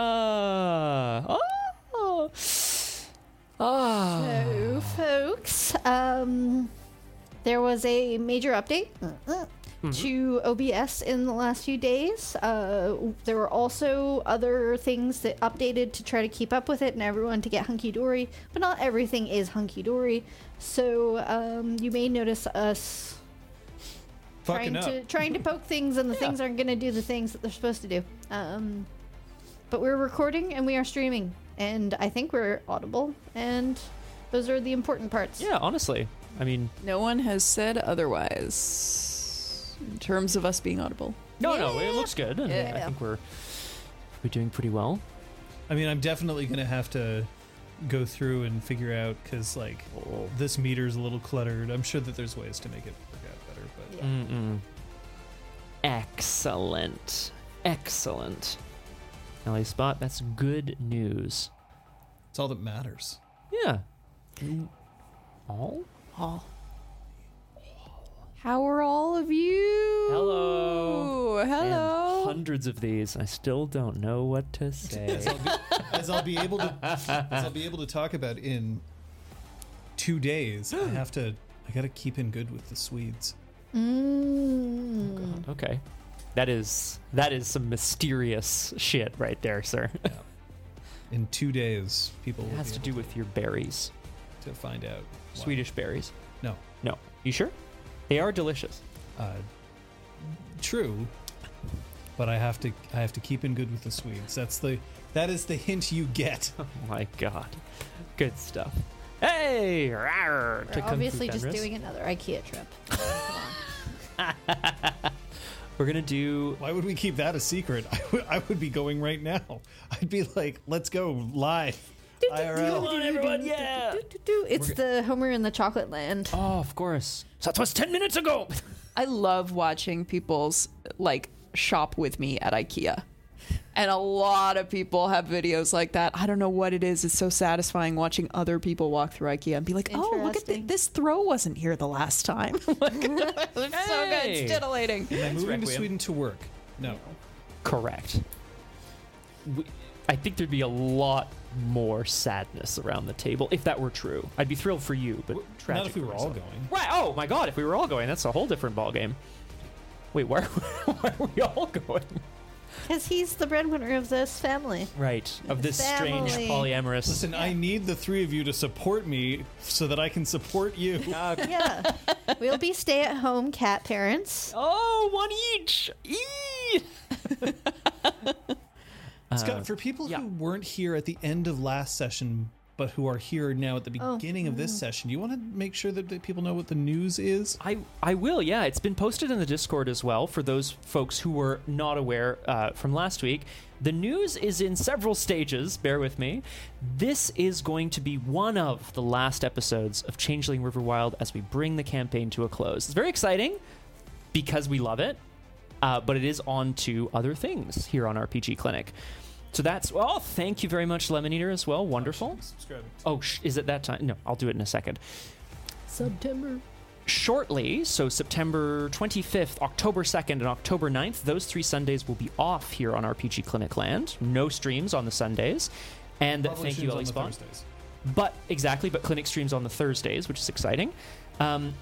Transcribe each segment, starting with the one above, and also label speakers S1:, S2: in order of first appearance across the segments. S1: Huzzah! Oh! Ah!
S2: So, folks, um, there was a major update to OBS in the last few days. Uh, there were also other things that updated to try to keep up with it and everyone to get hunky dory, but not everything is hunky dory. So, um, you may notice us
S3: Fucking
S2: trying
S3: up.
S2: to trying to poke things, and the things aren't going to do the things that they're supposed to do. Um, but we're recording and we are streaming, and I think we're audible, and those are the important parts.
S1: Yeah, honestly. I mean,
S4: No one has said otherwise in terms of us being audible.
S1: no, no,
S2: Yeah.
S1: it looks good. And
S4: Yeah.
S1: I think we're we're doing pretty well.
S3: I mean, I'm definitely gonna have to go through and figure out because like this meter's a little cluttered. I'm sure that there's ways to make it work out better, but
S2: Yeah.
S1: Mm-mm. Excellent. Excellent. LA Spot, that's good news.
S3: it's all that matters.
S1: Yeah. All?
S4: All. How are all of you?
S1: Hello. And
S4: Hello.
S1: hundreds of these. I still don't know what to say.
S3: As I'll, be, as I'll be able to, as I'll be able to talk about in two days, I have to. I gotta keep in good with the Swedes.
S2: Mm.
S1: Oh, God, okay. That is that is some mysterious shit right there, sir.
S3: In two days, people
S1: It
S3: will
S1: has
S3: be
S1: to do
S3: able
S1: with your berries.
S3: to find out. why.
S1: Swedish berries.
S3: No.
S1: No. You sure? They are delicious.
S3: Uh, true, but I have to. I have to keep in good with the Swedes. That's the. That is the hint you get.
S1: Oh my god. Good stuff. Hey! Rawr,
S2: We're obviously just doing another IKEA trip.
S1: We're gonna do
S3: Why would we keep that a secret? I would- I would be going right now. I'd be like, let's go live. IRL.
S1: on, everyone, yeah!
S2: It's the Homer in the Chocolate Land.
S1: Oh, of course. That was 10 minutes ago!
S4: I love watching people's like shop with me at IKEA. And a lot of people have videos like that. I don't know what it is. It's so satisfying watching other people walk through IKEA and be like, "Oh, look at th-
S2: Interesting.
S4: this throw wasn't here the last time." Like, it's so good.
S1: Hey.
S4: It's titillating.
S3: Am I moving to
S1: Requiem.
S3: Sweden to work? No.
S1: Correct. We, I think there'd be a lot more sadness around the table if that were true. I'd be thrilled for you, but tragic
S3: Not if we
S1: for
S3: were all
S1: myself.
S3: going.
S1: Right. Oh my god, if we were all going, that's a whole different ballgame. Wait, where, where are we all going?
S2: Because he's the breadwinner of this family.
S1: Right. Of this strange
S2: Family.
S1: polyamorous.
S3: Listen, I need the three of you to support me so that I can support you.
S2: Yeah. we'll be stay at home cat parents.
S1: Oh, one each. Eee!
S3: Scott, for people
S1: Uh, yeah.
S3: who weren't here at the end of last session, but who are here now at the
S2: Oh.
S3: beginning of
S1: mm.
S3: this session, you want to make sure that, that people know what the news is?
S1: I, I will, yeah. It's been posted in the Discord as well for those folks who were not aware uh, from last week. The news is in several stages, bear with me. This is going to be one of the last episodes of Changeling River Wild as we bring the campaign to a close. It's very exciting because we love it, uh, but it is on to other things here on RPG Clinic. So that's, oh, thank you very much, Lemon Eater, as well. Wonderful.
S3: Subscribe.
S1: Oh, sh- is it that time? No, I'll do it in a second.
S2: September.
S1: Shortly, so September 25th, October 2nd, and October 9th, those three Sundays will be off here on RPG Clinic Land. No streams on the Sundays. And thank you, Ellie Spawn. But exactly, but clinic streams on the Thursdays, which is exciting. Um,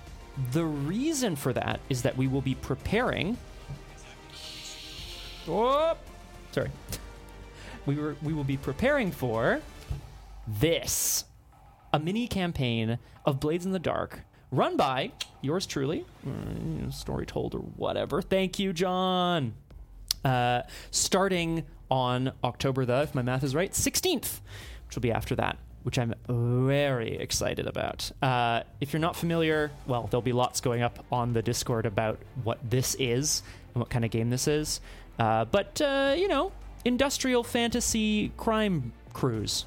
S1: the reason for that is that we will be preparing. Oh, sorry. We were we will be preparing for this a mini campaign of Blades in the Dark, run by yours truly, mm, story told or whatever. Thank you, John. Uh, starting on October the, if my math is right, 16th, which will be after that, which I'm very excited about. Uh, if you're not familiar, well, there'll be lots going up on the Discord about what this is and what kind of game this is. Uh, but uh, you know, industrial fantasy crime cruise.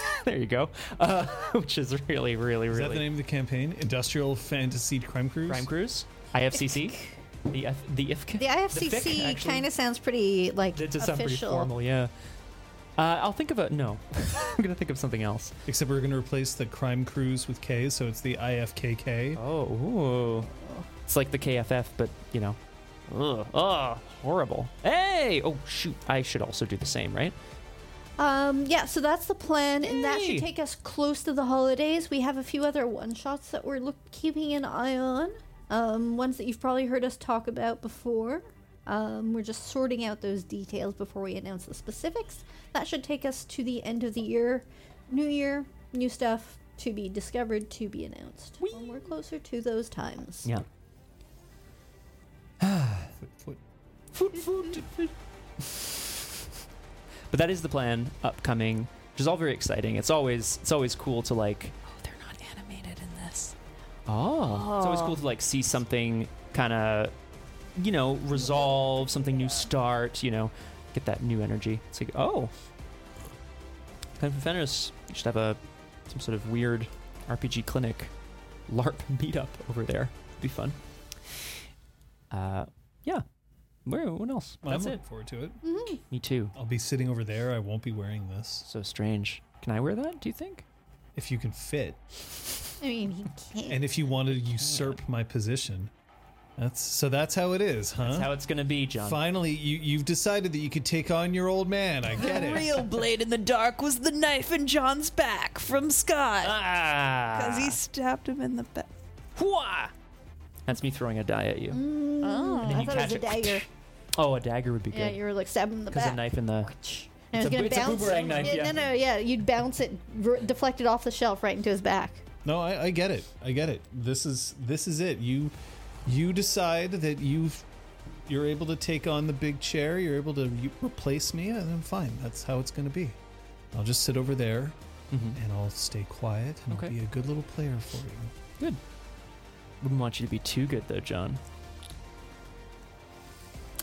S1: there you go, uh, which is really, really,
S3: Is
S1: really
S3: that the name of the campaign? Industrial Fantasy Crime Cruise?
S1: crime cruise. IFCC, the F- the IFC.
S2: The IFCC kind of sounds pretty like
S1: That does sound pretty
S2: official.
S1: formal, yeah. Uh, I'll think of a no. I'm gonna think of something else.
S3: Except we're going to replace the crime cruise with K, so it's the IFKK.
S1: Oh, ooh. it's like the KFF, but you know, Ugh, ugh, horrible. Hey! Oh, shoot. I should also do the same, right?
S2: Um, yeah, so that's the plan, and that
S1: Yay.
S2: should take us close to the holidays. We have a few other one shots that we're look- keeping an eye on, um, ones that you've probably heard us talk about before. Um, we're just sorting out those details before we announce the specifics. That should take us to the end of the year, new year, new stuff to be discovered, to be announced. When we're closer to those times.
S1: Yeah.
S3: Foot-
S1: Foot, foot, foot. but that is the plan upcoming, which is all very exciting. It's always it's always cool to like
S4: Oh, they're not animated in this.
S1: Oh. It's always cool to like see something kind of, you know, resolve, something new start, you know, get that new energy. It's like, oh. Kind of Fenris, you should have a some sort of weird RPG clinic LARP meetup over there. It'd be fun. Uh, yeah. Where, what else?
S3: Well,
S1: That's
S3: I'm
S1: it.
S3: looking forward to it.
S2: hmm
S1: Me too.
S3: I'll be sitting over there. I won't be wearing this.
S1: So strange. Can I wear that? Do you think?
S3: If you can fit,
S2: I mean, he can't.
S3: and if you want to usurp my position, that's so. That's how it is, huh?
S1: That's how it's gonna be, John.
S3: Finally, you you've decided that you could take on your old man. I get
S4: The
S3: it.
S4: real blade in the dark was the knife in John's back from Scott
S1: Ah.
S4: because he stabbed him in the back.
S1: Hua! That's me throwing a die at you.
S4: Oh,
S2: Mm, I
S1: you
S2: thought
S1: catch
S2: it was a
S1: it.
S2: dagger.
S1: Oh, a dagger would be
S2: yeah,
S1: good.
S2: you were like stabbing in the
S1: Because
S2: back.
S1: a knife in the.
S2: And
S1: It's
S2: I was
S1: a-
S2: gonna
S1: it's a
S2: bounce.
S1: boomerang knife,
S2: Yeah,
S1: yeah.
S2: No, no, yeah, you'd bounce it, r- deflect it off the shelf right into his back.
S3: No, I, I get it. I get it. This is this is it. You you decide that you've you're able to take on the big chair. You're able to you replace me, and I'm fine. That's how it's going to be. I'll just sit over there,
S1: mm-hmm.
S3: and I'll stay quiet, and
S1: Okay.
S3: I'll be a good little player for you.
S1: Wouldn't want you to be too good though, John.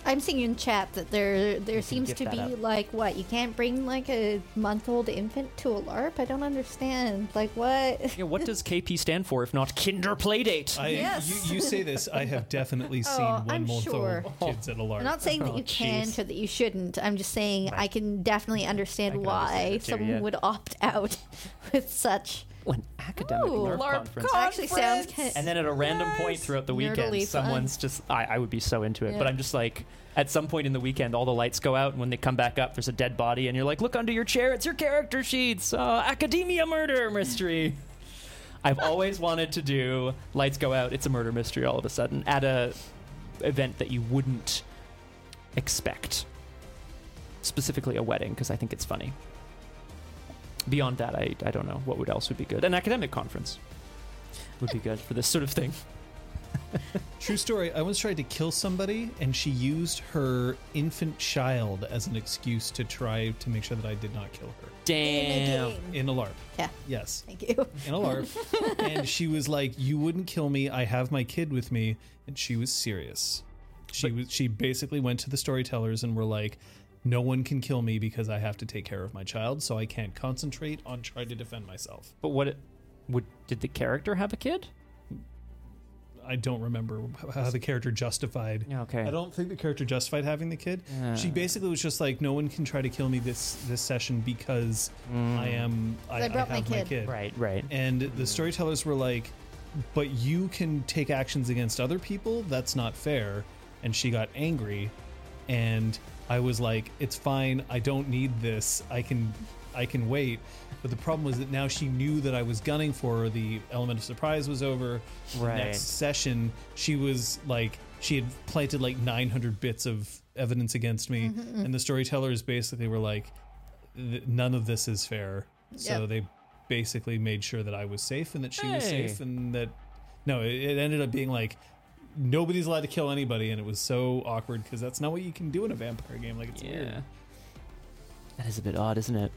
S2: I'm seeing in chat that there there
S1: can
S2: seems
S1: gift
S2: to
S1: that
S2: be
S1: up.
S2: like what you can't bring like a month old infant to a LARP. I don't understand. Like what?
S1: Yeah, what does KP stand for if not Kinder Playdate?
S3: I,
S2: Yes.
S3: you, you say this. I have definitely seen
S2: Oh,
S3: one
S2: I'm
S3: month
S2: sure.
S3: old kids at a large.
S2: I'm not saying that
S1: Oh,
S2: you can't
S1: jeez.
S2: or that you shouldn't. I'm just saying I can definitely understand
S1: I can
S2: why
S1: understand it too,
S2: someone
S1: yeah.
S2: would opt out with such
S1: An academic
S2: Ooh,
S1: LARP,
S4: LARP
S1: conference.
S4: con-
S2: actually sounds
S4: Conference.
S2: kind
S1: and then at a random point
S4: Yes.
S1: throughout the
S2: Nerdily
S1: weekend,
S2: fun.
S1: someone's just. I, I would be so into it, but
S2: Yeah.
S1: I'm just like, at some point in the weekend, all the lights go out, and when they come back up, there's a dead body, and you're like, look under your chair, it's your character sheets. Uh, academia murder mystery. I've always wanted to do lights go out, it's a murder mystery all of a sudden at a event that you wouldn't expect. Specifically a wedding, because I think it's funny. Beyond that, I, I don't know what would else would be good. An academic conference would be good for this sort of thing.
S3: True story. I once tried to kill somebody, and she used her infant child as an excuse to try to make sure that I did not kill
S2: in
S3: her
S2: a
S1: Damn.
S2: game.
S3: in a LARP.
S2: Yeah.
S3: Yes.
S2: Thank you.
S3: in a LARP, and she was like, "You wouldn't kill me. I have my kid with me," and she was serious. She was. She basically went to the storytellers and were like, "No one can kill me because I have to take care of my child, so I can't concentrate on trying to defend myself."
S1: But what it, would did the character have a kid?
S3: I don't remember how the character justified.
S1: Yeah, okay.
S3: I don't think the character justified having the kid. She
S1: Yeah.
S3: basically was just like, "No one can try to kill me this this session because I am. I,
S2: I brought my
S3: have
S2: kid."
S3: my kid.
S1: Mm. Right, right.
S3: and the storytellers were like but you can take actions against other people that's not fair and she got angry and i was like it's fine i don't need this i can i can wait but the problem was that now she knew that i was gunning for her the element of surprise was over
S1: Right.
S3: the next session she was like she had planted like 900 bits of evidence against me and the storytellers basically were like "Th- none of this is fair so
S2: Yeah.
S3: they basically made sure that i was safe and that she was
S1: Hey.
S3: safe and that no it, it ended up being like nobody's allowed to kill anybody and it was so awkward because that's not what you can do in a vampire game like it's
S1: Yeah.
S3: weird
S1: That is a bit odd, isn't it?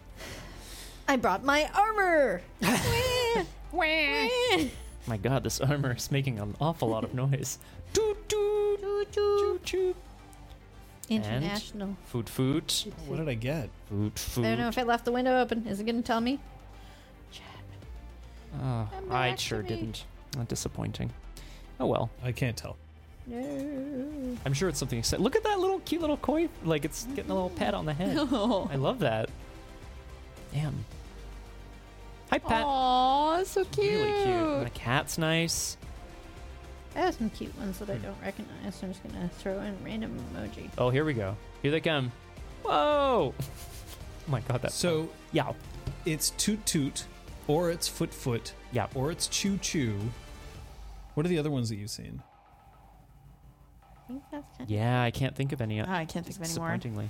S2: I brought my armor. Wah, wah.
S1: My god, this armor is making an awful lot of noise. Toot toot
S2: Toot,
S1: toot
S2: toot.
S1: toot.
S2: International.
S1: Food food.
S3: what did i get
S1: Food
S2: I
S1: food.
S2: don't know if I left the window open. Is it going to tell me?
S1: Oh,
S2: Come
S1: I
S2: back to
S1: sure
S2: me.
S1: didn't. Not disappointing. Oh well.
S3: i can't tell
S2: No.
S1: I'm sure it's something exciting. Look at that little cute little koi. Like it's getting a little pat on the head. I love that. Damn. Hi, Pat.
S4: Aw, so cute.
S1: Really cute. And the cat's nice.
S2: I have some cute ones that I don't recognize, so I'm just gonna throw in random emoji.
S1: Oh, here we go. Here they come. Whoa! oh my god, that.
S3: So
S1: yeah,
S3: it's toot toot, or it's foot foot,
S1: yeah.
S3: or it's choo choo. What are the other ones that you've seen?
S2: I think that's kind
S1: Yeah, I can't think of any. uh,
S4: Ah, I can't think of any more.
S1: Disappointingly,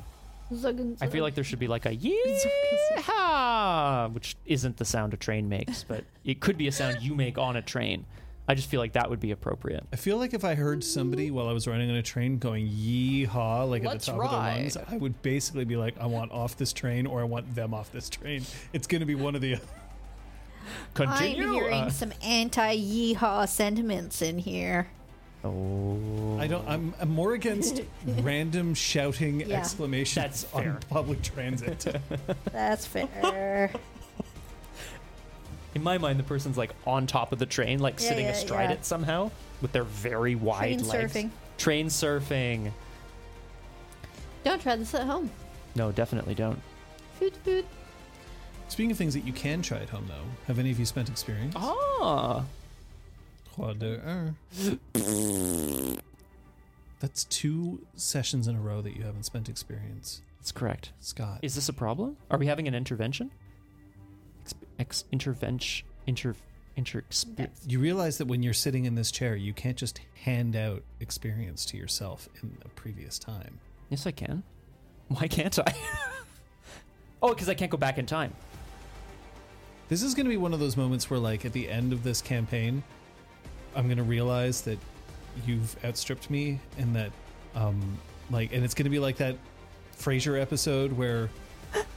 S2: of Zuggin
S1: I feel like there should be like a yeehaw, which isn't the sound a train makes, but it could be a sound you make on a train. I just feel like that would be appropriate.
S3: I feel like if I heard somebody while I was running on a train going yeehaw like
S4: Let's
S3: at the top
S4: ride.
S3: of their lungs, I would basically be like, I want off this train or I want them off this train. It's going to be one of the other.
S2: I'm
S1: Continue.
S2: hearing
S1: uh,
S2: some anti-yeehaw sentiments in here.
S1: oh,
S3: I don't. I'm, I'm more against random shouting
S2: Yeah.
S3: exclamations
S1: That's
S3: on
S1: fair.
S3: public transit.
S2: That's fair.
S1: In my mind, the person's like on top of the train, like
S2: Yeah,
S1: sitting
S2: yeah,
S1: astride
S2: yeah.
S1: it somehow with their very wide
S2: Train
S1: legs.
S2: surfing.
S1: Train surfing.
S2: don't try this at home.
S1: No, definitely don't.
S2: Food, food.
S3: Speaking of things that you can try at home, though, have any of you spent experience?
S1: Ah,
S3: Trois, deux, un. Uh. That's two sessions in a row that you haven't spent experience,
S1: that's correct.
S3: Scott.
S1: Is this a problem? Are we having an intervention? Ex, ex intervention inter inter. Exp-
S3: you realize that when you're sitting in this chair, you can't just hand out experience to yourself in a previous time.
S1: yes, I can. Why can't I? oh, because I can't go back in time.
S3: This is going to be one of those moments where, like, at the end of this campaign, I'm going to realize that you've outstripped me, and that, um, like, and it's going to be like that Frasier episode where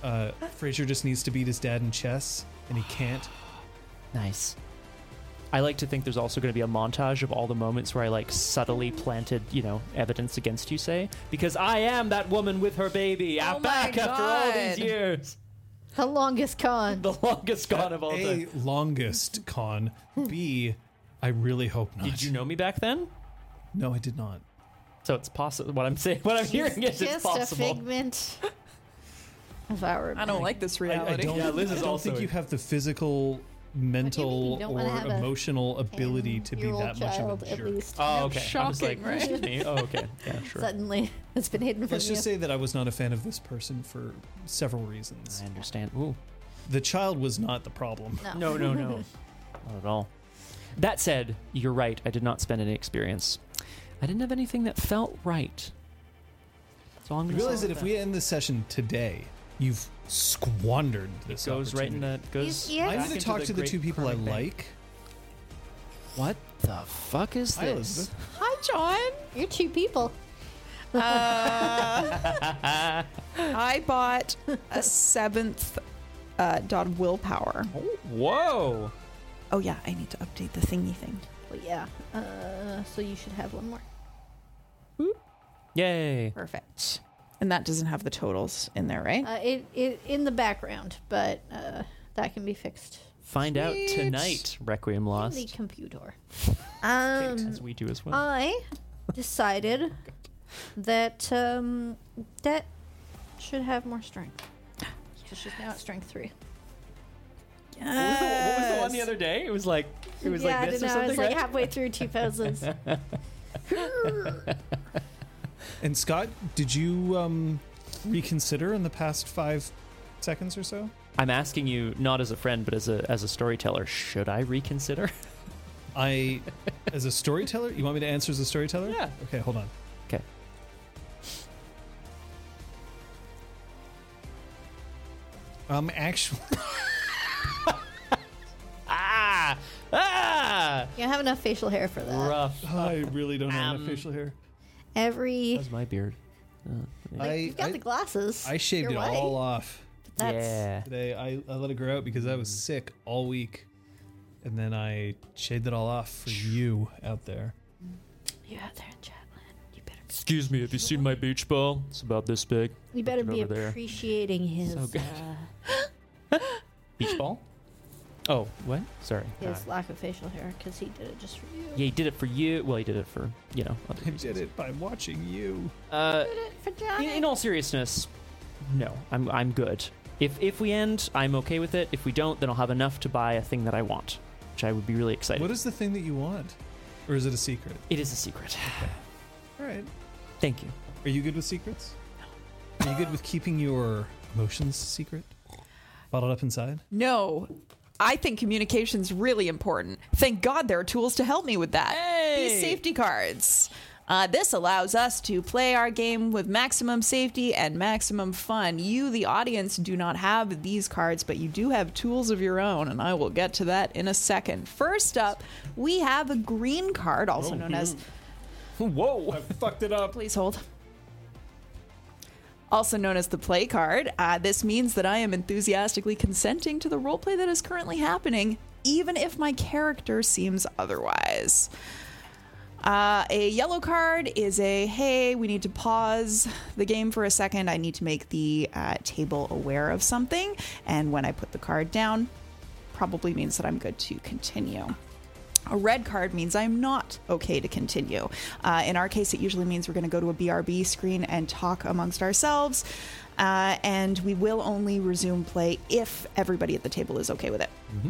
S3: uh, Frasier just needs to beat his dad in chess, and he can't.
S1: Nice. I like to think there's also going to be a montage of all the moments where I like subtly planted, you know, evidence against you, say, because I am that woman with her baby.
S4: Oh
S1: I'm
S4: my
S1: back after all these
S4: God.
S1: years.
S2: The longest con.
S1: The longest gone of all
S3: A
S1: time.
S3: longest con. B, I really hope not.
S1: Did you know me back then?
S3: No, I did not.
S1: So it's possible. What I'm saying, what I'm hearing is it's
S2: just a
S1: possible.
S2: figment of our.
S4: I don't like this
S3: I- I,
S4: reality.
S3: don't,
S1: Yeah, Liz
S3: I
S1: is
S3: don't
S1: also
S3: think you
S1: a-
S3: have the physical, mental,
S2: don't
S3: or
S2: wanna have a
S3: emotional ability to be
S2: ten-year-old
S3: that much of
S2: child,
S3: a jerk.
S2: At least.
S1: Oh, okay. I was like,
S4: Shocking, right?
S1: excuse me. Oh, okay. Yeah, sure.
S2: Suddenly, it's been hidden from
S3: Let's
S2: you.
S3: just say that I was not a fan of this person for several reasons.
S1: I understand. Ooh.
S3: The child was not the problem.
S2: Oh.
S1: No, no, no. Not at all. That said, you're right. I did not spend any experience. I didn't have anything that felt right. So I'm
S3: You
S1: gonna
S3: realize
S1: say
S3: that if we end this session today, you've squandered this.
S1: goes right in
S3: opportunity.
S1: the goes.
S2: He's- e-, yeah.
S3: I
S1: back
S3: need to
S1: into
S3: talk to the
S1: great
S3: two people I
S1: karmic bank.
S3: like.
S1: What the fuck is
S3: Hi,
S1: this?
S3: Elizabeth.
S4: Hi, John.
S2: You're two people.
S4: Uh, I bought a seventh uh, dot of willpower.
S1: Oh, whoa!
S4: Oh yeah, I need to update the thingy thing.
S2: Well, yeah. Uh, so you should have one more.
S1: Yay!
S4: Perfect. And that doesn't have the totals in there, right?
S2: Uh, it, it in the background, but uh, that can be fixed
S1: Find out
S4: Sweet.
S1: tonight. Requiem
S2: in the
S1: lost.
S2: computer. Um,
S1: as we do as well.
S2: I decided that um, that should have more strength. So she's now at strength three.
S1: what, was the, what was the one the other day? It was like it was
S2: yeah,
S1: like
S2: I
S1: this
S2: don't
S1: or something,
S2: know. I was like
S1: right?
S2: halfway through two poses.
S3: And Scott, did you um, reconsider in the past five seconds or so?
S1: I'm asking you not as a friend, but as a as a storyteller. Should I reconsider?
S3: I, as a storyteller, you want me to answer as a storyteller?
S1: Oh, Yeah.
S3: Okay, hold on.
S1: 'Kay.
S3: Um, actually,
S1: ah! Ah!
S2: you don't have enough facial hair for that.
S1: Rough.
S3: I really don't have
S1: Um,
S3: enough facial hair.
S2: Every
S1: That's my beard. Uh,
S2: like,
S3: I-
S2: you've got
S3: I-
S2: the glasses.
S3: I shaved
S2: You're
S3: it
S2: white.
S3: all off
S2: That's,
S1: yeah.
S3: today. I, I let it grow out because I was sick all week, and then I shaved it all off for you out there.
S2: You out there in Chatland. You better.
S1: Excuse me, have you seen my beach ball? It's about this big.
S2: You better
S1: it
S2: be
S1: over there.
S2: appreciating his
S1: So good.
S2: uh,
S1: Beach ball? Oh, what? Sorry.
S2: his
S1: Ah.
S2: lack of facial hair because he did it just for you.
S1: Yeah, he did it for you. Well, he did it for, you know. other
S3: I
S1: reasons.
S3: did it by watching you.
S1: Uh,
S2: Did it for
S1: in,
S2: Johnny.
S1: in all seriousness, no, I'm, I'm good. If, if we end, I'm okay with it. If we don't, then I'll have enough to buy a thing that I want, which I would be really excited.
S3: What is the thing that you want? Or is it a secret?
S1: It is a secret.
S3: All right.
S1: Thank you.
S3: Are you good with secrets? Are you good with keeping your emotions secret? Bottled up inside?
S4: No, I think communication's really important. Thank God there are tools to help me with that. These safety cards. Uh, this allows us to play our game with maximum safety and maximum fun. You, the audience, do not have these cards, but you do have tools of your own, and I will get to that in a second. First up, we have a green card,
S1: Oh,
S4: also
S1: hmm.
S4: known as
S1: Whoa.
S3: I fucked it up.
S4: Please hold. Also known as the play card, uh, this means that I am enthusiastically consenting to the roleplay that is currently happening, even if my character seems otherwise. Uh, a yellow card is a hey, we need to pause the game for a second. I need to make the uh, table aware of something. And when I put the card down, probably means that I'm good to continue. A red card means I'm not okay to continue. Uh, in our case, it usually means we're going to go to a BRB screen and talk amongst ourselves. Uh, and we will only resume play if everybody at the table is okay with it.
S3: Mm-hmm.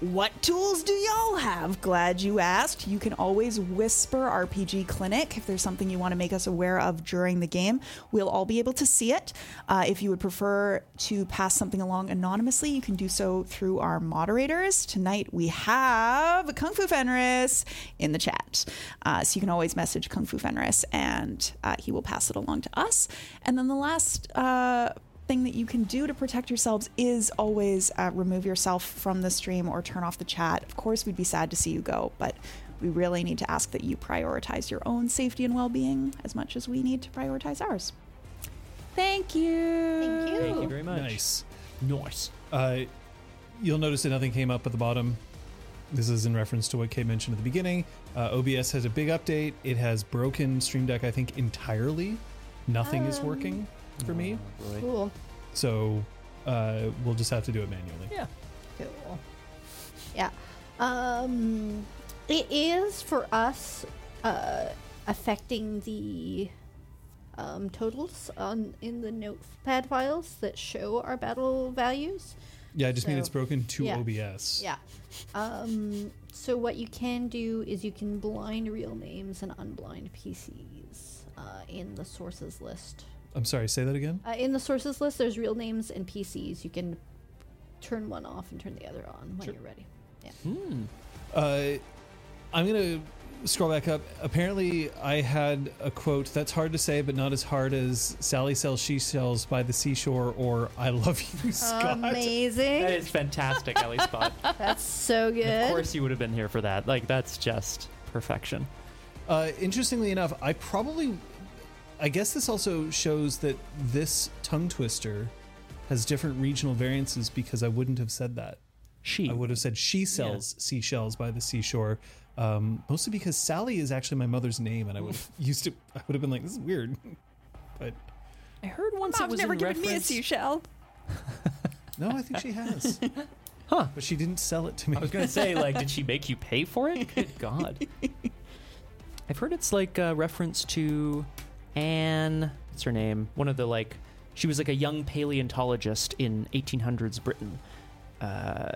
S4: What tools do y'all have? Glad you asked. You can always whisper RPG Clinic if there's something you want to make us aware of during the game. We'll all be able to see it. Uh, if you would prefer to pass something along anonymously, you can do so through our moderators. Tonight we have Kung Fu Fenris in the chat. Uh, so you can always message Kung Fu Fenris and uh, he will pass it along to us. And then the last. Uh, thing that you can do to protect yourselves is always uh, remove yourself from the stream or turn off the chat. Of course, we'd be sad to see you go, but we really need to ask that you prioritize your own safety and well being as much as we need to prioritize ours. Thank you.
S2: Thank you.
S1: Thank you very much.
S3: Nice.
S1: Nice.
S3: Uh, you'll notice that nothing came up at the bottom. This is in reference to what Kay mentioned at the beginning. Uh, OBS has a big update. It has broken Stream Deck, I think, entirely. Nothing is
S2: Um,
S3: working for me,
S2: Cool.
S3: so uh, we'll just have to do it manually.
S1: Yeah.
S2: Cool. Yeah. Um, it is for us uh, affecting the um, totals on in the notepad files that show our battle values.
S3: Yeah, I just mean
S2: So-
S3: it's broken to
S2: yeah.
S3: OBS.
S2: Yeah. Um, so what you can do is you can blind real names and unblind PCs uh, in the sources list.
S3: I'm sorry, say that again.
S2: Uh, in the sources list, there's real names and PCs. You can turn one off and turn the other on when you're ready. Yeah.
S3: Uh, I'm gonna scroll back up. Apparently, I had a quote that's hard to say, but not as hard as "Sally sells she sells by the seashore" or "I love you, Scott."
S2: Amazing.
S1: That is fantastic, Ellie Spot.
S2: That's so good.
S1: Of course you would have been here for that. Like that's just perfection.
S3: Uh, interestingly enough, I probably, I guess this also shows that this tongue twister has different regional variances because I wouldn't have said that.
S1: She.
S3: I would have said she sells seashells by the seashore, um, mostly because Sally is actually my mother's name, and I would have used to. I would have been like, "This is weird," but
S1: I heard once it was in reference.
S4: seashell.
S3: no, I think she has.
S1: Huh.
S3: But she didn't sell it to me.
S1: I was gonna say, like, did she make you pay for it? Good God. I've heard it's like a reference to Anne. What's her name? One of the like, she was like a young paleontologist in 1800s Britain. Uh,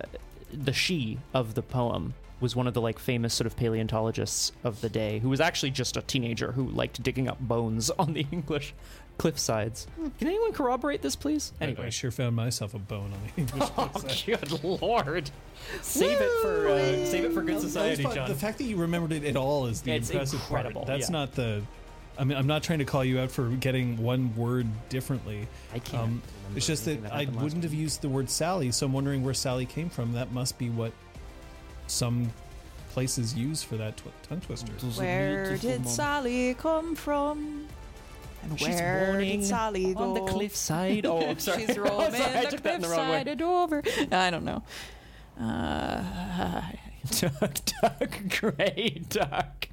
S1: the she of the poem was one of the like famous sort of paleontologists of the day, who was actually just a teenager who liked digging up bones on the English cliffsides. Can anyone corroborate this, please?
S3: I- I
S1: Hmm. Anyway,
S3: sure found myurself a bone on the English.
S1: oh good lord! Save it for uh, save it for good society,
S3: But
S1: John.
S3: The fact that you remembered it at all is the
S1: It's
S3: impressive
S1: incredible,
S3: part. That's
S1: yeah.
S3: not the. I mean, I'm not trying to call you out for getting one word differently.
S1: I can't
S3: Um,
S1: remember
S3: it's just that,
S1: anything that
S3: I
S1: happened last
S3: wouldn't have
S1: week.
S3: used the word Sally, so I'm wondering where Sally came from. That must be what some places use for that tw- tongue twister.
S1: Mm-hmm.
S4: Where did Sally come from? And
S1: She's
S4: where
S1: warning
S4: did Sally go?
S1: on the cliffside? Oh, I'm sorry.
S4: She's rolling
S1: Sorry, I
S4: the
S1: took that in the wrong way.
S4: cliffside and over. I don't know. Uh,
S1: Duck, duck, gray duck.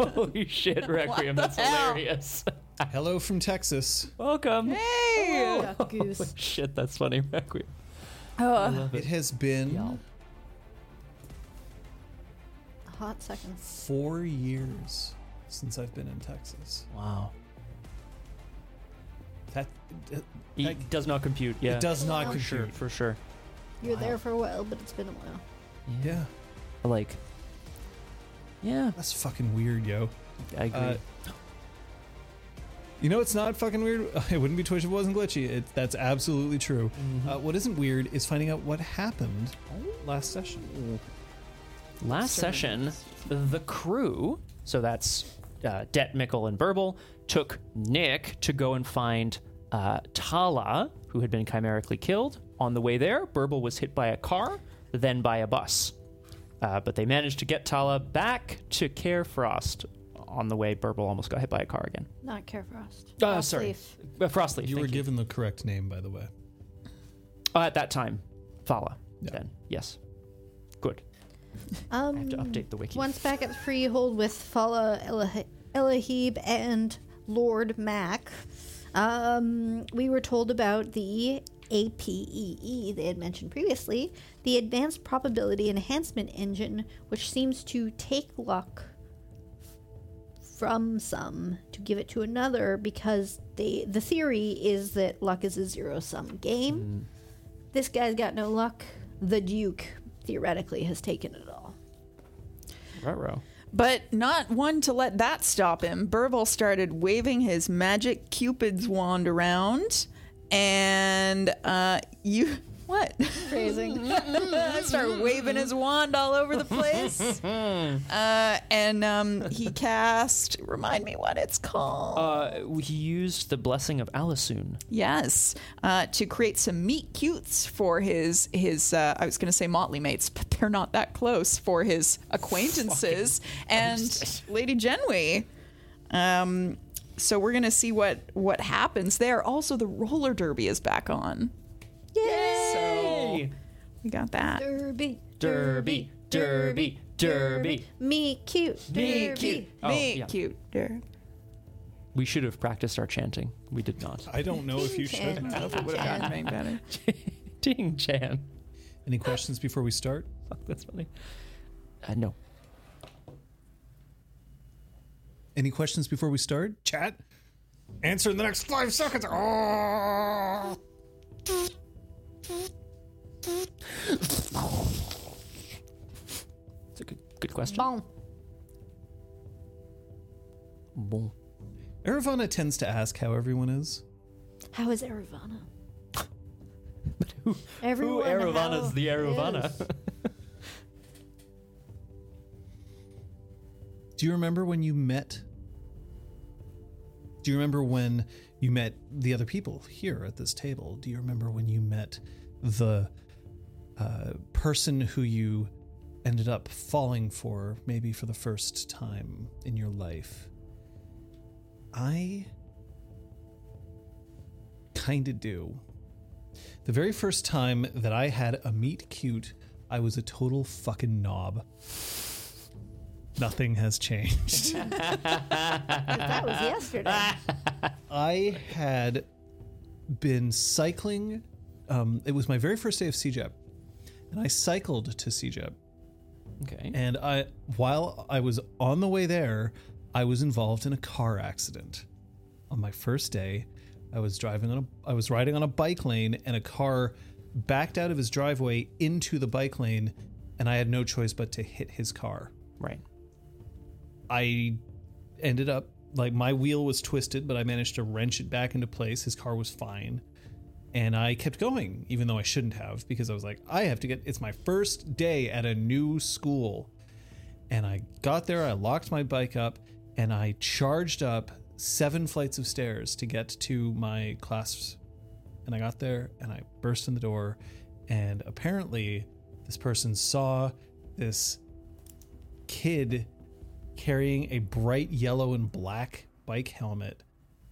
S1: Holy shit, Requiem,
S4: the
S1: that's
S4: hell?
S1: hilarious.
S3: Hello from Texas.
S1: Welcome.
S4: hey!
S2: Yeah, goose.
S1: Holy shit, that's funny, Requiem.
S4: Uh,
S1: Love
S3: It
S1: it.
S3: has been
S1: Y'all.
S2: Hot seconds.
S3: four years since I've been in Texas.
S1: Wow.
S3: That it,
S1: It
S3: Like-
S1: does not compute. Yeah.
S3: it does not
S1: For
S3: compute.
S1: sure, for sure.
S2: You're
S1: Wow.
S2: there for a while, but it's been a while.
S3: Yeah.
S1: Like, Yeah,
S3: That's fucking weird, yo.
S1: I agree.
S3: Uh, you know, it's not fucking weird. It wouldn't be Twitch if it wasn't glitchy. It, that's absolutely true.
S1: Mm-hmm.
S3: Uh, what isn't weird is finding out what happened last session.
S1: Mm. Last session, the crew, so that's uh, Det, Mickle, and Burble, took Nick to go and find uh, Tala, who had been chimerically killed. On the way there, Burble was hit by a car, then by a bus. Uh, but they managed to get Tala back to Carefrost. On the way, Burble almost got hit by a car again.
S2: Not Carefrost.
S1: Uh, sorry.
S2: Frostleaf.
S1: Uh, Frostleaf.
S3: You
S1: thank
S3: were given the correct name, by the way.
S1: Uh, at that time, Thala.
S3: Yeah.
S1: Then, yes. Good.
S2: Um,
S1: I have to update the wiki.
S2: Once back at Freehold with Fala Elah- Elahib and Lord Mac, um, we were told about the APEE E they had mentioned previously, the Advanced Probability Enhancement Engine, which seems to take luck from some to give it to another because they the theory is that luck is a zero sum game. This guy's got no luck. The Duke theoretically has taken it all.
S1: Ruh-roh.
S4: But not one to let that stop him. Burble started waving his magic Cupid's wand around, and uh, you what?
S2: Phrasing.
S4: Start waving his wand all over the place, uh, and um, he cast. Remind me what it's called.
S1: Uh, he used the blessing of Alisoon.
S4: Yes, uh, to create some meat cutes for his his uh, I was going to say motley mates, but they're not that close for his acquaintances and Lady Genwee. Um, so we're going to see what what happens there. Also, the roller derby is back on.
S2: Yay!
S4: So we got that.
S2: Derby,
S1: Derby, derby, derby.
S2: Me cute,
S1: Me
S2: derby.
S1: cute. Oh,
S4: meat
S1: yeah.
S4: cute derby.
S1: We should have practiced our chanting. We did not.
S3: I don't know if you should.
S2: Chan,
S3: have.
S2: Chan,
S4: Would have gotten better.
S1: Ding Chan.
S3: Any questions before we start?
S1: Fuck, that's funny. Uh, no.
S3: Any questions before we start? Chat? Answer in the next five seconds. Oh!
S1: It's a good, good question.
S2: Bon.
S1: Bon.
S3: Aravana tends to ask how everyone is.
S2: How is Aravana?
S1: who-
S2: Everyone,
S1: Who Aravana's
S2: how
S1: the Aravana?
S2: is?
S3: Do you remember when you met? Do you remember when you met the other people here at this table? Do you remember when you met the uh, person who you ended up falling for, maybe for the first time in your life? I kinda do. The very first time that I had a meet cute, I was a total fucking knob. Nothing has changed.
S2: That was yesterday.
S1: Ah.
S3: I had been cycling. Um, it was my very first day of CJEP, and I cycled to CJEP.
S1: Okay.
S3: And I, while I was on the way there, I was involved in a car accident. On my first day, I was driving on a, I was riding on a bike lane, and a car backed out of his driveway into the bike lane, and I had no choice but to hit his car.
S1: Right.
S3: I ended up like my wheel was twisted, but I managed to wrench it back into place. His car was fine. And I kept going, even though I shouldn't have, because I was like, I have to get it's my first day at a new school. And I got there, I locked my bike up, and I charged up seven flights of stairs to get to my class. And I got there and I burst in the door. And apparently, this person saw this kid carrying a bright yellow and black bike helmet,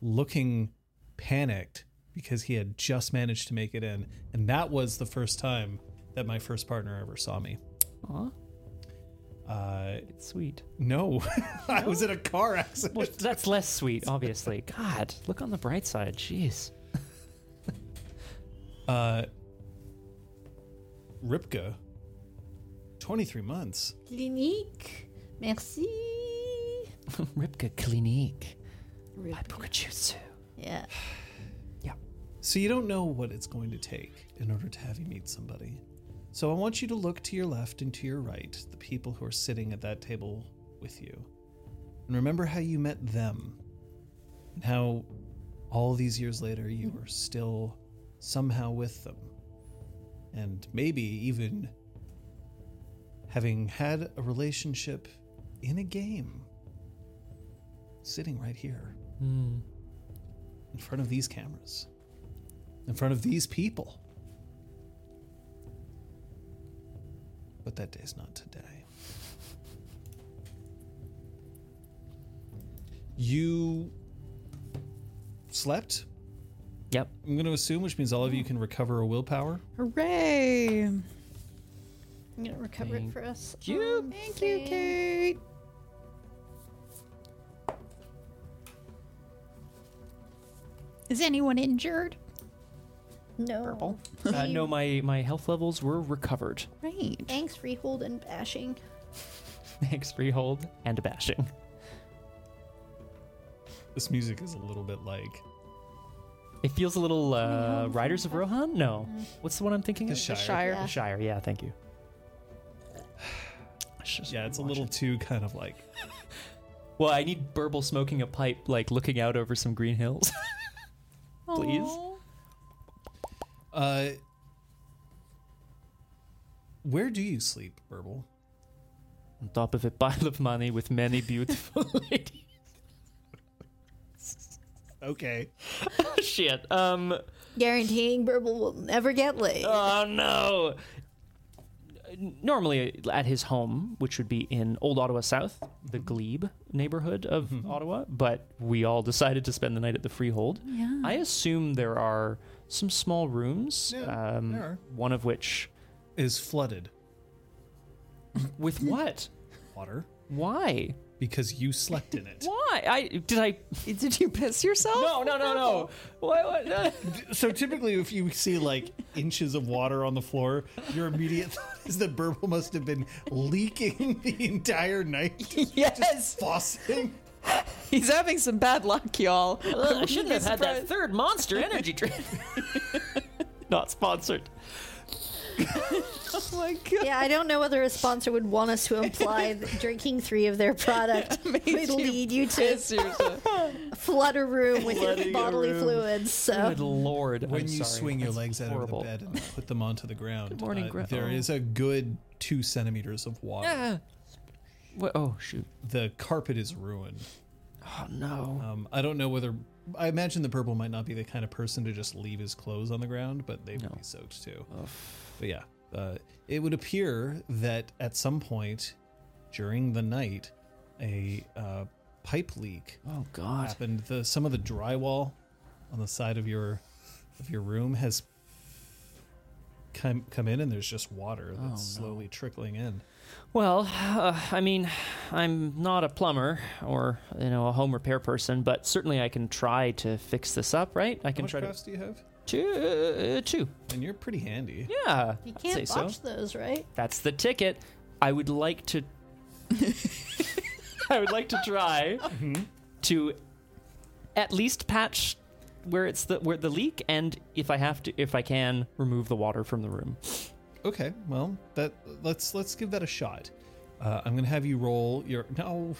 S3: looking panicked because he had just managed to make it in. And that was the first time that my first partner ever saw me.
S1: Aw,
S3: Uh,
S1: it's sweet.
S3: no, I was in a car accident.
S1: Well, that's less sweet, obviously. God, look on the bright side. Jeez.
S3: Uh, Ripka, 23 months.
S2: Clinique. Merci.
S1: Ripka Clinique
S2: Rip.
S1: by Pukachutsu.
S2: Yeah.
S3: So you don't know what it's going to take in order to have you meet somebody. So I want you to look to your left and to your right, the people who are sitting at that table with you. And remember how you met them. And how all these years later you were still somehow with them. And maybe even having had a relationship in a game sitting right here in front of these cameras, in front of these people. But that day's not today. You slept,
S1: Yep.
S3: I'm going to assume, which means all of you can recover a willpower.
S4: Hooray!
S2: I'm gonna recover it
S1: Thank
S2: for us. Um,
S1: you.
S2: on
S4: Thank you,
S2: stage.
S4: Kate.
S2: Is anyone injured? No.
S4: Purple.
S1: Uh, no, my my health levels were recovered.
S4: Right.
S2: Thanks, Freehold and Bashing.
S1: Thanks, freehold and bashing.
S3: This music is a little bit like
S1: It feels a little uh, Riders of Rohan. No, what's the one I'm thinking
S3: the
S1: of?
S3: Shire.
S4: Shire.
S1: The Shire. Yeah, thank you. I should just
S3: Yeah, it's a
S1: rewatch
S3: little
S1: it.
S3: too kind of like.
S1: Well, I need Burble smoking a pipe, like looking out over some green hills. Please.
S4: Aw.
S3: Uh, where do you sleep, Burble?
S1: On top of a pile of money with many beautiful ladies.
S3: Okay.
S1: Shit. Um.
S2: Guaranteeing Burble will never get laid.
S1: Oh no. Normally at his home, which would be in Old Ottawa South, the
S3: Mm-hmm.
S1: Glebe neighborhood of Ottawa, but we all decided to spend the night at the Freehold.
S4: Yeah.
S1: I assume there are some small rooms,
S3: Yeah,
S1: um,
S3: there are.
S1: one of which
S3: Is flooded
S1: with what?
S3: water
S1: Why?
S3: because you slept in it.
S1: Why? I did I?
S4: Did you piss yourself?
S1: No, no, no, no. Why? why no.
S3: so typically, if you see like inches of water on the floor, your immediate thought is that Burble must have been leaking the entire night,
S4: Yes.
S3: flossing.
S4: He's having some bad luck, y'all.
S1: Ugh, I shouldn't have had that third monster energy drink. Not sponsored.
S4: Oh my god.
S2: Yeah, I don't know whether a sponsor would want us to imply that drinking three of their product would
S4: Made you
S2: lead you to
S4: Piss yourself.
S2: flood a room with your
S1: Flooding a
S2: bodily
S1: room.
S2: fluids.
S1: Good
S2: So
S1: lord.
S3: When
S1: I'm
S3: you
S1: sorry.
S3: swing your
S1: That's
S3: legs
S1: horrible.
S3: out of the bed and put them onto the ground, uh,
S1: Good morning, Gre-
S3: there
S1: oh.
S3: is a good two centimeters of water.
S1: Ah. What? Oh shoot!
S3: The carpet is ruined.
S1: Oh no!
S3: Um, I don't know whether I imagine the purple might not be the kind of person to just leave his clothes on the ground, but they would
S1: No.
S3: be soaked too. But yeah, uh, it would appear that at some point during the night, a uh, pipe leak
S1: Oh god!
S3: happened. The some of the drywall on the side of your of your room has come come in, and there's just water
S1: Oh,
S3: that's slowly trickling in.
S1: Well, uh, I mean, I'm not a plumber or you know a home repair person, but certainly I can try to fix this up, right? I
S3: How
S1: can
S3: much
S1: try
S3: crafts do you have?
S1: to two, uh, two.
S3: And you're pretty handy.
S1: Yeah,
S2: you
S1: I'd
S2: can't
S1: say
S2: botch
S1: so.
S2: those, right?
S1: That's the ticket. I would like to. I would like to try to at least patch where it's the where the leak, and if I have to, if I can, remove the water from the room.
S3: Okay, well, that let's let's give that a shot. Uh, I'm gonna have you roll your no.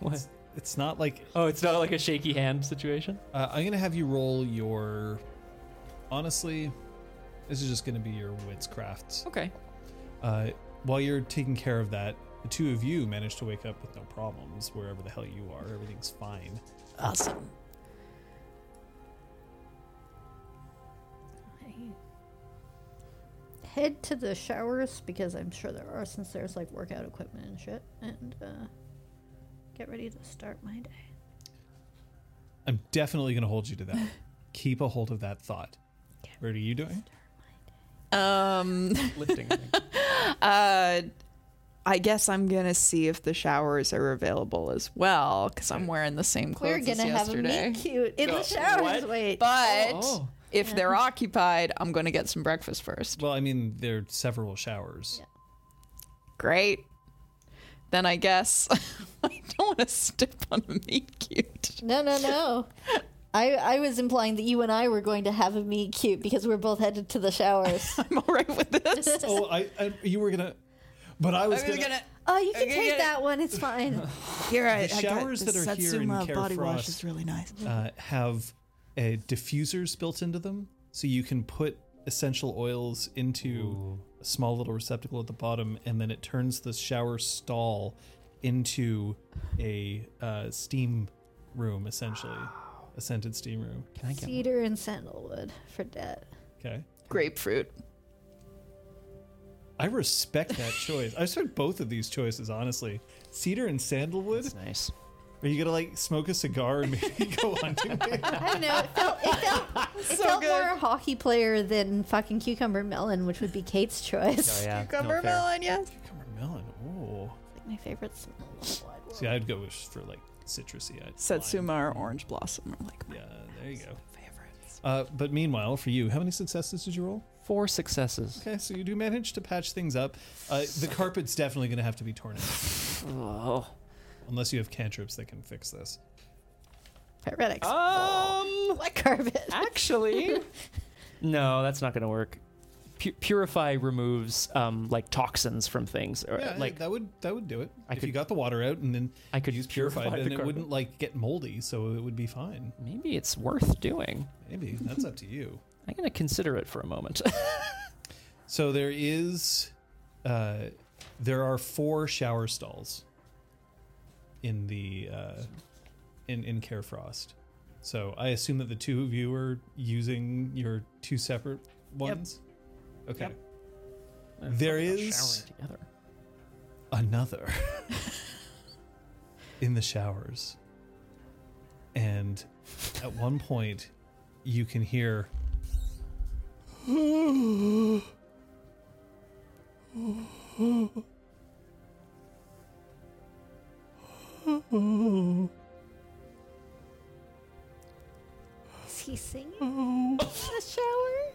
S1: What?
S3: It's not like
S1: Oh, it's not like a shaky hand situation.
S3: uh, I'm gonna have you roll your. Honestly, this is just gonna be your wits crafts.
S1: Okay.
S3: Uh, while you're taking care of that, the two of you manage to wake up with no problems wherever the hell you are. Everything's fine.
S4: Awesome.
S2: Head to the showers because I'm sure there are, since there's like workout equipment and shit, and uh, get ready to start my day.
S3: I'm definitely gonna hold you to that. Keep a hold of that thought. What are you doing?
S4: Um.
S1: Lifting.
S4: Uh, I guess I'm gonna see if the showers are available as well because I'm wearing the same clothes
S2: We're gonna
S4: as
S2: have a
S4: yesterday.
S2: meet cute in
S1: No,
S2: the showers.
S1: what?
S2: Wait,
S4: But
S1: Oh.
S4: if they're occupied, I'm gonna get some breakfast first.
S3: Well, I mean, there are several showers.
S4: Great. Then I guess I don't want to step on a meat cute.
S2: no, no, no. I, I was implying that you and I were going to have a meet cute because we're both headed to the showers.
S4: I'm all right with this.
S3: oh, I, I you were gonna. But I was
S4: I'm
S3: gonna.
S4: gonna.
S2: Oh, you can
S4: Okay,
S2: take
S4: yeah.
S2: that one. It's fine.
S4: You're right.
S3: The
S4: I got
S3: showers
S4: the
S3: that are here in
S4: Satsuma body wash
S3: Carefrost-
S4: is really nice.
S3: uh, have uh, diffusers built into them, so you can put essential oils into a small little receptacle at the bottom, and then it turns the shower stall into a uh, steam room, essentially, a scented steam room.
S1: Can I get one?
S2: Cedar and sandalwood for debt.
S3: Okay,
S4: Grapefruit.
S3: I respect that choice. I respect both of these choices, honestly. Cedar and sandalwood.
S1: That's nice.
S3: Are you gonna like smoke a cigar and maybe go on to me?
S2: I don't know. It felt it felt, it felt
S4: good.
S2: more hockey player than fucking cucumber melon, which would be Kate's choice.
S1: Oh, yeah.
S4: Cucumber melon, yes.
S3: Cucumber melon. Oh,
S2: Like my favorite smell.
S3: see, I'd go with- for like citrusy. I'd
S4: Satsuma or orange blossom are like my
S3: Yeah, there you go.
S4: favorites.
S3: Uh, but meanwhile, for you, how many successes did you roll?
S1: Four successes.
S3: Okay, so you do manage to patch things up. Uh, the carpet's definitely going to have to be torn out,
S1: Oh.
S3: unless you have cantrips that can fix this.
S2: Pyretics.
S1: Um.
S2: What carpet?
S1: Actually, no, that's not gonna work. Pu- purify removes um like toxins from things. Or,
S3: Yeah,
S1: like
S3: that would that would do it.
S1: I
S3: if you
S1: could-
S3: got the water out and then
S1: I could
S3: use
S1: purify
S3: purified,
S1: the
S3: then it
S1: carpet.
S3: wouldn't like get moldy, so it would be fine.
S1: maybe it's worth doing.
S3: Maybe that's up to you.
S1: I'm gonna consider it for a moment.
S3: So there is, uh, there are four shower stalls in the uh, in in Carefrost. So I assume that the two of you are using your two separate ones. Okay. There
S1: Showering
S3: is-
S1: together.
S3: Another in the showers, and at one point you can hear.
S2: Is he singing in the shower?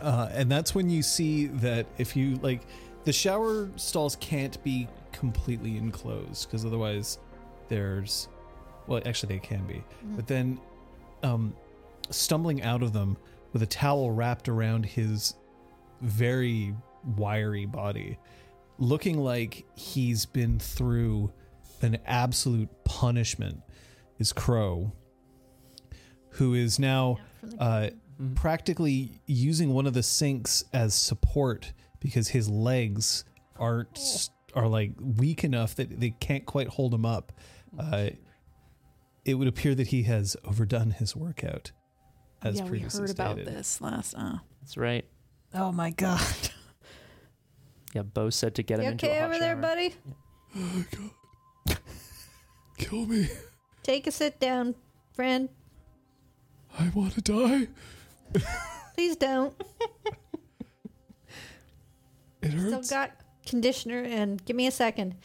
S3: Uh, and that's when you see that if you like, the shower stalls can't be completely enclosed because otherwise, there's, well, actually they can be, but then, um, stumbling out of them with a towel wrapped around his very wiry body, looking like he's been through an absolute punishment, is Crow, who is
S1: Oh,
S3: now
S2: From the
S3: uh, practically using one of the sinks as support because his legs aren't s- are like weak enough that they can't quite hold him up. Uh, it would appear that he has overdone his workout, as
S4: yeah, we
S3: previously
S4: heard about
S3: stated.
S4: this last. Uh,
S1: That's right.
S4: oh my god.
S1: Yeah, Bo said to get
S2: you
S1: him into a
S2: okay
S1: hot
S2: over there,
S1: shower.
S2: buddy?
S3: Oh, Kill me!
S2: Take a sit down, friend.
S3: I want to die.
S2: Please don't.
S3: It
S2: Still got conditioner and give me a second.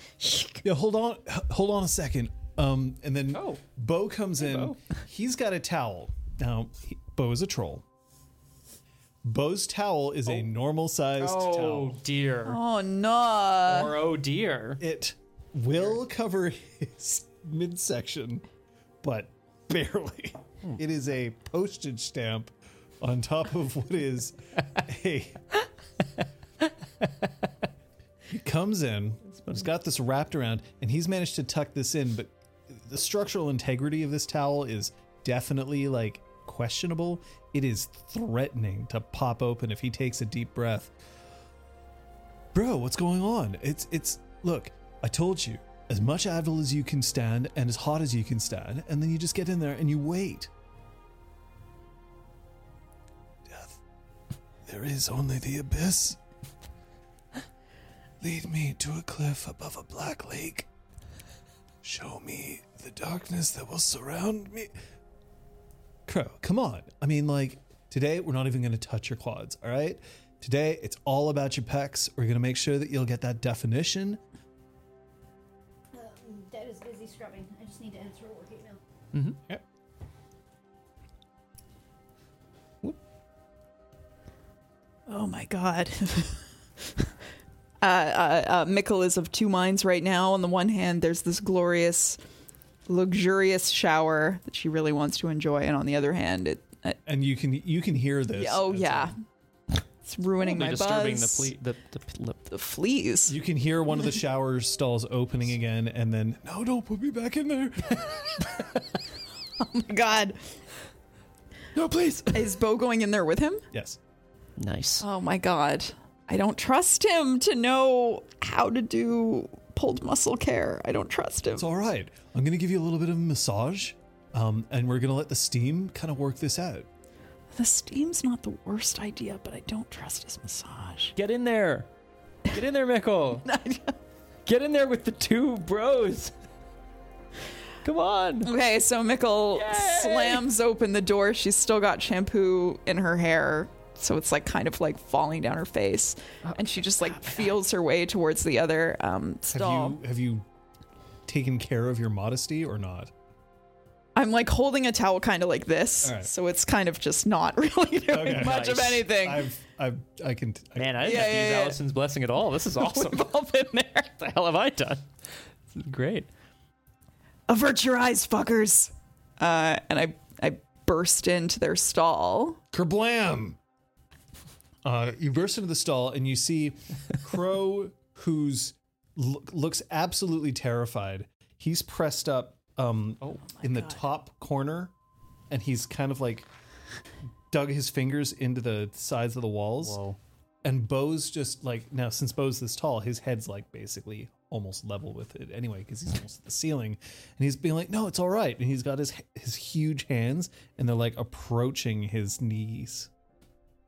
S3: Yeah, hold on, h- hold on a second. Um, and then
S1: Oh.
S3: Bo comes in.
S1: Bo.
S3: He's got a towel. Now, he, Bo is a troll. Bo's towel is a normal sized
S1: Oh
S3: towel.
S1: dear.
S4: Oh no.
S1: Or oh dear.
S3: It will cover his midsection, but barely. It is a postage stamp on top of what is a. he comes in, he's got this wrapped around, and he's managed to tuck this in, but the structural integrity of this towel is definitely like questionable. It is threatening to pop open if he takes a deep breath bro what's going on it's it's look i told you as much advil as you can stand and as hot as you can stand and then you just get in there and you wait death there is only the abyss lead me to a cliff above a black lake show me the darkness that will surround me Crow, come on. I mean, like, today we're not even going to touch your quads, all right? Today it's all about your pecs. We're going to make sure that you'll get that definition.
S2: Dad is busy scrubbing. I just need to answer a work email.
S4: Oh my god. uh, uh, uh, Mikkel is of two minds right now. On the one hand, there's this glorious, luxurious shower that she really wants to enjoy, and on the other hand, it. it
S3: And you can you can hear this.
S4: oh
S3: as
S4: yeah.
S3: a-
S4: It's It's ruining
S1: Probably
S4: my
S1: disturbing
S4: buzz.
S1: the, ple- the, the lip.
S4: The fleas.
S3: You can hear one of the shower stalls opening again, and then no, don't put me back in there.
S4: Oh God,
S1: No, please.
S4: is Bo going in there with him?
S3: Yes.
S1: Nice.
S4: Oh my god. I don't trust him to know how to do pulled muscle care. I don't trust him.
S3: It's all right. I'm gonna give you a little bit of a massage, um, and we're gonna let the steam kind of work this out.
S4: The steam's not the worst idea, but I don't trust his massage.
S1: Get in there. Get in there, Mickle. Get in there with the two bros. Come on.
S4: Okay, so Mickle
S1: Yay!
S4: slams open the door. She's still got shampoo in her hair, so it's like kind of like falling down her face, and she just like feels her way towards the other um,
S3: Oh, Have
S4: stall.
S3: you have you taken care of your modesty or not?
S4: I'm like holding a towel kind of like this,
S3: All right.
S4: so it's kind of just not really doing
S3: Okay.
S4: much of
S1: Nice.
S4: anything.
S3: I've I've I can. I,
S1: Man, I didn't
S4: Yeah,
S1: have to use
S4: yeah, yeah.
S1: Allison's blessing at all. This is awesome.
S4: We've all been there.
S1: what the hell have I done? This is great.
S4: Avert your eyes, fuckers! Uh, and I I burst into their stall.
S3: Kerblam! Uh, you burst into the stall and you see Crow, who's look, looks absolutely terrified. He's pressed up um, in the top corner, and he's kind of like dug his fingers into the sides of the walls. And Bo's just like now, since Bo's this tall, his head's like basically almost level with it anyway, because he's almost at the ceiling. And he's being like, "No, it's all right." And he's got his his huge hands, and they're like approaching his knees,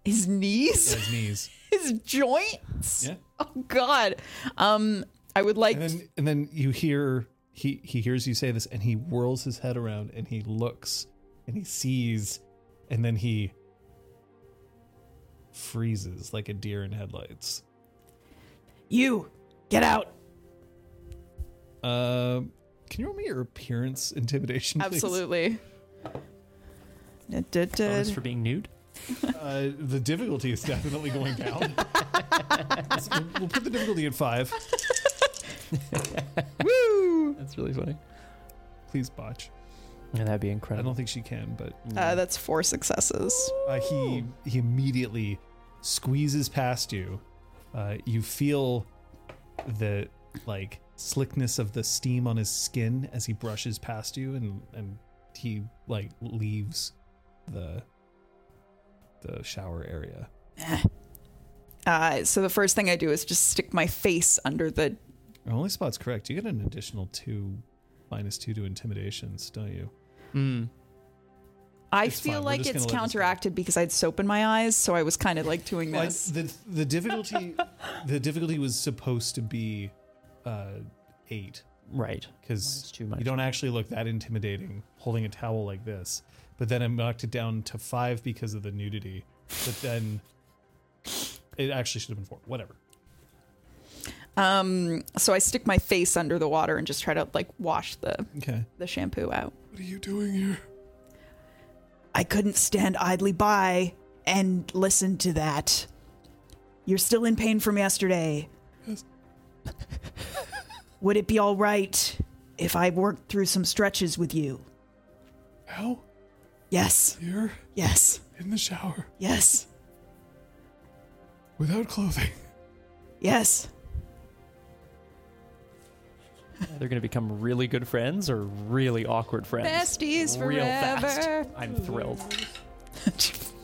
S4: His knees,
S3: his knees.
S4: his joints.
S3: Yeah.
S4: Oh God. Um, I would like.
S3: And then and then you hear he he hears you say this, and he whirls his head around, and he looks, and he sees, and then he freezes like a deer in headlights.
S4: You get out.
S3: Um, can you roll me your appearance intimidation? please?
S4: Absolutely.
S1: Bonus for being nude.
S3: Uh, the difficulty is definitely going down. we'll, we'll put the difficulty at five.
S4: Woo!
S1: That's really funny.
S3: Please botch.
S1: And that'd be
S3: I
S1: incredible.
S3: don't think she can, but
S4: Uh, that's four successes.
S3: uh, he he immediately squeezes past you. Uh, you feel the like slickness of the steam on his skin as he brushes past you, and and he like leaves the the shower area.
S4: Uh, so the first thing I do is just stick my face under the.
S3: Our only spot's correct. You get an additional two, minus two to intimidations, don't you?
S1: Mm.
S4: I
S3: It's
S4: feel
S3: fine, we're
S4: like
S3: just gonna let
S4: it's
S3: this go.
S4: counteracted because I had soap in my eyes, so I was kind of like doing
S3: Well,
S4: this.
S3: the the difficulty the difficulty was supposed to be uh, eight
S1: Right. Mine's
S3: because
S1: too much.
S3: you don't actually look that intimidating holding a towel like this. But then I knocked it down to five because of the nudity. But then it actually should have been four. Whatever.
S4: Um, so I stick my face under the water and just try to like wash the
S3: Okay.
S4: the shampoo out.
S3: What are you doing here?
S4: I couldn't stand idly by and listen to that. You're still in pain from yesterday.
S3: Yes.
S4: Would it be all right if I worked through some stretches with you?
S3: How?
S4: Yes,
S3: Here
S4: yes,
S3: in the shower
S4: yes,
S3: without clothing.
S4: yes.
S1: They're going to become really good friends or really awkward friends.
S4: Besties
S1: Real
S4: forever.
S1: fast. I'm thrilled.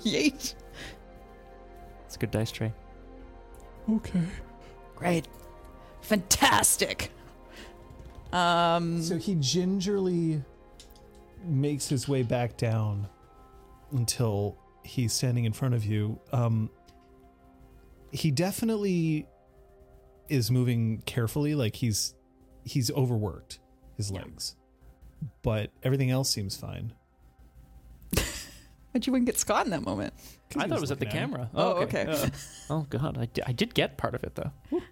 S4: Yeet.
S1: It's a good dice tray.
S3: Okay.
S4: Great. Fantastic. Um,
S3: So he gingerly makes his way back down until he's standing in front of you. Um, he definitely is moving carefully, like he's he's overworked his legs, but everything else seems fine.
S4: but you wouldn't get Scott in that moment.
S3: 'Cause
S1: I
S3: he
S1: thought it was at the
S3: looking him.
S1: camera.
S4: Oh, okay.
S1: Uh, oh, God. I di- I did get part of it, though.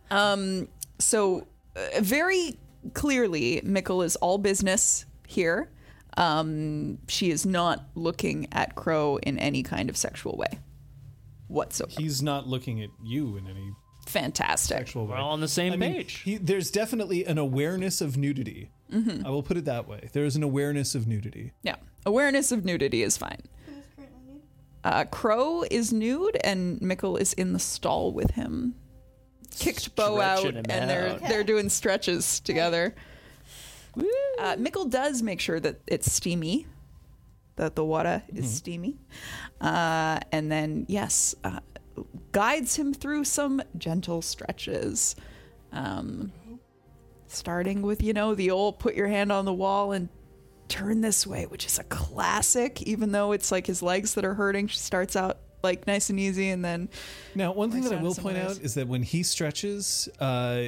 S4: Um, so uh, very clearly, Mickle is all business here. Um, she is not looking at Crow in any kind of sexual way whatsoever.
S3: He's not looking at you in any
S4: Fantastic.
S3: actual way.
S1: We're all on the same
S3: I mean,
S1: page.
S3: he- there's definitely an awareness of nudity. I will put it that way. There is an awareness of nudity.
S4: Yeah. Awareness of nudity is fine. Uh, Crow is nude and Mickle is in the stall with him. Kicked Bo out,
S1: Stretching him
S4: and they're
S1: out.
S4: they're doing stretches together.
S1: Woo.
S4: Uh, Mickle does make sure that it's steamy, that the water is
S1: Mm-hmm.
S4: steamy, uh, and then yes, uh, guides him through some gentle stretches, um, starting with you know the old put your hand on the wall and turn this way, which is a classic. Even though it's like his legs that are hurting, she starts out like nice and easy, and then
S3: Now, one thing
S4: Works
S3: that I
S4: out
S3: will
S4: in some
S3: point
S4: ways.
S3: out is that when he stretches, uh,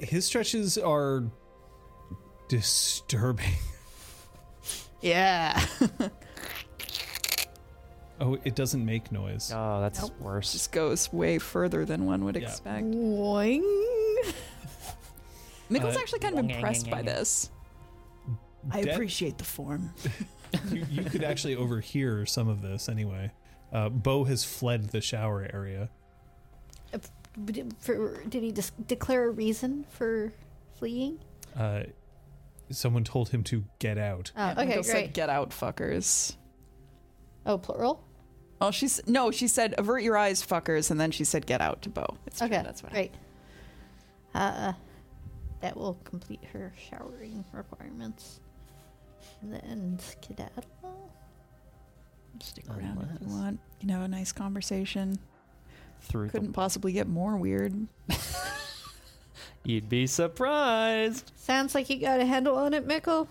S3: his stretches are disturbing.
S4: yeah,
S3: Oh, it doesn't make noise.
S1: Oh, that's
S4: Nope.
S1: worse.
S4: just goes way further than one would
S3: Yeah.
S4: expect.
S2: Mm. Boing.
S4: Mickle's
S3: Uh,
S4: actually kind of impressed by this. I
S3: Death-
S4: appreciate the form.
S3: you, you could actually overhear some of this anyway. Uh, Bo has fled the shower area.
S2: But did- For, did he dis- declare a reason for fleeing?
S3: Uh, someone told him to get out.
S2: Oh, okay,
S4: Michael
S2: great.
S4: Said, Get out, fuckers.
S2: oh, plural.
S4: Oh, she's no. She said, "Avert your eyes, fuckers," and then she said, "Get out" to Bo. It's true,
S2: Okay,
S4: that's what. I-
S2: great. Uh, that will complete her showering requirements, and then skedaddle.
S4: Stick around if you want. You know, a nice conversation.
S1: Through the-
S4: Couldn't possibly get more weird.
S1: You'd be surprised.
S2: Sounds like you got a handle on it, Mickle.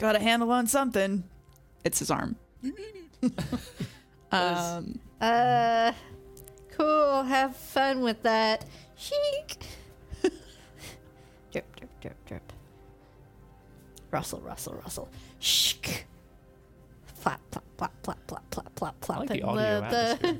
S4: Got a handle on something. It's his arm. um,
S2: Uh, cool. Have fun with that. Chic. drip, drip, drip, drip. Rustle, rustle, rustle. Shk. Flap, flap, flap, flap, flap, flap, flap,
S1: I
S2: flap.
S1: like the
S2: and
S1: audio
S2: the,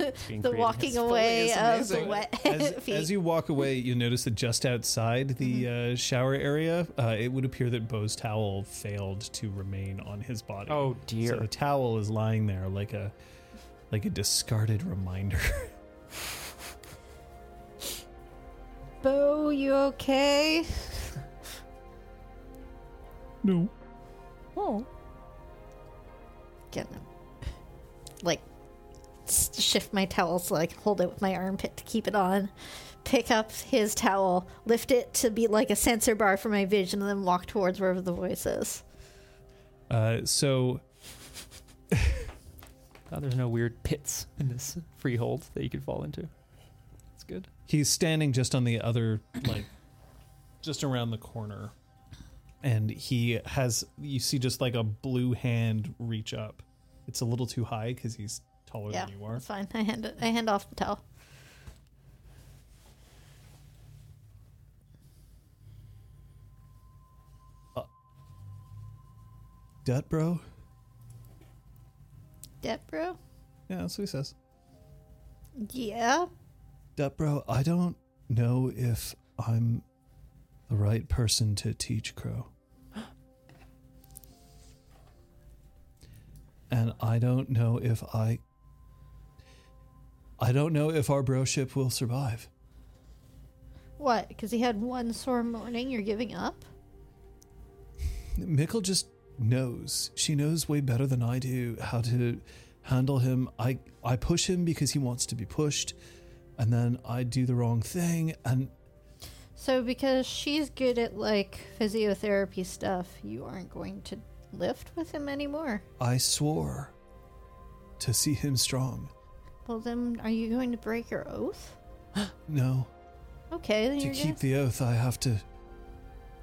S1: atmosphere being
S2: the, the
S1: created.
S2: walking
S4: fully
S2: away
S4: is
S2: of the
S4: amazing.
S2: wet
S3: As,
S2: feet.
S3: as you walk away, you notice that just outside the uh, shower area, uh, it would appear that Bo's towel failed to remain on his body.
S1: Oh
S3: So
S1: dear.
S3: the towel is lying there like a like a discarded reminder.
S2: Bo, you okay?
S3: No.
S4: oh,
S2: Getting them. Like, s- shift my towel so I can hold it with my armpit to keep it on. Pick up his towel, lift it to be like a sensor bar for my vision, and then walk towards wherever the voice is.
S3: Uh, so
S1: Oh, there's no weird pits in this freehold that you could fall into. That's good.
S3: he's standing just on the other like just around the corner and he has you see just like a blue hand reach up it's a little too high because he's taller
S2: yeah,
S3: than you are
S2: that's fine. I hand it, I hand off the towel.
S3: dut bro
S2: Dep, bro.
S3: yeah that's what he says
S2: Yeah.
S3: dut bro i don't know if i'm the right person to teach crow and i don't know if i i don't know if our broship will survive
S2: What? Because he had one sore morning. You're giving up?
S3: Mickle just knows. She knows way better than I do how to handle him. I I push him because he wants to be pushed, and then I do the wrong thing, and
S2: So because she's good at like physiotherapy stuff, you aren't going to lift with him anymore.
S3: I swore to see him strong.
S2: Well, then are you going to break your oath?
S3: No,
S2: Okay, then
S3: to
S2: you're
S3: keep
S2: gonna...
S3: the oath, I have to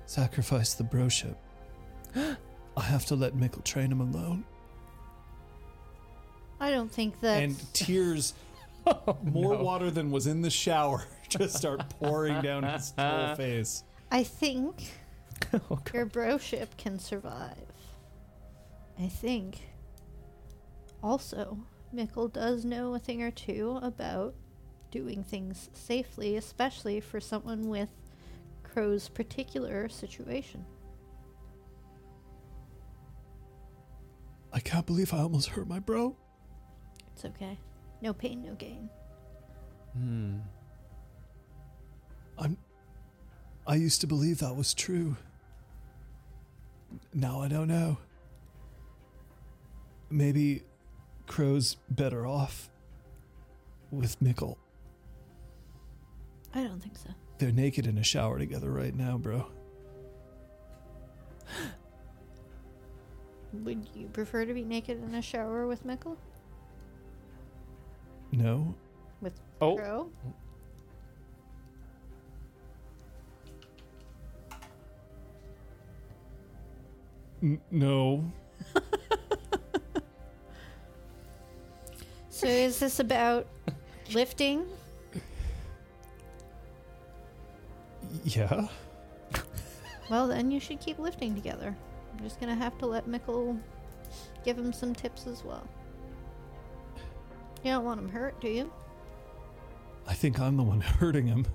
S3: sacrifice the broship. I have to let Mickle train him alone.
S2: I don't think that.
S3: tears, more water than was in the shower, just start pouring down his whole face.
S2: I think
S1: Oh, God.
S2: your broship can survive. I think. Also, Mickle does know a thing or two about doing things safely, especially for someone with Crow's particular situation.
S3: I can't believe I almost hurt my bro.
S2: It's okay. No pain, no gain.
S1: Hmm.
S3: I'm. I used to believe that was true. Now I don't know. Maybe Crow's better off with Mickle.
S2: I don't think so.
S3: They're naked in a shower together right now, bro.
S2: Would you prefer to be naked in a shower with Mickle?
S3: No?
S2: With
S1: Oh.
S2: Crow?
S3: N- no.
S2: So is this about lifting?
S3: Yeah?
S2: Well, then you should keep lifting together. I'm just gonna have to let Mickle give him some tips as well. You don't want him hurt, do you?
S3: I think I'm the one hurting him.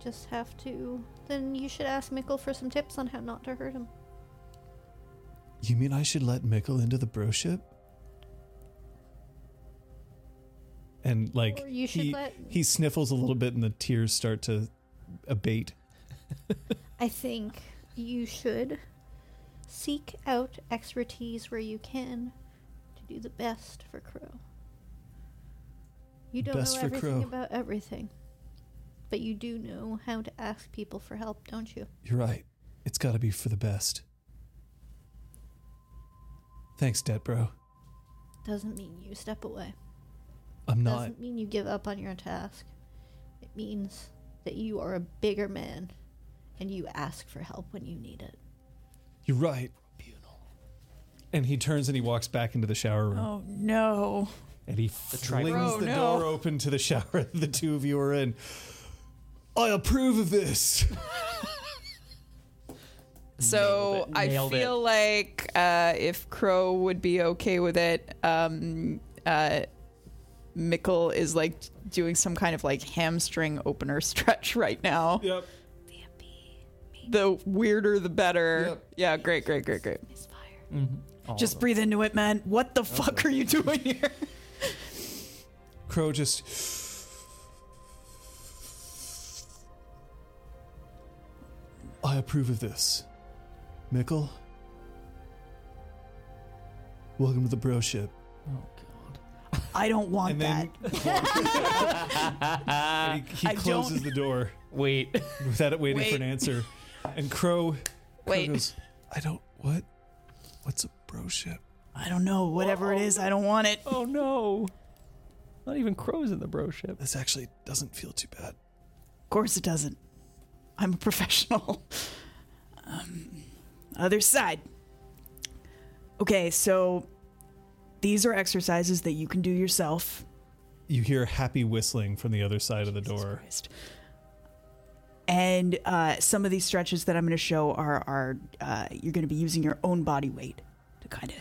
S2: Just have to. Then you should ask Mickle for some tips on how not to hurt him.
S3: You mean I should let Mickle into the broship? And like
S2: Or you should
S3: he,
S2: let-
S3: he sniffles a little bit and the tears start to abate.
S2: I think you should seek out expertise where you can to do the best for Crow. You don't
S3: Best
S2: know
S3: for
S2: everything
S3: Crow.
S2: about everything, but you do know how to ask people for help, don't you?
S3: You're right. It's got to be for the best. Thanks, Dead Bro.
S2: Doesn't mean you step away.
S3: I'm not.
S2: Doesn't mean you give up on your task. It means that you are a bigger man and you ask for help when you need it.
S3: You're right. And he turns and he walks back into the shower room.
S4: Oh no.
S3: And he
S1: tri-
S3: flings
S4: Bro,
S3: the
S4: no.
S3: door open to the shower the two of you are in. I approve of this.
S4: So
S1: Nailed it.
S4: I
S1: Nailed
S4: feel like uh, if Crow would be okay with it, um, uh, Mickle is like doing some kind of like hamstring opener stretch right now.
S3: yep.
S4: The weirder, the better.
S3: Yep.
S4: Yeah, great, great, great, great.
S1: All of
S4: Just
S1: them.
S4: breathe into it, man. What the fuck are you doing here?
S3: Crow just. I approve of this. Mickle, welcome to the bro ship.
S1: Oh, God.
S4: I don't want
S3: And
S4: that.
S3: then and he, he
S4: I don't-
S3: closes the door
S1: Wait.
S3: without waiting for an
S4: Wait.
S3: answer. And Crow, Crow
S4: Wait.
S3: goes, I don't. What? What's a bro ship?
S4: I don't know. Whatever it is, I don't want it.
S1: Oh, no. Not even crows in the bro ship.
S3: This actually doesn't feel too bad.
S4: Of course it doesn't. I'm a professional. Um, other side. Okay, so these are exercises that you can do yourself.
S3: You hear happy whistling from the other side of the
S4: Jesus
S3: door.
S4: Christ. And uh, some of these stretches that I'm going to show are are uh, you're going to be using your own body weight to kind of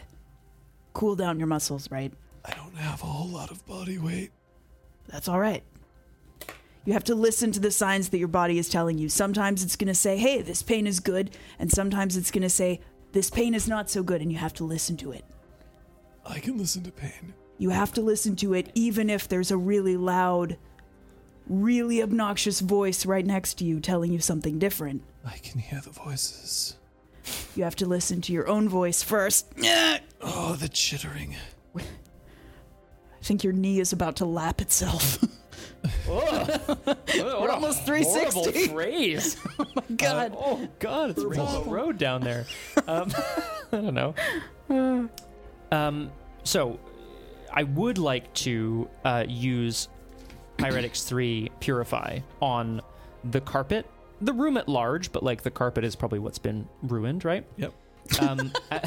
S4: cool down your muscles, right?
S3: I don't have a whole lot of body weight.
S4: That's all right. You have to listen to the signs that your body is telling you. Sometimes it's going to say, hey, this pain is good. And sometimes it's going to say, this pain is not so good. And you have to listen to it.
S3: I can listen to pain.
S4: You have to listen to it even if there's a really loud, really obnoxious voice right next to you telling you something different.
S3: I can hear the voices.
S4: You have to listen to your own voice first. I
S3: Oh, the chittering.
S4: think your knee is about to lap itself.
S1: We're
S4: almost 360.
S1: Horrible phrase.
S4: God.
S1: Oh God, it's Rainbow Road down there. Um, I don't know. Um, so I would like to uh, use Pyretics Three Purify on the carpet, the room at large, but like the carpet is probably what's been ruined, right?
S3: Yep.
S1: Um, uh,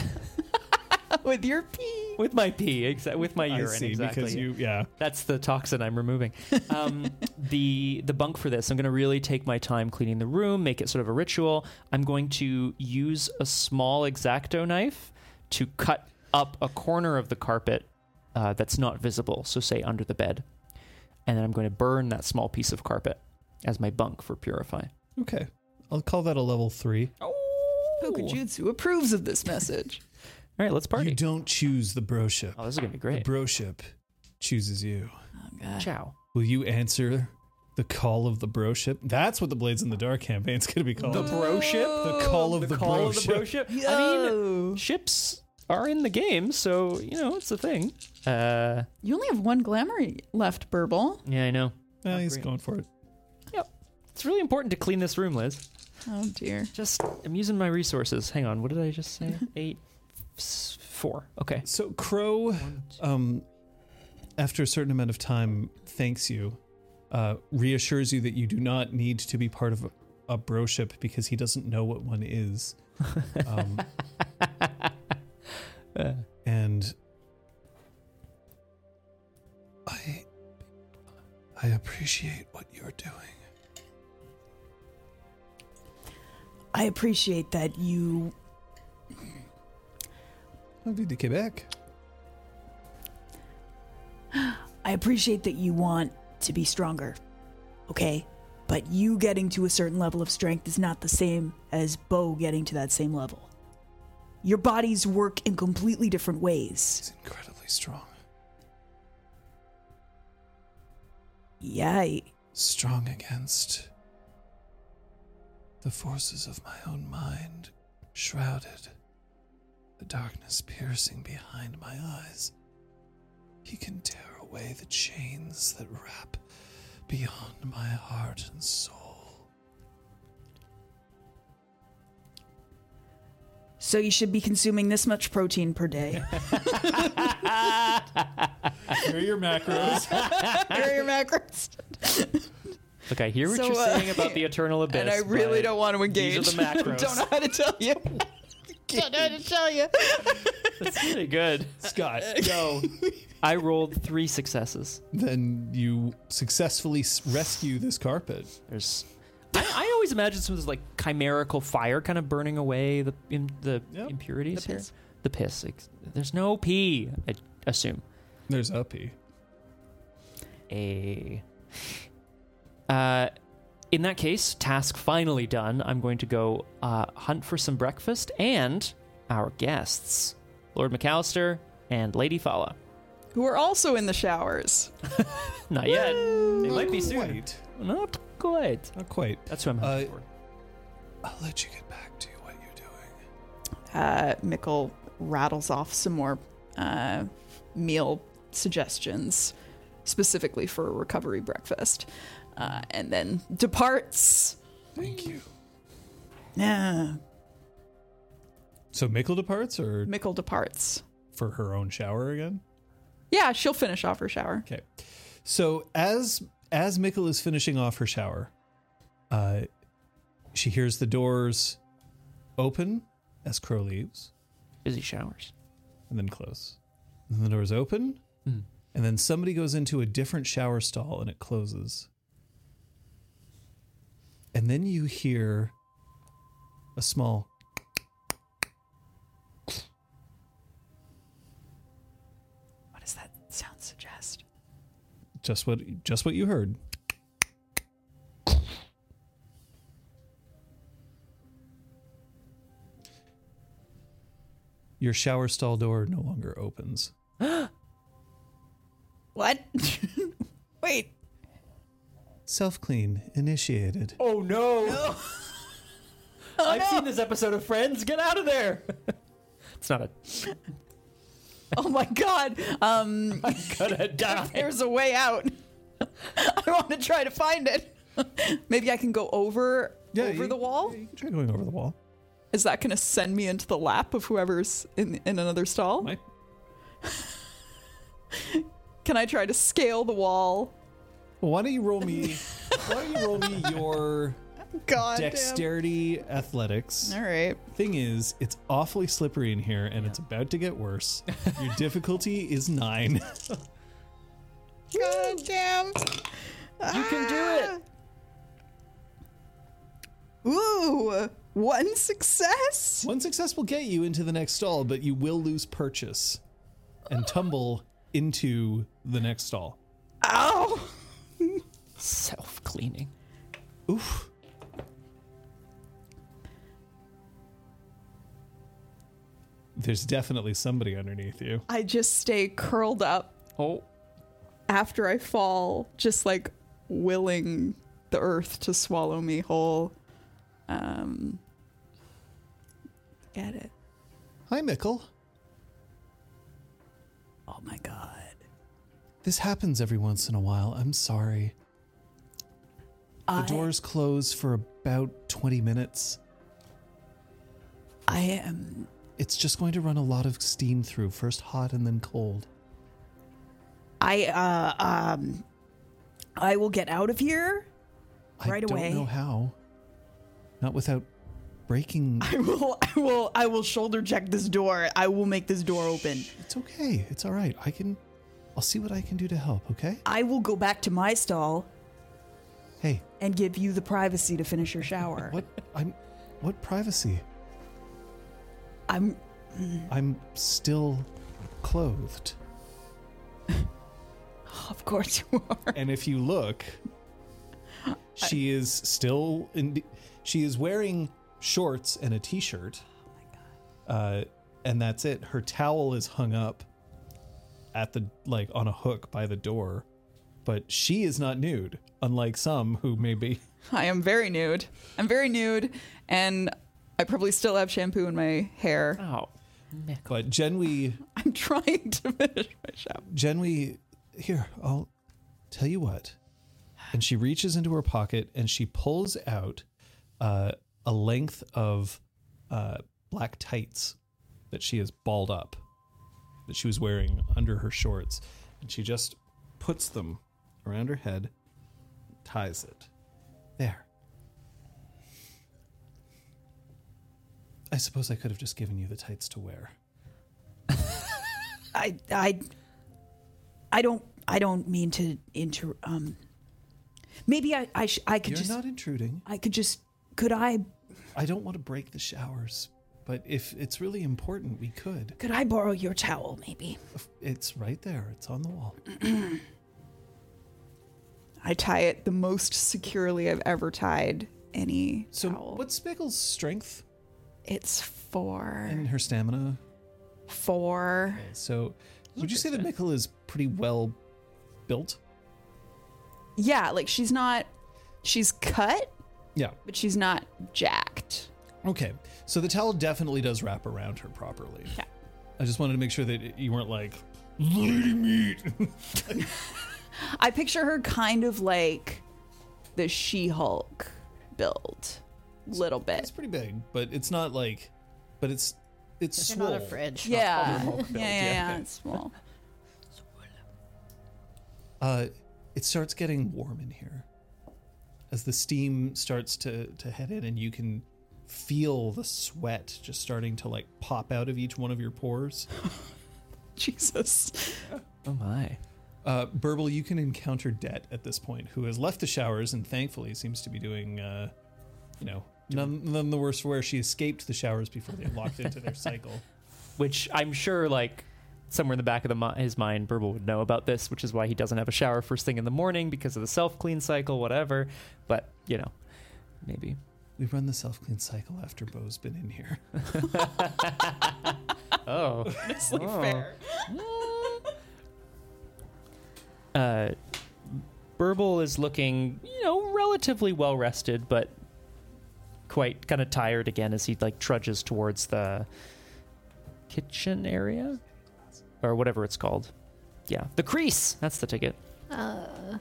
S4: With your pee.
S1: with my pee, exa- with my urine,
S3: I see
S1: exactly.
S3: because you, yeah.
S1: That's the toxin I'm removing. Um, the the bunk for this. I'm going to really take my time cleaning the room, make it sort of a ritual. I'm going to use a small exacto knife to cut up a corner of the carpet uh, that's not visible. So say under the bed, and then I'm going to burn that small piece of carpet as my bunk for purify.
S3: Okay, I'll call that a level three.
S1: Oh,
S4: Hokujutsu approves of this message.
S1: All right, let's
S3: You
S1: party.
S3: don't choose the bro ship.
S1: Oh, this is going to be
S3: The
S1: great.
S3: bro ship chooses you.
S1: Ciao.
S3: Will you answer the call of the bro ship? That's what the Blades in the Dark campaign's going to be called.
S1: The bro ship.
S3: The call of the,
S1: call
S3: bro
S1: of the
S3: ship.
S4: Oh.
S1: bro ship. I mean, ships are in the game, so you know it's a thing. Uh,
S4: You only have one glamour left, Burble.
S1: yeah, I know.
S3: Eh, he's
S1: Agreed.
S3: going for it.
S1: It's really important to clean this room, Liz.
S4: Oh dear.
S1: Just I'm using my resources. Hang on, what did I just say? Eight, s- four. Okay.
S3: So Crow, um, after a certain amount of time, thanks you, uh, reassures you that you do not need to be part of a, a broship because he doesn't know what one is. Um, and I, I appreciate what you're doing.
S5: I appreciate that you.
S3: Lovely to Quebec.
S5: I appreciate that you want to be stronger. Okay? But you getting to a certain level of strength is not the same as Bo getting to that same level. Your bodies work in completely different ways.
S3: It's incredibly strong,
S5: Yeah, I-
S3: strong against the forces of my own mind, shrouded, the darkness piercing behind my eyes. He can tear away the chains that wrap beyond my heart and soul.
S5: so you should be consuming this much protein per day.
S3: Here are your macros.
S4: Area macros.
S1: Look, I hear what
S4: So,
S1: you're
S4: uh,
S1: saying about the eternal abyss,
S4: And I really
S1: but
S4: don't want to engage.
S1: These are the macros.
S4: don't know how to tell you. don't know how to tell you.
S1: That's really good.
S3: Scott,
S1: Yo, I rolled three successes.
S3: then you successfully rescue this carpet.
S1: There's. I, I always imagine some of this like chimerical fire kind of burning away the im the
S3: Yep.
S1: impurities
S4: The
S1: here.
S4: piss.
S1: The piss. Ex- There's no pee. I assume.
S3: There's Uppy.
S1: A. Uh, in that case, task finally done. I'm going to go uh, hunt for some breakfast and our guests, Lord McAllister and Lady Fala.
S4: Who are also in the showers.
S1: Not yet. They might be soon.
S3: Quite.
S1: Not quite.
S3: Not quite.
S1: That's who I'm hunting
S3: Uh,
S1: for.
S3: I'll let you get back to what you're doing.
S4: Uh, Mickle rattles off some more uh, meal suggestions, specifically for a recovery breakfast, uh, and then departs.
S3: Thank you.
S5: Yeah.
S3: So Mickle departs, or
S4: Mickle departs.
S3: for her own shower again?
S4: Yeah, she'll finish off her shower.
S3: Okay. So as as Mikkel is finishing off her shower, uh, she hears the doors open as Crow leaves,
S1: Busy showers.
S3: and then close. And then the doors open, and then somebody goes into a different shower stall, and it closes. And then you hear a small.
S4: What does that sound suggest?
S3: just what just what you heard. Your shower stall door no longer opens.
S4: What? Wait.
S3: Self clean initiated.
S1: Oh no! I've seen this episode of Friends. Get out of there! it's not a
S4: Oh my god. Um
S1: gonna die.
S4: there's a way out. I want to try to find it. Maybe I can go over over
S3: you-
S4: the wall.
S3: yeah, you can try going over the wall.
S4: Is that going to send me into the lap of whoever's in in another stall?
S3: Might.
S4: Can I try to scale the wall?
S3: Well, why don't you roll me? why don't you roll me your
S4: God. damn.
S3: dexterity athletics?
S4: All right.
S3: Thing is, it's awfully slippery in here, and it's about to get worse. Your difficulty is nine.
S4: God damn.
S1: You can do it.
S4: Ah. Ooh. One success.
S3: One success will get you into the next stall, but you will lose purchase and tumble into the next stall.
S4: Ow.
S1: Self cleaning.
S3: Oof. There's definitely somebody underneath you.
S4: I just stay curled up
S1: Oh,
S4: after I fall, just like willing the earth to swallow me whole. Um, get it.
S3: Hi, Mickle.
S5: Oh
S3: This happens every once in a while. I'm sorry. The
S5: I,
S3: doors close for about 20 minutes.
S5: I am.
S3: It's just going to run a lot of steam through, first hot and then cold.
S5: I uh um. I will get out of here. Right
S3: I don't
S5: away.
S3: know how. Not without breaking.
S5: I will. I will. I will shoulder check this door. I will make this door open.
S3: It's okay. It's all right. I can. I'll see what I can do to help, okay?
S5: I will go back to my stall
S3: Hey,
S5: and give you the privacy to finish your shower.
S3: what? I'm. What privacy?
S5: I'm.
S3: I'm still clothed.
S5: Of course you are.
S3: and if you look, she is still in. She is wearing shorts and a t-shirt. Oh my god! Uh, and that's it. Her towel is hung up at the like on a hook by the door, but she is not nude, unlike some who may be.
S4: I am very nude. I'm very nude, and I probably still have shampoo in my hair.
S1: Oh,
S3: But Genwi,
S4: I'm trying to finish my shower.
S3: Genwi, here I'll tell you what. And she reaches into her pocket and she pulls out uh, a length of uh, black tights that she has balled up that she was wearing under her shorts and she just puts them around her head ties it there i suppose i could have just given you the tights to wear
S5: I. I. I don't. I don't mean to inter. Um. Maybe I. I, sh- I could
S3: you're
S5: just.
S3: not intruding
S5: I could just. Could I?
S3: i don't want to break the showers but if it's really important we could
S5: Could I borrow your towel? Maybe.
S3: it's right there it's on the wall
S4: I tie it the most securely I've ever tied any
S3: so
S4: towel.
S3: what's Spickle's strength
S4: It's four.
S3: and her stamina
S4: four.
S3: So, would you say that Mikkel is pretty well built?
S4: Yeah, like she's not. She's cut,
S3: Yeah.
S4: but she's not jacked.
S3: Okay. So the towel definitely does wrap around her properly.
S4: Yeah.
S3: I just wanted to make sure that you weren't like lady meat.
S4: I picture her kind of like the She Hulk build, little
S3: it's
S4: bit.
S3: pretty big, but it's not like, but it's it's
S2: You're not
S3: swole.
S2: a fridge.
S3: Hulk
S4: Yeah. yeah,
S3: build,
S4: yeah,
S3: yeah.
S4: yeah. It's small.
S3: Uh, it starts getting warm in here as the steam starts to to head in, and you can feel the sweat just starting to like pop out of each one of your pores.
S4: Jesus.
S1: oh my.
S3: Uh, Burble, you can encounter Det at this point, who has left the showers and thankfully seems to be doing, uh, you know, none, none the worse for where she escaped the showers before they locked into their cycle.
S1: Which I'm sure, like somewhere in the back of the mi- his mind, Burble would know about this, which is why he doesn't have a shower first thing in the morning because of the self clean cycle, whatever. But you know, maybe.
S3: We run the self clean cycle after Bo's been in here.
S1: Oh,
S4: Honestly,
S1: Oh.
S4: fair.
S1: uh, Burble is looking, you know, relatively well rested, but quite kind of tired again as he like trudges towards the kitchen area or whatever it's called. Yeah, the crease. That's the ticket.
S2: Uh,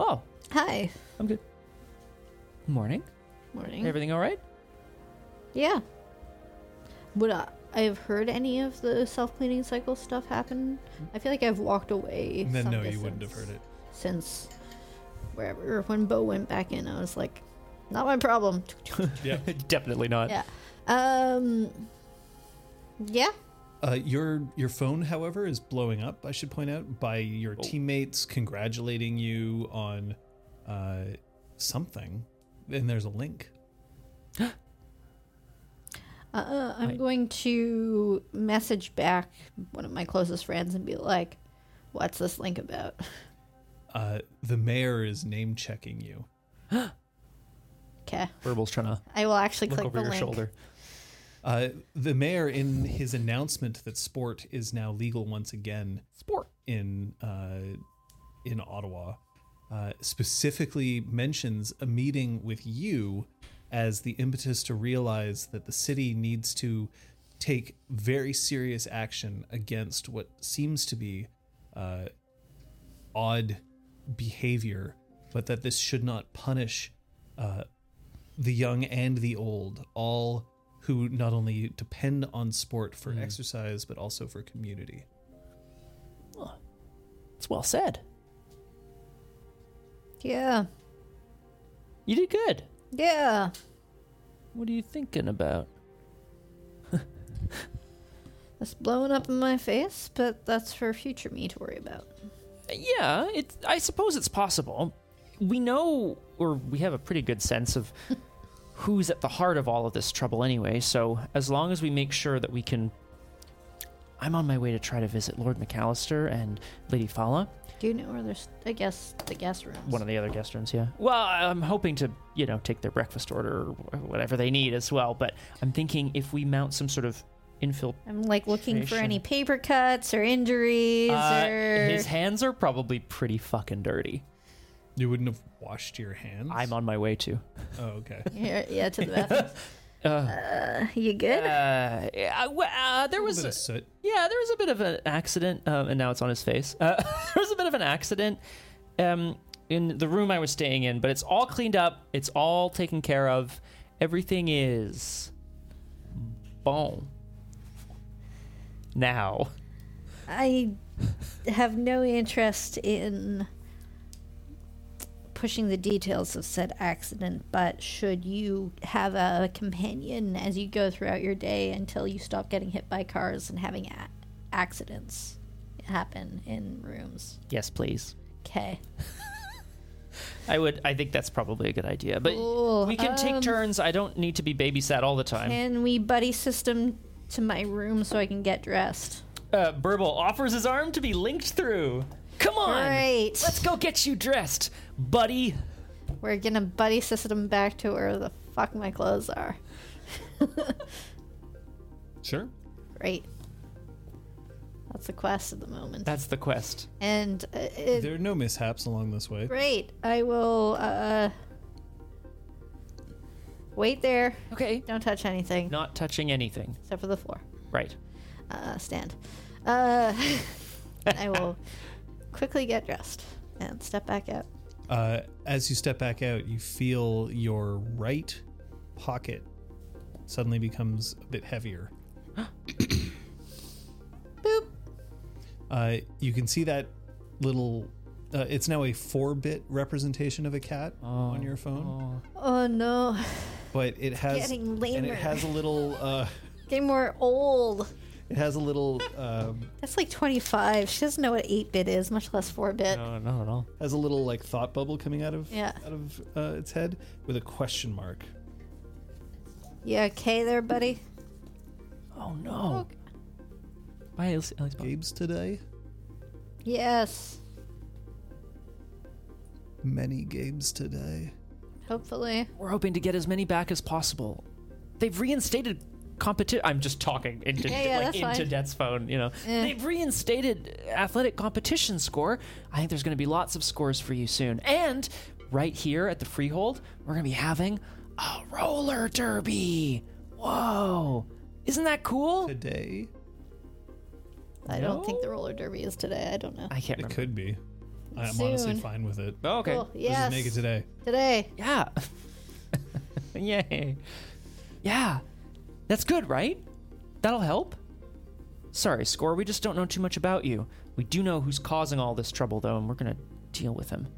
S1: Oh,
S2: hi.
S1: I'm good. Morning.
S2: Morning.
S1: Everything all right?
S2: Yeah. Would I, I have heard any of the self cleaning cycle stuff happen? I feel like I've walked away.
S3: then,
S2: some
S3: Hmm. no, you wouldn't have
S2: distance
S3: heard it.
S2: Since wherever, when Bo went back in, I was like, not my problem.
S3: Yeah.
S1: Definitely not.
S2: yeah. Um. Yeah.
S3: Uh, your your phone, however, is blowing up. I should point out by your teammates congratulating you on uh, something, and there's a link.
S2: Uh, I'm
S1: Right.
S2: going to message back one of my closest friends and be like, what's this link about?
S3: Uh, the mayor is name checking you.
S2: Okay.
S1: Burble's trying to
S2: I will actually
S1: look
S2: click
S1: over
S2: the
S1: your
S2: link.
S1: shoulder.
S3: Uh, the mayor, in his announcement that sport is now legal once again
S1: Sport.
S3: in uh, in Ottawa, uh, specifically mentions a meeting with you as the impetus to realize that the city needs to take very serious action against what seems to be uh, odd behavior, but that this should not punish uh, the young and the old, all who not only depend on sport for exercise but also for community.
S1: It's well said.
S2: Yeah.
S1: You did good.
S2: Yeah.
S1: What are you thinking about?
S2: That's blowing up in my face, but that's for future me to worry about.
S1: Yeah, it. I suppose it's possible. We know, or we have a pretty good sense of who's at the heart of all of this trouble, anyway. So as long as we make sure that we can, I'm on my way to try to visit Lord McAllister and Lady Fala,
S2: Do you know where there's? I guess the guest rooms.
S1: one of the other guest rooms. Yeah. Well, I'm hoping to, you know, take their breakfast order or whatever they need as well. But I'm thinking if we mount some sort of infill
S2: I'm like looking for
S1: Station.
S2: any paper cuts or injuries
S1: Uh,
S2: or.
S1: his hands are probably pretty fucking dirty.
S3: You wouldn't have washed your hands.
S1: I'm on my way to.
S3: Oh, okay.
S2: yeah, yeah, to the bathroom. uh, you good?
S1: Uh, yeah, well, uh, there
S3: A
S1: was
S3: bit of soot.
S1: yeah, there was a bit of an accident, um, and now it's on his face. Uh, there was a bit of an accident um, in the room I was staying in, but it's all cleaned up. It's all taken care of. Everything is bon. Now,
S2: I have no interest in pushing the details of said accident, but should you have a companion as you go throughout your day until you stop getting hit by cars and having a- accidents happen in rooms?
S1: yes, please.
S2: Okay.
S1: I would. I think that's probably a good idea. But
S2: Cool,
S1: we can take
S2: um,
S1: turns. I don't need to be babysat all the time.
S2: Can we buddy system to my room so I can get dressed?
S1: Uh, Burble offers his arm to be linked through. Come on,
S2: Great.
S1: let's go get you dressed, buddy.
S2: We're gonna buddy system back to where the fuck my clothes are.
S3: Sure.
S2: Great. That's the quest at the moment.
S1: That's the quest.
S2: and uh, it,
S3: There are no mishaps along this way.
S2: great. I will uh, wait there.
S1: Okay.
S2: Don't touch anything
S1: Not touching anything.
S2: except for the floor.
S1: Right.
S2: Uh, stand. Uh, I will quickly get dressed and step back out.
S3: Uh, as you step back out, you feel your right pocket suddenly becomes a bit heavier.
S2: Boop.
S3: Uh, you can see that little. Uh, it's now a four-bit representation of a cat on your phone,
S2: Oh no,
S3: but it has
S2: Getting
S3: and
S2: lamer.
S3: it has a little. Uh,
S2: getting more old.
S3: it has a little. Um,
S2: That's like 25. She doesn't know what 8 bit is, much less 4 bit.
S1: No, not at all.
S3: has a little like thought bubble coming out of
S2: Yeah.
S3: out of uh, its head with a question mark.
S2: You okay there, buddy?
S1: Oh no. Bye, Alex. Alex Bob.
S3: Gabe's today.
S2: Yes,
S3: Many games today.
S2: hopefully.
S1: We're hoping to get as many back as possible. They've reinstated competition. I'm just talking into
S2: Yeah, yeah,
S1: like
S2: that's
S1: into
S2: fine. Eh.
S1: Death's phone. You know, they've reinstated athletic competition score. I think there's going to be lots of scores for you soon. And right here at the Freehold, we're going to be having a roller derby. Whoa! Isn't that cool?
S3: Today
S2: I don't think the roller derby is today. I don't know.
S1: I can't
S3: it
S1: remember.
S3: could be. I'm honestly
S2: Soon.
S3: fine with it.
S1: Oh, okay.
S2: Cool.
S3: Let's
S2: Yes.
S3: just make it today.
S2: today.
S1: Yeah. Yay. Yeah. That's good, right? That'll help. Sorry, Score, we just don't know too much about you. We do know who's causing all this trouble, though, and we're gonna deal with him.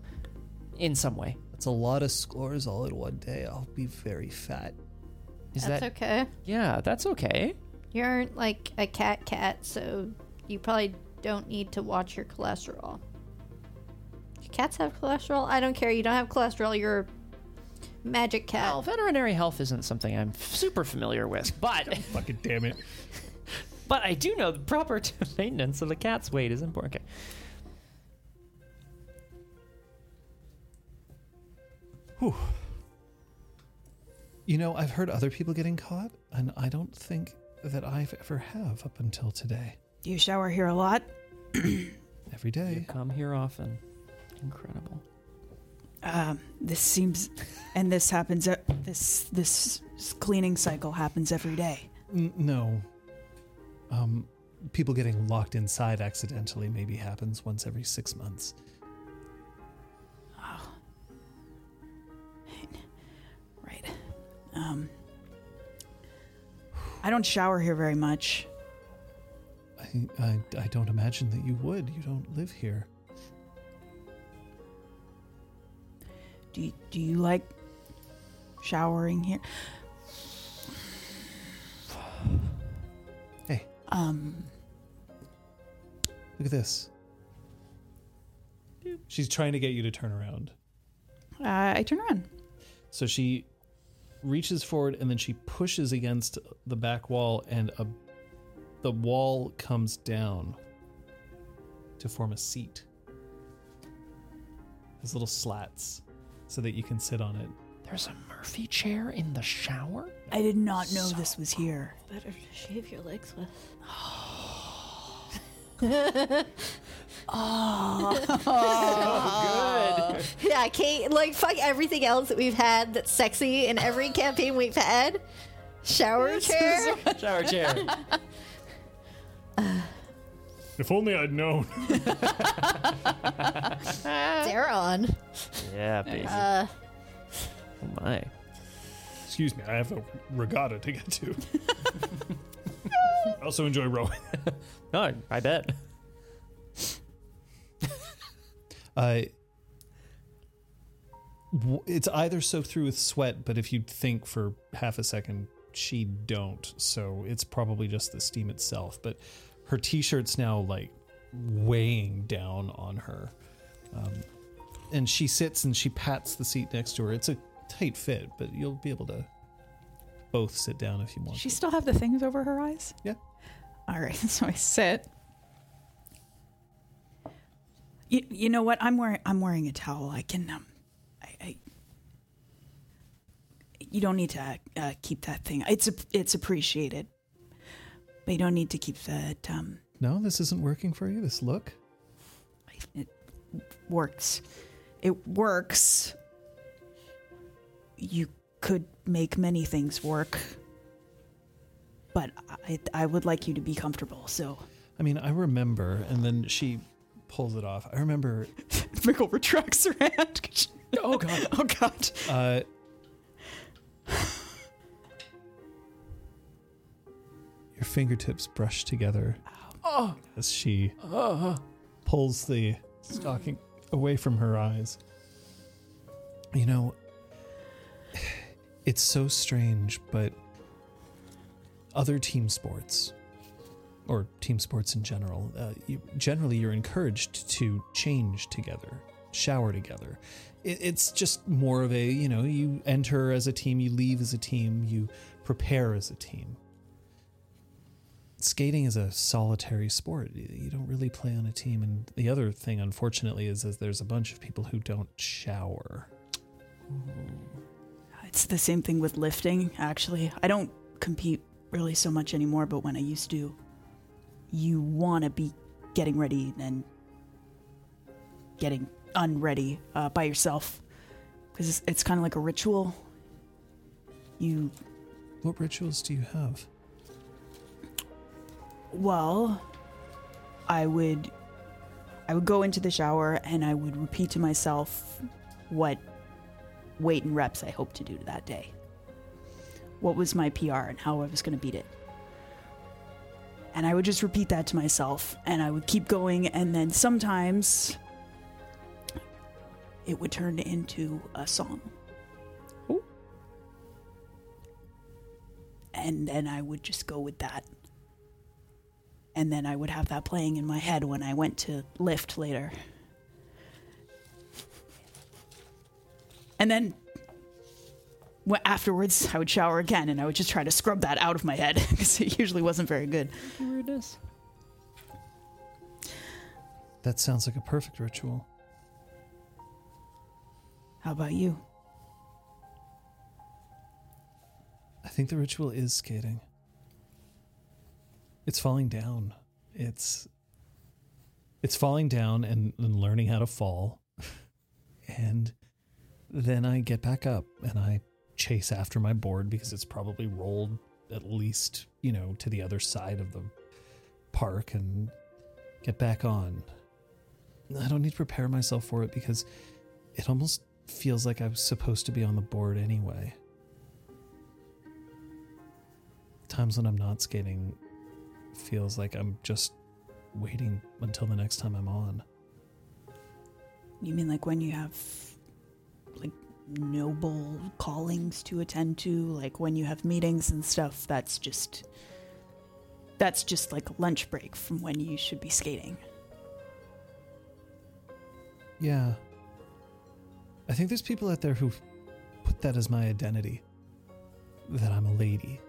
S1: In some way.
S3: That's a lot of scores all in one day. I'll be very fat.
S1: Is
S2: That's
S1: that
S2: okay.
S1: Yeah, that's okay.
S2: You aren't like a cat cat, so you probably don't need to watch your cholesterol. Do cats have cholesterol? I don't care. You don't have cholesterol. You're a magic cat.
S1: Well, veterinary health isn't something I'm f- super familiar with, but
S3: Fucking damn it.
S1: but I do know the proper t- maintenance of the cat's weight is important. Okay.
S3: You know, I've heard other people getting caught, and I don't think that I've ever have up until today.
S5: Do you shower here a lot?
S3: Every day.
S1: Come here often. Incredible.
S5: Um, this seems, and this happens. e- This this cleaning cycle happens every day.
S3: N- no. Um, people getting locked inside accidentally maybe happens once every six months.
S5: Right. Um, I don't shower here very much.
S3: I, I, I don't imagine that you would. You don't live here.
S5: Do you, do you like showering here?
S3: Hey.
S5: Um.
S3: Look at this. She's trying to get you to turn around.
S4: Uh, I turn around.
S3: So she reaches forward and then she pushes against the back wall, and a, the wall comes down to form a seat. There's little slats so that you can sit on it.
S1: There's a Murphy chair in the shower?
S5: I did not know this was here.
S2: Better to shave your legs with. Yeah, Kate, like, fuck everything else that we've had that's sexy in every campaign we've had. Shower chair.
S1: Shower chair.
S6: If only I'd known.
S2: They're on.
S1: yeah, baby.
S2: Uh,
S1: oh my.
S6: Excuse me, I have a regatta to get to. I also enjoy rowing.
S1: No, I bet.
S3: Uh, w- it's either soaked through with sweat, but if you think for half a second, she don't. So it's probably just the steam itself. But her t-shirt's now like weighing down on her, um, and she sits and she pats the seat next to her. It's a tight fit, but you'll be able to both sit down if you want.
S4: She
S3: to.
S4: still have the things over her eyes?
S3: Yeah.
S4: All right, so I sit.
S5: You, you know what? I'm wearing I'm wearing a towel. I can um, I, I you don't need to uh, keep that thing. It's a, it's appreciated, but you don't need to keep that. Um,
S3: no, this isn't working for you. This look.
S5: it works. It works. You could make many things work, but I, I would like you to be comfortable. So
S3: I mean, I remember, and then she pulls it off. I remember
S4: Mickle retracts her hand.
S1: Oh god.
S4: oh, God.
S3: Uh, your fingertips brush together as she pulls the stocking away from her eyes. You know, it's so strange, but other team sports, or team sports in general, uh, you, generally you're encouraged to change together, shower together it, it's just more of a you know you enter as a team you leave as a team you prepare as a team skating is a solitary sport Y- you don't really play on a team and the other thing unfortunately is that there's a bunch of people who don't shower
S5: it's the same thing with lifting, actually. I don't compete really so much anymore, but when I used to, you want to be getting ready and getting unready uh, by yourself because it's, it's kind of like a ritual. You
S3: what rituals do you have
S5: Well, I would I would go into the shower and I would repeat to myself what weight and reps I hoped to do that day. What was my PR and how I was going to beat it. And I would just repeat that to myself and I would keep going and then sometimes it would turn into a song.
S1: Ooh.
S5: And then I would just go with that and then I would have that playing in my head when I went to lift later. And then wh- afterwards, I would shower again, and I would just try to scrub that out of my head because it usually wasn't very good.
S1: Weirdness.
S3: that sounds like a perfect ritual
S5: How about you?
S3: I think the ritual is skating. It's falling down. It's it's falling down and, and learning how to fall. and then I get back up and I chase after my board because it's probably rolled at least, you know, to the other side of the park and get back on. I don't need to prepare myself for it because it almost feels like I was supposed to be on the board anyway. Times when I'm not skating feels like I'm just waiting until the next time I'm on.
S5: You mean like when you have like noble callings to attend to, like when you have meetings and stuff, that's just that's just like lunch break from when you should be skating.
S3: Yeah. I think there's people out there who put that as my identity that I'm a lady.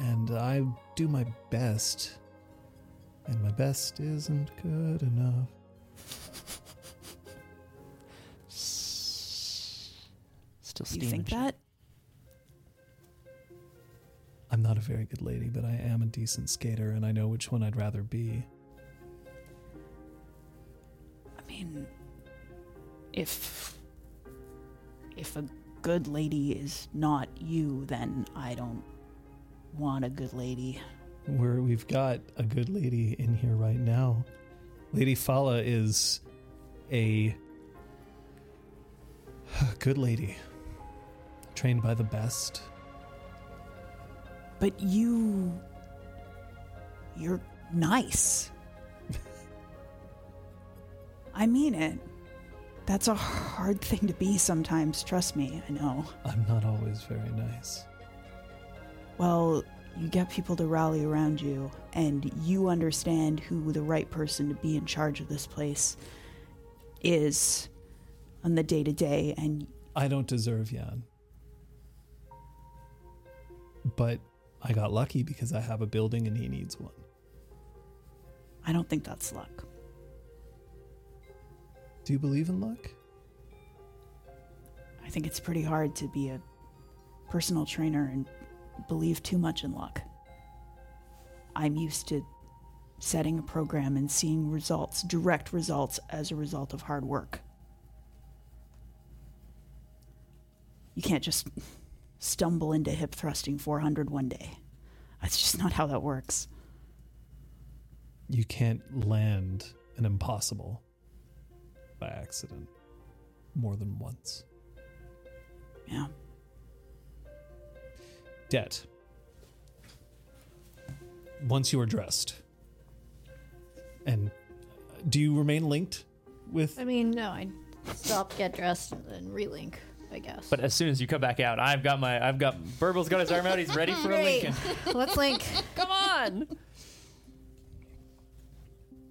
S3: And I do my best. And my best isn't good enough.
S1: Still
S5: Do
S1: steaming.
S5: you think
S1: shit.
S5: that?
S3: I'm not a very good lady, but I am a decent skater and I know which one I'd rather be.
S5: I mean if if a good lady is not you, then I don't want a good lady.
S3: Where we've got a good lady in here right now. Lady Fala is a good lady, trained by the best.
S5: But you you're nice. I mean it. That's a hard thing to be sometimes, trust me, I know.
S3: I'm not always very nice.
S5: Well, you get people to rally around you, and you understand who the right person to be in charge of this place is on the day to day, and
S3: I don't deserve Yan. But I got lucky because I have a building and he needs one.
S5: I don't think that's luck.
S3: Do you believe in luck?
S5: I think it's pretty hard to be a personal trainer and believe too much in luck. I'm used to setting a program and seeing results, direct results, as a result of hard work. You can't just stumble into hip thrusting 400 one day. That's just not how that works.
S3: You can't land an impossible by accident more than once.
S5: Yeah.
S3: Debt. Once you are dressed. And do you remain linked with
S2: I mean, no, I stop, get dressed, and then relink. I guess.
S1: But as soon as you come back out, I've got my, I've got, Burbl's got his arm out. He's ready for a
S2: Great.
S1: Lincoln.
S2: Let's link.
S1: Come on.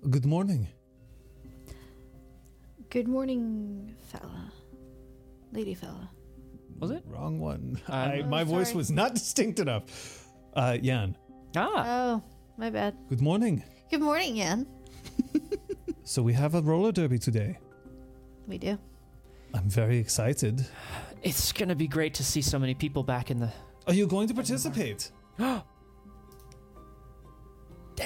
S3: Good morning.
S2: Good morning, fella. Lady fella.
S1: Was it?
S3: Wrong one.
S1: Um,
S3: I,
S2: Oh,
S3: my voice
S2: sorry.
S3: was not distinct enough. Uh, Yan,
S1: Ah.
S2: Oh, my bad.
S3: good morning.
S2: Good morning, Yan.
S3: So we have a roller derby today.
S2: We do.
S3: I'm very excited.
S1: It's gonna be great to see so many people back in the.
S3: Are you going to participate?
S1: That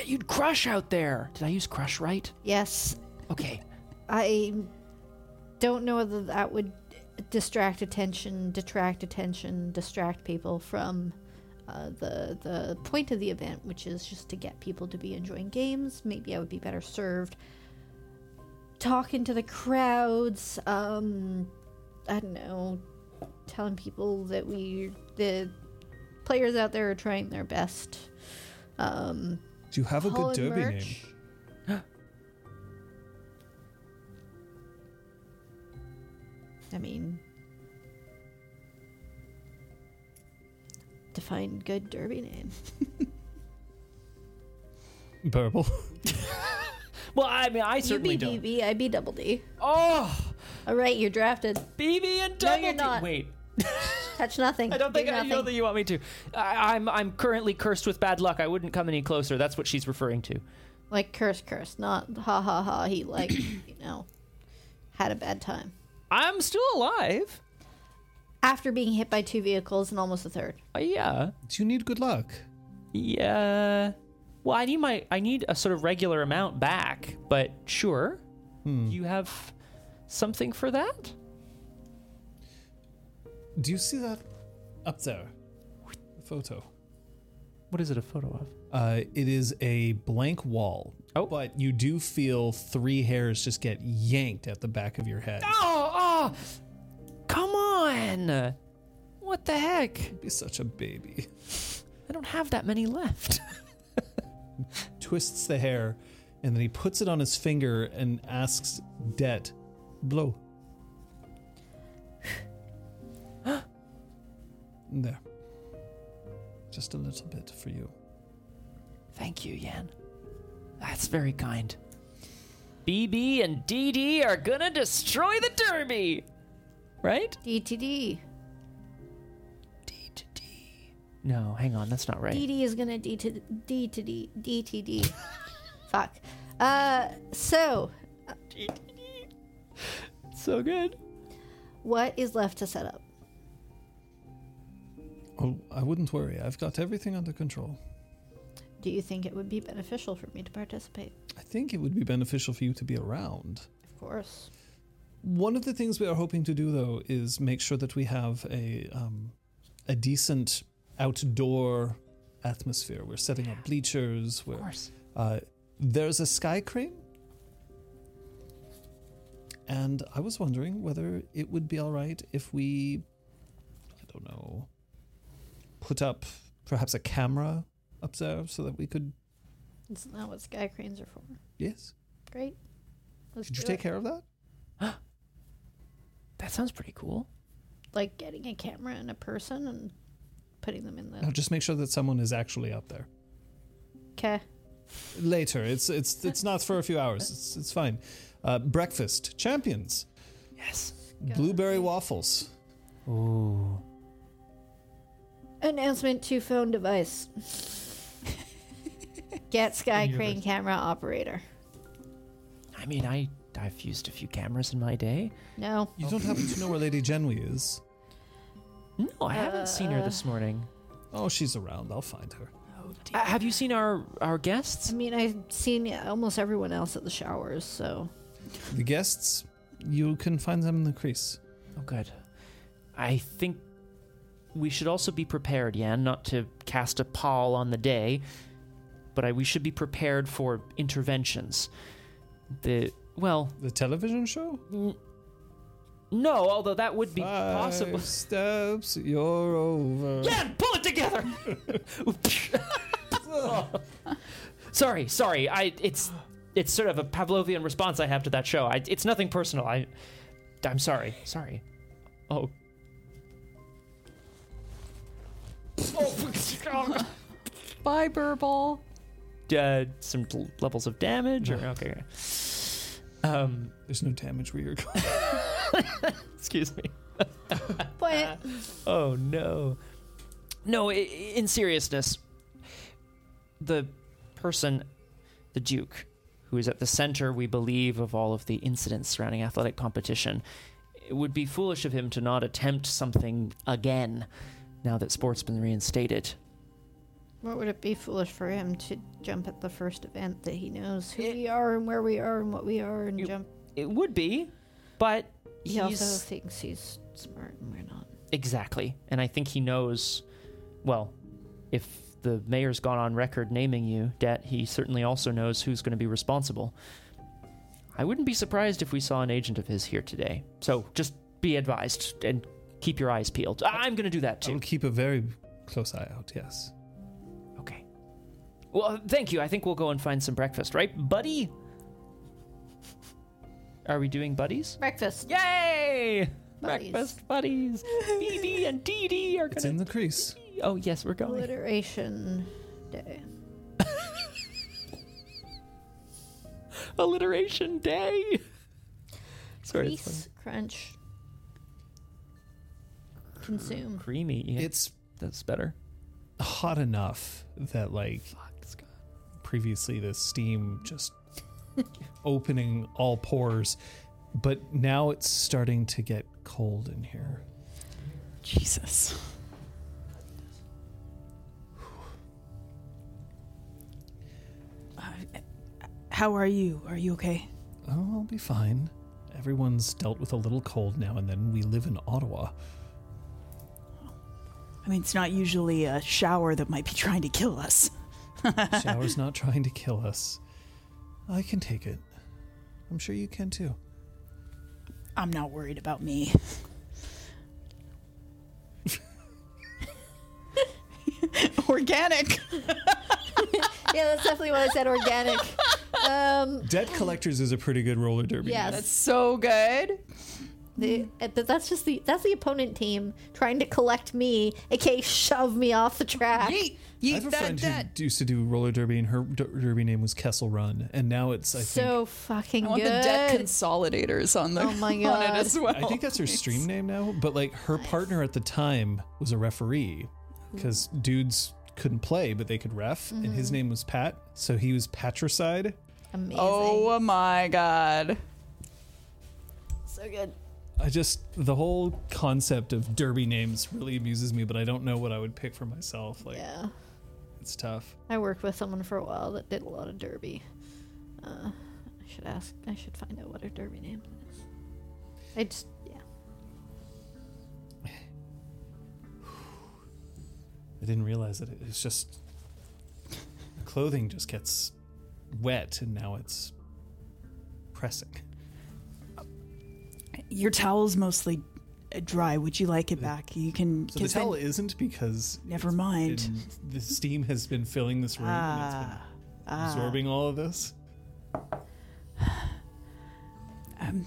S1: you'd crush out there. Did I use crush right?
S2: Yes,
S1: Okay.
S2: I don't know whether that would distract attention, detract attention, distract people from uh, the the point of the event, which is just to get people to be enjoying games. Maybe I would be better served talking to the crowds. Um, I don't know, telling people that we the players out there are trying their best. Um,
S3: Do you have a good
S2: Holland
S3: derby
S2: merch.
S3: name?
S2: I mean, define good derby name.
S3: Burble.
S1: Well, I mean, I
S2: You
S1: certainly
S2: be
S1: don't.
S2: BB, I be Double D.
S1: Oh,
S2: All right, you're drafted.
S1: BB and
S2: No,
S1: double.
S2: you're
S1: D-
S2: not.
S1: Wait,
S2: Touch nothing.
S1: I don't think
S2: do
S1: I know that
S2: nothing.
S1: you want me to. I, I'm I'm currently cursed with bad luck. I wouldn't come any closer. That's what she's referring to.
S2: Like curse, curse, not ha ha ha. He like you know had a bad time
S1: I'm still alive.
S2: after being hit by two vehicles and almost a third.
S1: Uh, yeah,
S3: Do you need good luck?
S1: yeah. Well, I need my I need a sort of regular amount back. But sure, you have something for that.
S3: Do you see that up there? The photo.
S1: What is it a photo of?
S3: Uh, it is a blank wall.
S1: Oh.
S3: But you do feel three hairs just get yanked at the back of your head.
S1: Oh, oh! Come on! What the heck?
S3: Be such a baby.
S1: I don't have that many left.
S3: Twists the hair, and then he puts it on his finger and asks Det, blow. there. Just a little bit for you.
S1: Thank you, Yan. That's very kind. BB and DD are gonna destroy the derby! Right?
S2: DTD.
S1: No, hang on, that's not right.
S2: DD is gonna D to D to D DTD. Fuck. Uh, so
S1: So good.
S2: what is left to set up?
S3: Oh, I wouldn't worry. I've got everything under control.
S2: Do you think it would be beneficial for me to participate?
S3: I think it would be beneficial for you to be around.
S2: Of course.
S3: One of the things we are hoping to do, though, is make sure that we have a um, a decent outdoor atmosphere. We're setting up bleachers. We're,
S1: Of course.
S3: Uh, there's a sky crane, and I was wondering whether it would be all right if we, I don't know, put up perhaps a camera up there so that we could.
S2: Isn't that what sky cranes are for?
S3: Yes,
S2: Great. Let's
S3: could you
S2: do
S3: take
S2: it.
S3: care of that?
S1: That sounds pretty cool.
S2: Like getting a camera and a person and putting them in
S3: No,
S2: the.
S3: just make sure that someone is actually up there.
S2: Okay.
S3: later. It's it's it's not for a few hours. It's it's fine. Uh, breakfast champions
S1: Yes.
S3: blueberry waffles.
S1: Ooh.
S2: Announcement to phone device. Get sky crane camera operator.
S1: I mean, I I've used a few cameras in my day.
S2: No.
S3: You don't happen to know where Lady Genwi is?
S1: No, I haven't seen her this morning.
S3: Oh, she's around. I'll find her.
S1: Uh, have you Um, seen our our
S2: I
S1: guests?
S2: mean, I've seen almost everyone else at the showers, so.
S3: The guests, you can find them in the crease.
S1: Oh, good. I think we should also be prepared, Yan, not to cast a pall on the day, but I, we should be prepared for interventions. The well,
S3: The television show.
S1: no, although that would be
S3: Five
S1: possible.
S3: steps, you're over.
S1: Yan, pull it together. sorry, sorry. I it's it's sort of a Pavlovian response I have to that show. I, it's nothing personal. I I'm sorry. Sorry. Oh. Oh.
S4: Bye, Burble.
S1: uh, some l- levels of damage or okay. Um,
S3: There's no damage where you're going.
S1: excuse me.
S2: But
S3: Uh.
S1: Oh no. No, i- in seriousness, the person, the Duke, who is at the center, we believe, of all of the incidents surrounding athletic competition, it would be foolish of him to not attempt something again now that sport's been reinstated.
S2: what would it be foolish for him to jump at the first event that he knows who we are and where we are and what we are and
S1: You-
S2: jump?
S1: It would be, but
S2: He also
S1: he's-
S2: thinks he's smart and we're not.
S1: Exactly. And I think he knows, well, if the mayor's gone on record naming you, Det, he certainly also knows who's going to be responsible. I wouldn't be surprised if we saw an agent of his here today. So just be advised and keep your eyes peeled. I- I'm going to do that
S3: I'll
S1: too.
S3: keep a very close eye out. Yes.
S1: Okay. Well, thank you. I think we'll go and find some breakfast, right, buddy? Are we doing buddies?
S2: Breakfast.
S1: Yay!
S2: Buddies.
S1: Breakfast buddies. BB and DD are
S3: It's
S1: going
S3: in
S1: to.
S3: the crease.
S1: Oh, yes, we're going.
S2: Alliteration day.
S1: alliteration day. Sorry, it's
S2: Crease, crunch, consume.
S1: creamy. Yeah,
S3: It's
S1: that's better.
S3: hot enough that like previously the steam just opening all pores but now it's starting to get cold in here
S4: Jesus.
S5: Uh, How are you? Are you okay?
S3: oh i'll be fine everyone's dealt with a little cold now and then we live in ottawa
S5: I mean, it's not usually a shower that might be trying to kill us.
S3: Shower's not trying to kill us. I can take it. I'm sure you can too.
S5: I'm not worried about me. Organic.
S2: Yeah, that's definitely what I said. Organic. Um,
S3: Debt Collectors is a pretty good roller derby.
S2: yes,
S4: That's so good.
S2: The- uh, but that's just the that's the opponent team trying to collect me, aka shove me off the track.
S4: Yeet,
S3: I
S4: yeet
S3: have a
S4: that,
S3: friend
S4: that.
S3: who used to do roller derby, and her der- derby name was Kessel Run, and now it's I think
S2: So fucking
S4: I want
S2: good.
S4: the debt consolidators on the
S2: Oh my
S4: on
S2: God.
S4: it as well.
S3: I think that's her stream name now, but like her partner at the time was a referee because dudes couldn't play, but they could ref, and his name was Pat, so he was patricide.
S2: Amazing.
S4: Oh my god.
S2: so good.
S3: I just the whole concept of derby names really amuses me, but I don't know what I would pick for myself. Like
S2: Yeah,
S3: it's tough.
S2: I worked with someone for a while that did a lot of derby. Uh, I should ask. I should find out what her derby name is. I just yeah.
S3: I didn't realize that it, it's just clothing just gets wet, and now it's pressing.
S5: Your towel's mostly uh, dry. Would you like it back? You can.
S3: So the
S5: 'cause then-
S3: towel isn't because
S5: Never
S3: it's
S5: mind.
S3: been- the steam has been filling this room and it's been absorbing all of this.
S5: Um,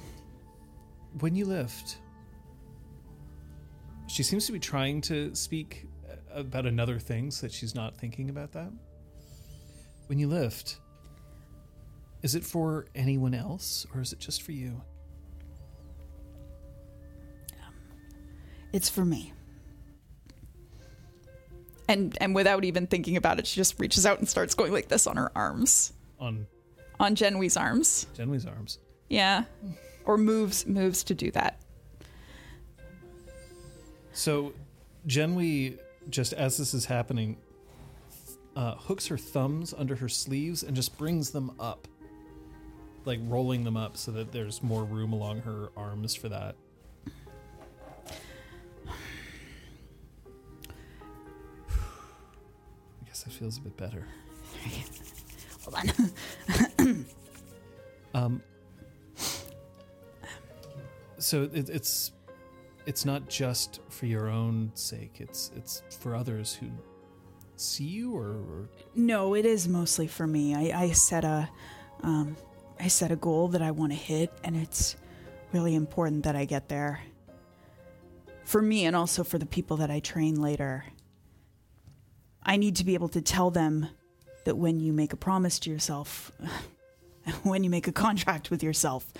S3: When you left, she seems to be trying to speak uh, about another thing so that she's not thinking about that. When you left, is it for anyone else or is it just for you?
S5: it's for me.
S4: And and without even thinking about it, she just reaches out and starts going like this on her arms.
S3: On
S4: On Genwee's arms.
S3: Genwee's arms.
S4: Yeah. Or moves moves to do that.
S3: So, Genwi, just as this is happening, uh, hooks her thumbs under her sleeves and just brings them up, like rolling them up so that there's more room along her arms for that. I guess that feels a bit better.
S5: Hold on.
S3: Um, so it, it's it's not just for your own sake. It's it's for others who see you or, or
S5: No, it is mostly for me. I, I set a, um, I set a goal that I want to hit, and it's really important that I get there. For me, and also for the people that I train later. I need to be able to tell them that when you make a promise to yourself, when you make a contract with yourself,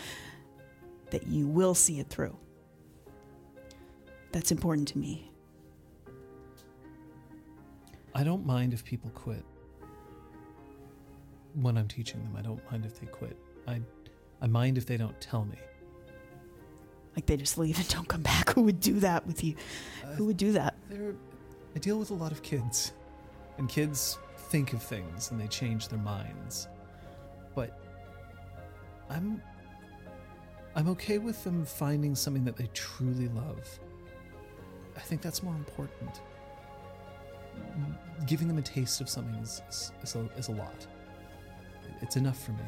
S5: that you will see it through. That's important to me.
S3: I don't mind if people quit when I'm teaching them. I don't mind if they quit. I I mind if they don't tell me.
S5: Like they just leave and don't come back. Who would do that with you? Who would do that?
S3: There, I deal with a lot of kids, and kids think of things and they change their minds. But I'm I'm okay with them finding something that they truly love. I think that's more important. M- Giving them a taste of something is is, is, a, is a lot. It's enough for me.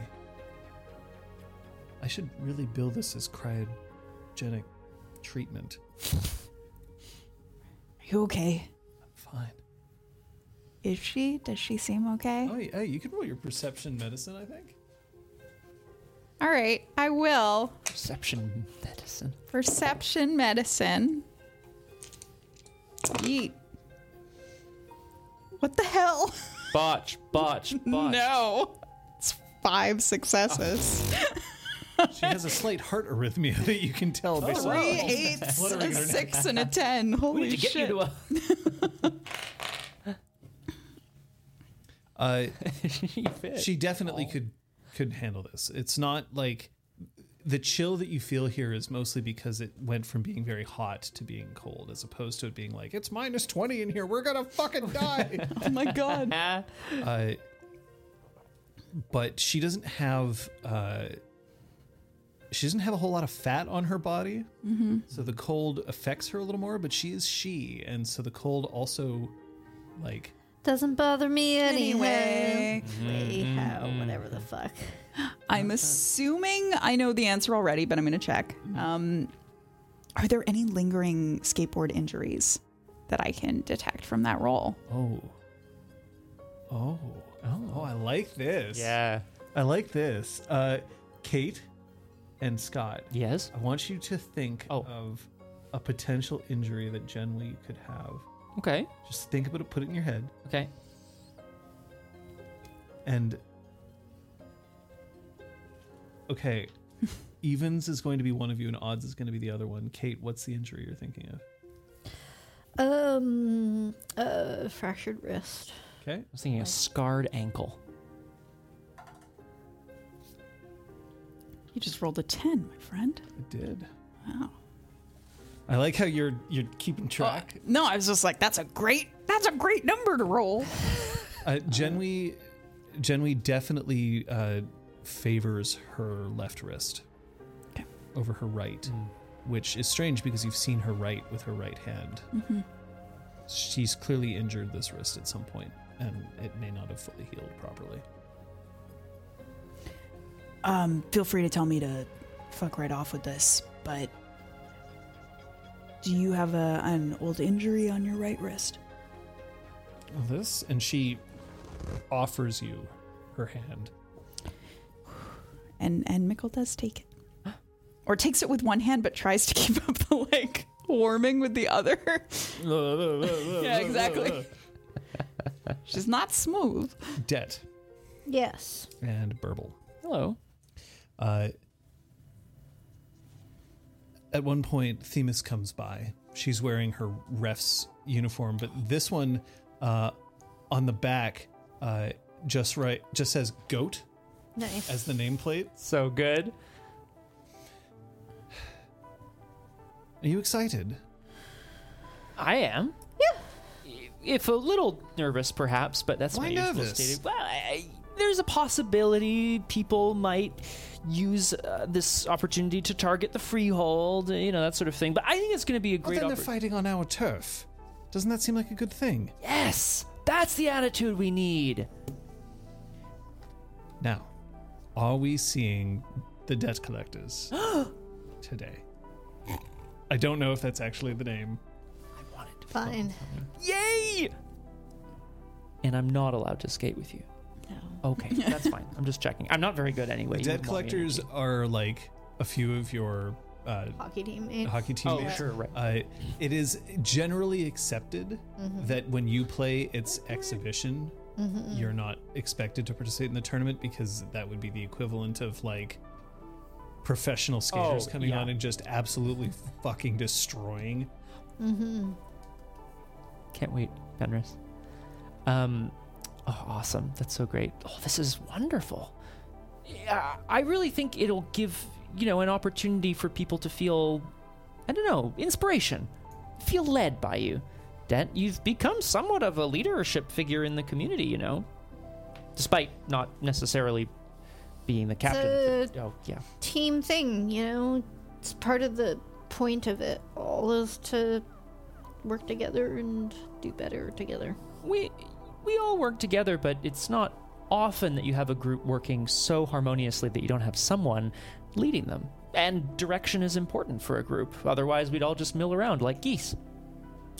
S3: I should really build this as cryogenic treatment.
S5: Are you okay?
S3: I'm fine.
S5: Is she? Does she seem okay?
S3: Oh, yeah, you can roll your perception medicine, I think.
S4: All right, I will.
S1: Perception medicine.
S4: Perception medicine. Yeet. What the hell?
S1: Botch, botch, botch.
S4: No. It's five
S1: Oh.
S4: successes.
S3: She has a slight heart arrhythmia that you can tell by
S4: Three
S3: some.
S4: eights,
S3: What are we
S4: a
S3: gonna do?
S4: six, and a ten. Holy
S1: We need to get
S4: shit.
S1: you to a.
S3: Uh,
S1: You fit.
S3: she definitely could could handle this. It's not like the chill that you feel here is mostly because it went from being very hot to being cold, as opposed to it being like it's minus twenty in here. We're gonna fucking die.
S4: oh my god.
S3: uh, but she doesn't have. Uh, she doesn't have a whole lot of fat on her body, so the cold affects her a little more. But she is she, and so the cold also, like,
S2: Doesn't bother me anyway.
S4: Anyway.
S2: Anyhow, whatever the fuck.
S4: I'm assuming I know the answer already, but I'm going to check.
S1: Mm-hmm.
S4: Um, are there any lingering skateboard injuries that I can detect from that roll?
S3: oh, oh, oh, I like this.
S1: Yeah.
S3: I like this. Uh, Kate and Scott,
S1: Yes.
S3: I want you to think
S1: Oh.
S3: of a potential injury that Jen Lee could have.
S1: Okay.
S3: Just think about it, put it in your head,
S1: Okay.
S3: and okay, evens is going to be one of you, and odds is going to be the other one. Kate, what's the injury you're thinking of?
S2: Um, uh, fractured wrist.
S3: Okay,
S1: I was thinking a scarred ankle.
S4: You just rolled a 10, my friend.
S3: I did.
S4: Wow.
S3: I like how you're you're keeping track.
S4: Uh, no, I was just like, that's a great, that's a great number to roll.
S3: Uh, Genwi, Genwi definitely uh, favors her left wrist
S4: Okay.
S3: over her right, which is strange because you've seen her right with her right hand.
S4: Mm-hmm.
S3: She's clearly injured this wrist at some point, and it may not have fully healed properly.
S5: Um, feel free to tell me to fuck right off with this, but do you have a, an old injury on your right wrist?
S3: This and she offers you her hand.
S4: And and Mickle does take it. Or takes it with one hand but tries to keep up the like warming with the other. yeah, exactly. She's not smooth.
S3: Det
S2: Yes.
S3: and Burble.
S1: Hello.
S3: Uh, at one point, Themis comes by. She's wearing her ref's uniform, but this one uh, on the back uh, just right just says "goat"
S2: Nice.
S3: as the nameplate.
S1: So good.
S3: Are you excited?
S1: I am. Yeah. If a little nervous, perhaps, but that's
S3: Why
S1: my usual
S3: nervous?
S1: state of- Well, I, there's a possibility people might use uh, this opportunity to target the freehold, you know, that sort of thing. But I think it's going to be a
S3: Well,
S1: great
S3: then they're
S1: opportunity.
S3: fighting on our turf. Doesn't that seem like a good thing?
S1: yes, that's the attitude we need.
S3: Now, are we seeing the debt collectors today? I don't know if that's actually the name.
S2: Fine.
S1: Yay! And I'm not allowed to skate with you. No. Okay, that's fine. I'm just checking. I'm not very good anyway.
S3: The
S1: You
S3: debt
S1: wouldn't want me to
S3: collectors
S1: be.
S3: are like a few of your uh,
S2: Hockey team. eh?
S3: hockey
S1: Oh,
S3: teammates.
S1: sure, right.
S3: Uh, it is generally accepted
S1: Mm-hmm.
S3: that when you play its exhibition, you're not expected to participate in the tournament because that would be the equivalent of like professional skaters
S1: Oh,
S3: coming
S1: yeah.
S3: on and just absolutely fucking destroying.
S2: Mm-hmm.
S1: Can't wait, Fenris. Um, oh, awesome. That's so great. Oh, this is wonderful. Yeah, I really think it'll give, you know, an opportunity for people to feel, I don't know, inspiration, feel led by you. Dent, you've become somewhat of a leadership figure in the community, you know, despite not necessarily being the captain. of the- oh, yeah.
S2: Team thing, you know? It's part of the point of it all is to work together and do better together.
S1: we we all work together, but it's not often that you have a group working so harmoniously that you don't have someone leading them. And direction is important for a group. Otherwise, we'd all just mill around like geese.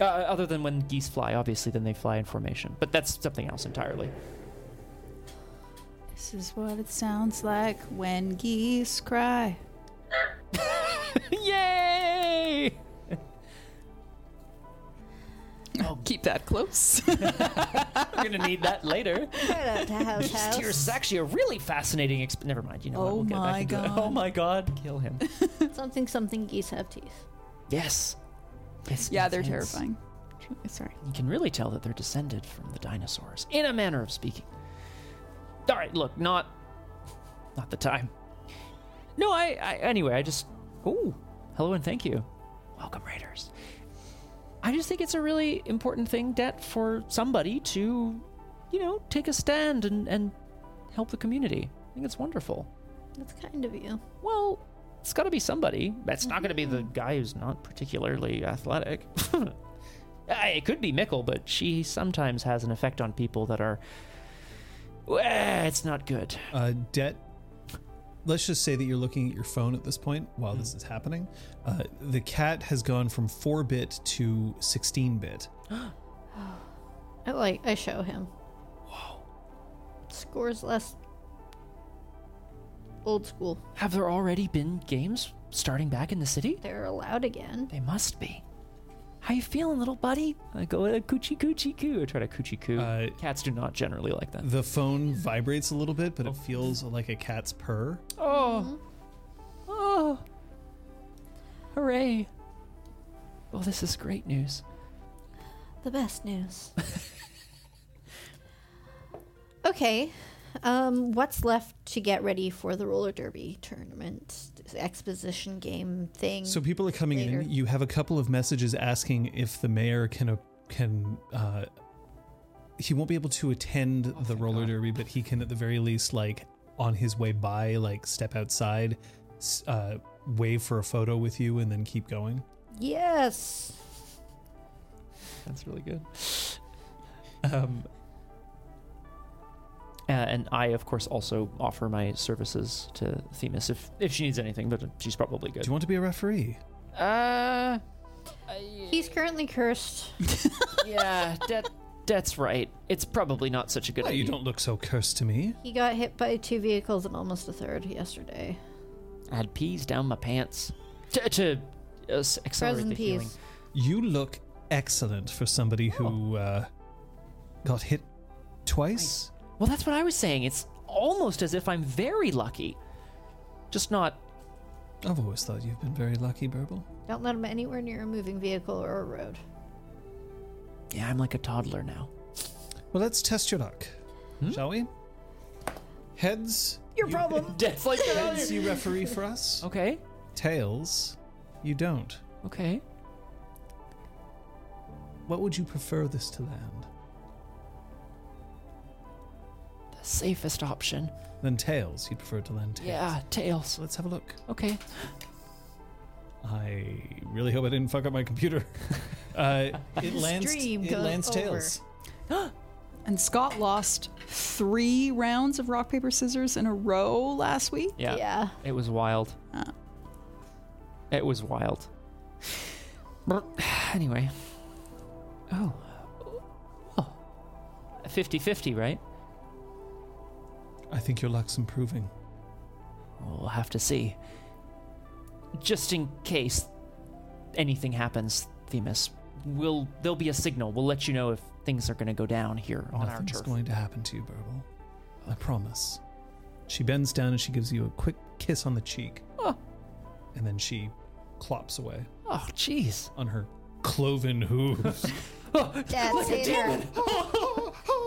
S1: Uh, other than when geese fly, obviously, then they fly in formation. But that's something else entirely.
S4: This is what it sounds like when geese cry.
S1: Yay!
S4: Keep that close.
S1: We're gonna need that later.
S2: Shout out to House
S1: Tears
S2: House.
S1: is actually a really fascinating. Exp- Never mind. You know what?
S4: Oh
S1: We'll get back
S4: my
S1: into it.
S4: God.
S1: Oh my god! Kill him.
S2: Something, something geese have teeth.
S1: yes. It's
S4: yeah, they're
S1: intense.
S4: terrifying. Sorry.
S1: You can really tell that they're descended from the dinosaurs, in a manner of speaking. All right, look, not, not the time. No, I, I anyway, I just, ooh, hello and thank you, welcome Raiders. I just think it's a really important thing, Det, for somebody to, you know, take a stand and and help the community. I think it's wonderful.
S2: That's kind of you.
S1: Well, It's got to be somebody. That's not going to be the guy who's not particularly athletic. Uh, it could be Mickle, but she sometimes has an effect on people that are. Well, it's not good.
S3: Uh, Det, let's just say that you're looking at your phone at this point while this
S1: Mm.
S3: is happening. Uh, the cat has gone from 4 bit to 16 bit.
S2: I like I show him. Wow. Scores less. Old school.
S1: Have there already been games starting back in the city?
S2: They're allowed again.
S1: They must be. How you feeling, little buddy? I go with a coochie coochie coo. I try to coochie coo.
S3: Uh,
S1: Cats do not generally like that.
S3: The phone vibrates a little bit, but it feels like a cat's purr.
S1: Oh. Oh. Hooray. Well, this is great news.
S2: The best news. okay. Um, what's left to get ready for the roller derby tournament exposition game thing?
S1: Mm.
S3: So people are coming
S2: Later.
S3: in. You have a couple of messages asking if the mayor can uh, can uh, he won't be able to attend
S1: Oh,
S3: the roller derby, but he can at the very least like on his way by like step outside, s- uh, wave for a photo with you, and then keep going.
S2: yes.
S1: That's really good. Um, uh, and I, of course, also offer my services to Themis if, if she needs anything, but she's probably good.
S3: Do you want to be a referee?
S1: uh,
S2: He's currently cursed.
S1: yeah, that, that's right. It's probably not such a good
S3: Well, you
S1: idea.
S3: don't look so cursed to me.
S2: He got hit by two vehicles and almost a third yesterday.
S1: I had peas down my pants to, to uh, s- accelerate
S2: Frozen
S1: the healing.
S2: peas.
S3: You look excellent for somebody
S1: Oh.
S3: who uh, got hit twice.
S1: Well, that's what I was saying. It's almost as if I'm very lucky, just not.
S3: I've always thought you've been very lucky, Burble.
S2: Don't let him anywhere near a moving vehicle or a road.
S1: Yeah, I'm like a toddler now.
S3: Well, let's test your luck, shall we? Heads,
S1: Your problem. That's like
S3: heads, you referee for us.
S1: okay,
S3: Tails, you don't.
S1: okay.
S3: What would you prefer this to land?
S1: The safest option.
S3: Then tails, you'd prefer it to land tails.
S1: Yeah, tails.
S3: So let's have a look.
S1: Okay.
S3: I really hope I didn't fuck up my computer. Uh, it lands.
S2: Stream
S3: It
S2: goes
S3: lands
S2: over.
S3: tails.
S4: And Scott lost three rounds of rock, paper, scissors in a row last week.
S1: Yeah. It was wild.
S4: Ah.
S1: It was wild. Brr. anyway. Oh. Oh. 50 50, right?
S3: I think your luck's improving.
S1: We'll have to see. Just in case anything happens, Themis, we'll there'll be a signal. We'll let you know if things are going to go down here on our
S3: Nothing's
S1: turf.
S3: going to happen to you, Burble. I promise. She bends down and she gives you a quick kiss on the cheek.
S1: Oh.
S3: And then she clops away
S1: Oh, jeez.
S3: on her cloven hooves.
S2: That's it.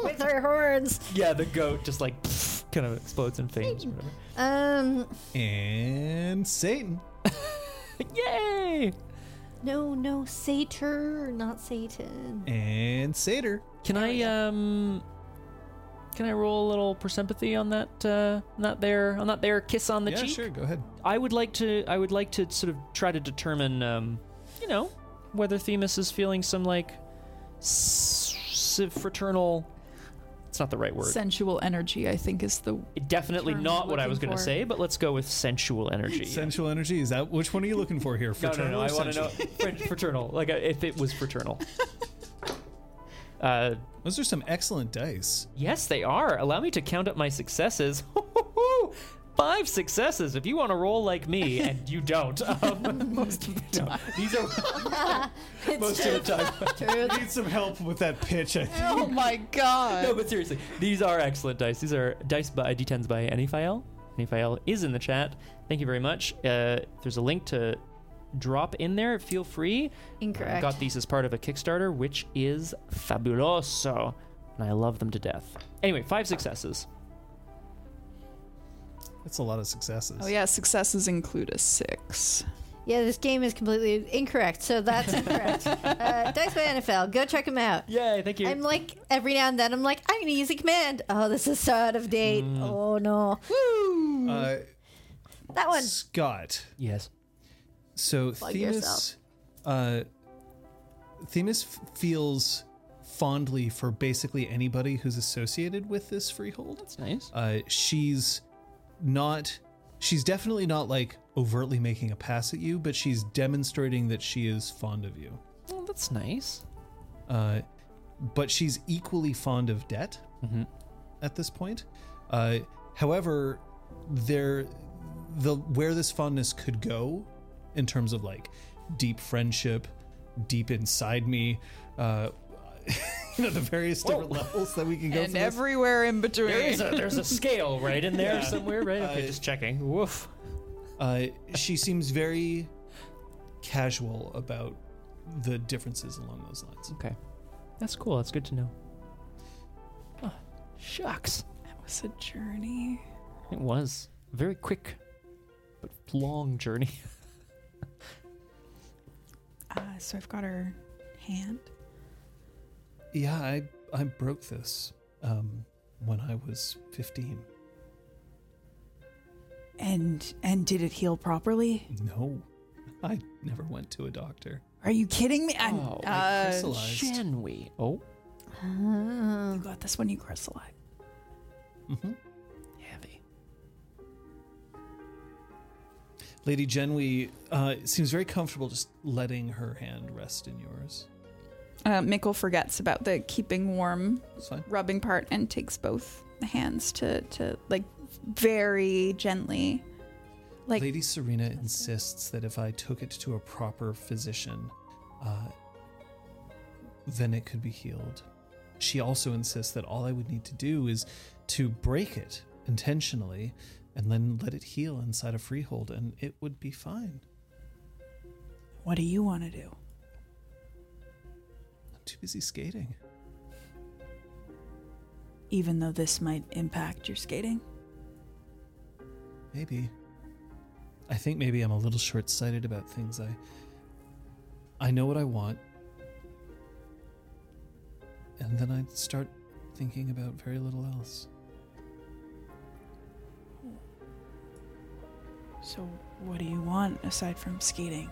S2: With her horns.
S1: Yeah, the goat just like kind of explodes and faints. Or whatever.
S2: Um,
S3: and Satan.
S1: Yay!
S2: no, no, Satyr, not Satan.
S3: And Satyr.
S1: Can I um? Can I roll a little persympathy on that? Uh, not there. On that there kiss on the
S3: yeah,
S1: cheek.
S3: sure, go ahead.
S1: I would like to. I would like to sort of try to determine, um, you know, whether Themis is feeling some like s- s- fraternal. It's not the right word.
S4: Sensual energy, I think, is the
S1: Definitely
S4: term
S1: not what I
S4: looking
S1: was going to
S4: for.
S1: say, but let's go with sensual energy.
S3: Sensual energy, is that which one are you looking for here?
S1: no, no, no.
S3: or
S1: I want to know
S3: sensual?
S1: fr- fraternal. Like uh, if it was fraternal. Uh,
S3: Those are some excellent dice.
S1: Yes, they are. Allow me to count up my successes. Five successes. If you want to roll like me, and you don't, um, most of the time. these are most of the time.
S2: Truth.
S3: Need some help with that pitch, I think.
S4: Oh my god.
S1: No, but seriously, these are excellent dice. These are dice by d10s by Anifael. Anifael is in the chat. Thank you very much. Uh, there's a link to drop in there. Feel free. I
S2: Incorrect.
S1: got these as part of a Kickstarter, which is fabuloso, and I love them to death. Anyway, five successes.
S3: That's a lot of successes.
S4: Oh yeah, successes include a six.
S2: Yeah, this game is completely incorrect, so that's incorrect. uh, Dice by NFL, go check them out.
S1: Yay! Thank you.
S2: I'm like, every now and then, I'm like, I'm gonna use a command. Oh, this is so out of date. Oh, no.
S3: Uh,
S2: That one.
S3: Scott.
S1: Yes.
S3: So
S2: Plug
S3: Themis,
S2: yourself.
S3: uh, Themis f- feels fondly for basically anybody who's associated with this freehold.
S1: That's nice.
S3: Uh, she's not. She's definitely not like overtly making a pass at you, but she's demonstrating that she is fond of you.
S1: Oh, that's nice.
S3: Uh, but she's equally fond of debt
S1: Mhm.
S3: at this point. Uh, however, there, the where this fondness could go, in terms of like deep friendship, deep inside me, uh, you know, the various different levels that we can go.
S4: and
S3: for this.
S4: everywhere in between.
S1: There is a there's a scale right in there somewhere, right? Okay,
S3: Uh,
S1: just checking. Woof.
S3: Uh, she seems very casual about the differences along those lines.
S1: Okay. That's cool. That's good to know. Oh, shucks.
S4: That was a journey.
S1: It was a very quick but long journey.
S5: Uh, so I've got her hand.
S3: Yeah, I I broke this um, when I was fifteen.
S5: And and did it heal properly?
S3: No, I never went to a doctor.
S5: Are you kidding me? I'm,
S1: Oh,
S4: Uh,
S3: Crystallized.
S1: can we? Oh,
S5: you got this when you crystallize.
S3: Mhm.
S1: heavy.
S3: Lady Genwi uh, seems very comfortable just letting her hand rest in yours.
S4: Uh, Mikkel forgets about the keeping warm
S3: It's fine.
S4: rubbing part and takes both hands to to like very gently. Like-
S3: Lady Serena insists that if I took it to a proper physician, uh, then it could be healed. She also insists that all I would need to do is to break it intentionally and then let it heal inside a freehold, and it would be fine.
S5: What do you want to do?
S3: I'm too busy skating.
S5: Even though this might impact your skating,
S3: Maybe. I think maybe I'm a little short-sighted about things. I I know what I want. And then I start thinking about very little else.
S5: so what do you want aside from skating?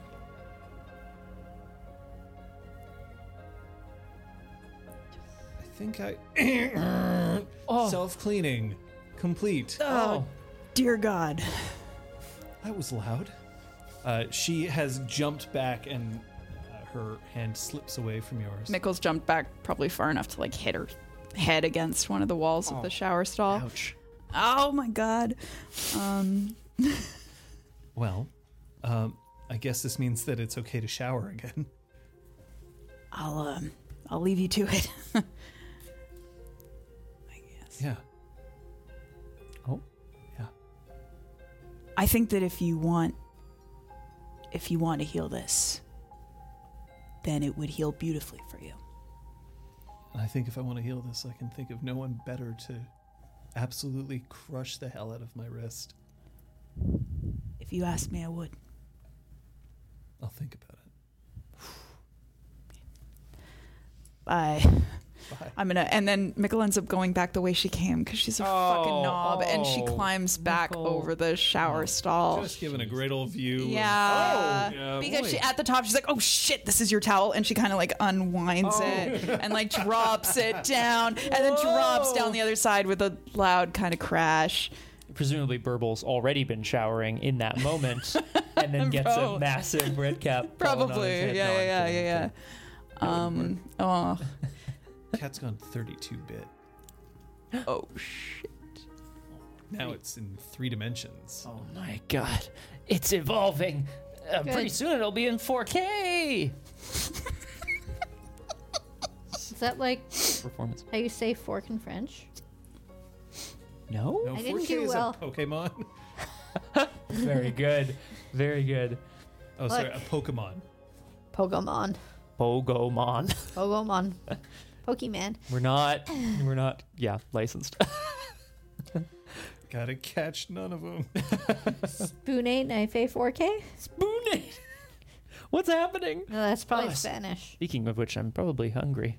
S3: I think I
S1: Oh,
S3: self-cleaning complete.
S1: oh.
S5: Dear God,
S3: That was loud. Uh, she has jumped back and uh, her hand slips away from yours.
S4: Mikkel's jumped back probably far enough to like hit her head against one of the walls
S3: Oh,
S4: of the shower stall.
S1: ouch.
S5: oh my God. Um,
S3: Well, um, I guess this means that it's okay to shower again.
S5: I'll um, I'll leave you to it.
S3: Yeah.
S5: I think that if you want, if you want to heal this, then it would heal beautifully for you.
S3: And I think if I want to heal this, I can think of no one better to absolutely crush the hell out of my wrist.
S5: If you asked me, I would.
S3: I'll think about it.
S5: I
S3: Bye.
S4: I'm gonna, and then Mikkel ends up going back the way she came because she's a fucking
S1: Oh,
S4: knob, and she
S1: oh,
S4: climbs back
S1: Mikkel.
S4: over the shower stall.
S3: Oh, Just giving a great old view. of-
S4: Oh, Yeah.
S3: Yeah,
S4: because
S3: boy.
S4: she, at the top, she's like, oh shit, this is your towel. And she kind of like unwinds it and like drops it down and then drops down the other side with a loud kind of crash.
S1: Presumably, Burble's already been showering in that moment, and then gets
S4: Probably.
S1: a massive red cap. falling on his
S4: Probably. Yeah,
S1: head. No,
S4: yeah,
S1: I'm
S4: yeah,
S1: kidding, I'm
S4: yeah,
S1: kidding.
S4: yeah. Um, oh,
S3: Cat's gone 32 bit.
S4: oh, shit.
S3: Now it's in three dimensions.
S1: Oh my god, it's evolving. Uh,
S2: Good.
S1: pretty soon it'll be in 4K.
S2: Is that like
S1: Performance.
S2: how you say fork in French?
S1: No.
S3: No,
S2: I
S3: 4K
S2: didn't do
S3: is a
S2: well.
S3: Pokemon.
S1: Very good. Very good.
S3: Oh, sorry,
S2: Look.
S3: a Pokemon.
S2: Pokemon.
S1: Pogomon.
S2: Pokemon. Pokemon.
S1: We're not. We're not. Yeah, licensed.
S3: Gotta catch none of them.
S2: Spune knife Oh, 4K? No,
S1: Spooning. What's happening?
S2: that's probably
S1: Us.
S2: Spanish.
S1: Speaking of which, I'm probably hungry.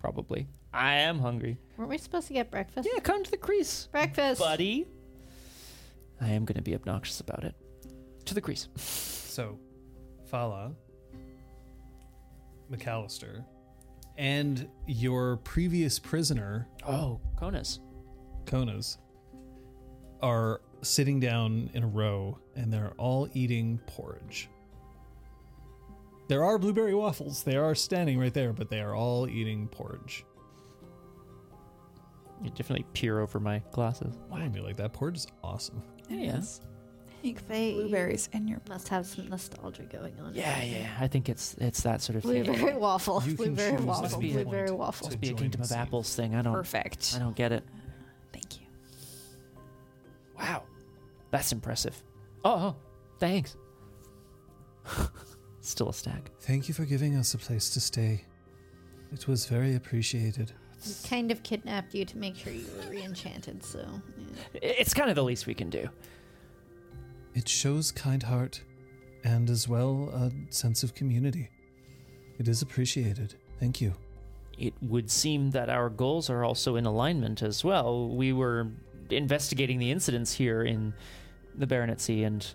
S1: Probably. I am hungry.
S2: Weren't we supposed to get breakfast?
S1: Yeah, come to the crease,
S2: Breakfast.
S1: buddy. I am going to be obnoxious about it. To the crease.
S3: So, Fala, McAllister, and your previous prisoner,
S1: Oh, Konas.
S3: Konas, are sitting down in a row and they're all eating porridge. There are blueberry waffles. They are standing right there, but they are all eating porridge.
S1: You definitely peer over my glasses.
S3: Why would be like that? Porridge is awesome.
S1: Yes.
S2: think they
S4: Blueberries and your
S2: must have some nostalgia going on.
S1: Yeah, yeah. I think it's it's that sort of
S2: Blueberry
S1: thing.
S2: waffle.
S3: You can
S2: Blueberry
S3: choose
S1: at
S2: waffle.
S1: any
S2: Blueberry
S3: point
S2: waffle.
S3: to-
S1: Must be a
S3: Join
S1: Kingdom
S3: the
S1: of
S3: scene.
S1: Apples thing. I don't.
S4: perfect.
S1: I don't get it.
S4: Thank you.
S1: Wow, that's impressive. Oh, oh thanks. Still a stack.
S3: Thank you for giving us a place to stay. It was very appreciated.
S2: We kind of kidnapped you to make sure you were re-enchanted, so yeah.
S1: I- It's kind of the least we can do.
S3: It shows kind heart and as well a sense of community. It is appreciated. Thank you.
S1: It would seem that our goals are also in alignment as well. We were investigating the incidents here in the baronetcy, and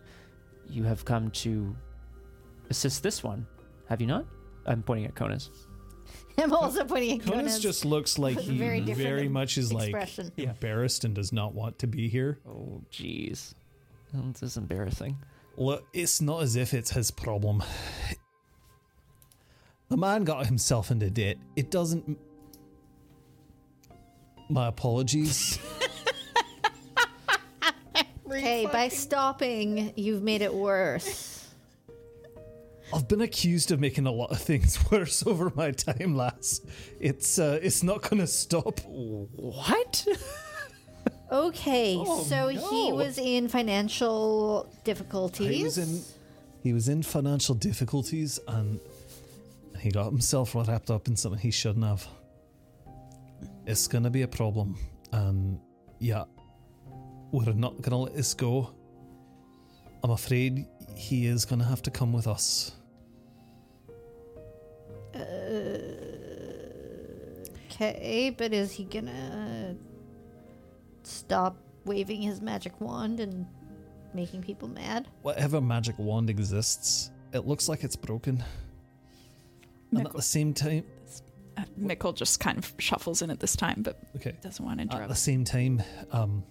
S1: you have come to assist this one, have you not? I'm pointing at Konas.
S2: I'm also pointing at
S3: Conus
S2: Conus.
S3: just looks like
S2: with
S3: he
S2: very
S3: very,
S2: different
S3: much is
S2: expression.
S3: like embarrassed and does not want to be here.
S1: Oh, jeez. This is embarrassing.
S3: Look, it's not as if it's his problem. The man got himself into debt. It doesn't. My apologies.
S2: Hey, by stopping, you've made it worse.
S3: I've been accused of making a lot of things worse over my time, lass. It's uh, it's not gonna stop.
S1: What?
S2: Okay,
S3: Oh,
S2: so he
S1: no.
S2: was in financial difficulties.
S3: He was in he was in financial difficulties and he got himself wrapped up in something he shouldn't have. It's gonna be a problem, and yeah, we're not gonna let this go. I'm afraid he is gonna have to come with us.
S2: Uh, Okay, but is he gonna stop waving his magic wand and making people mad?
S3: Whatever magic wand exists, it looks like it's broken. And at the same time,
S4: Uh, Mikkel just kind of shuffles in at this time, but
S3: okay.
S4: doesn't
S1: Uh,
S4: want to
S3: At
S4: interrupt.
S3: the same time, um,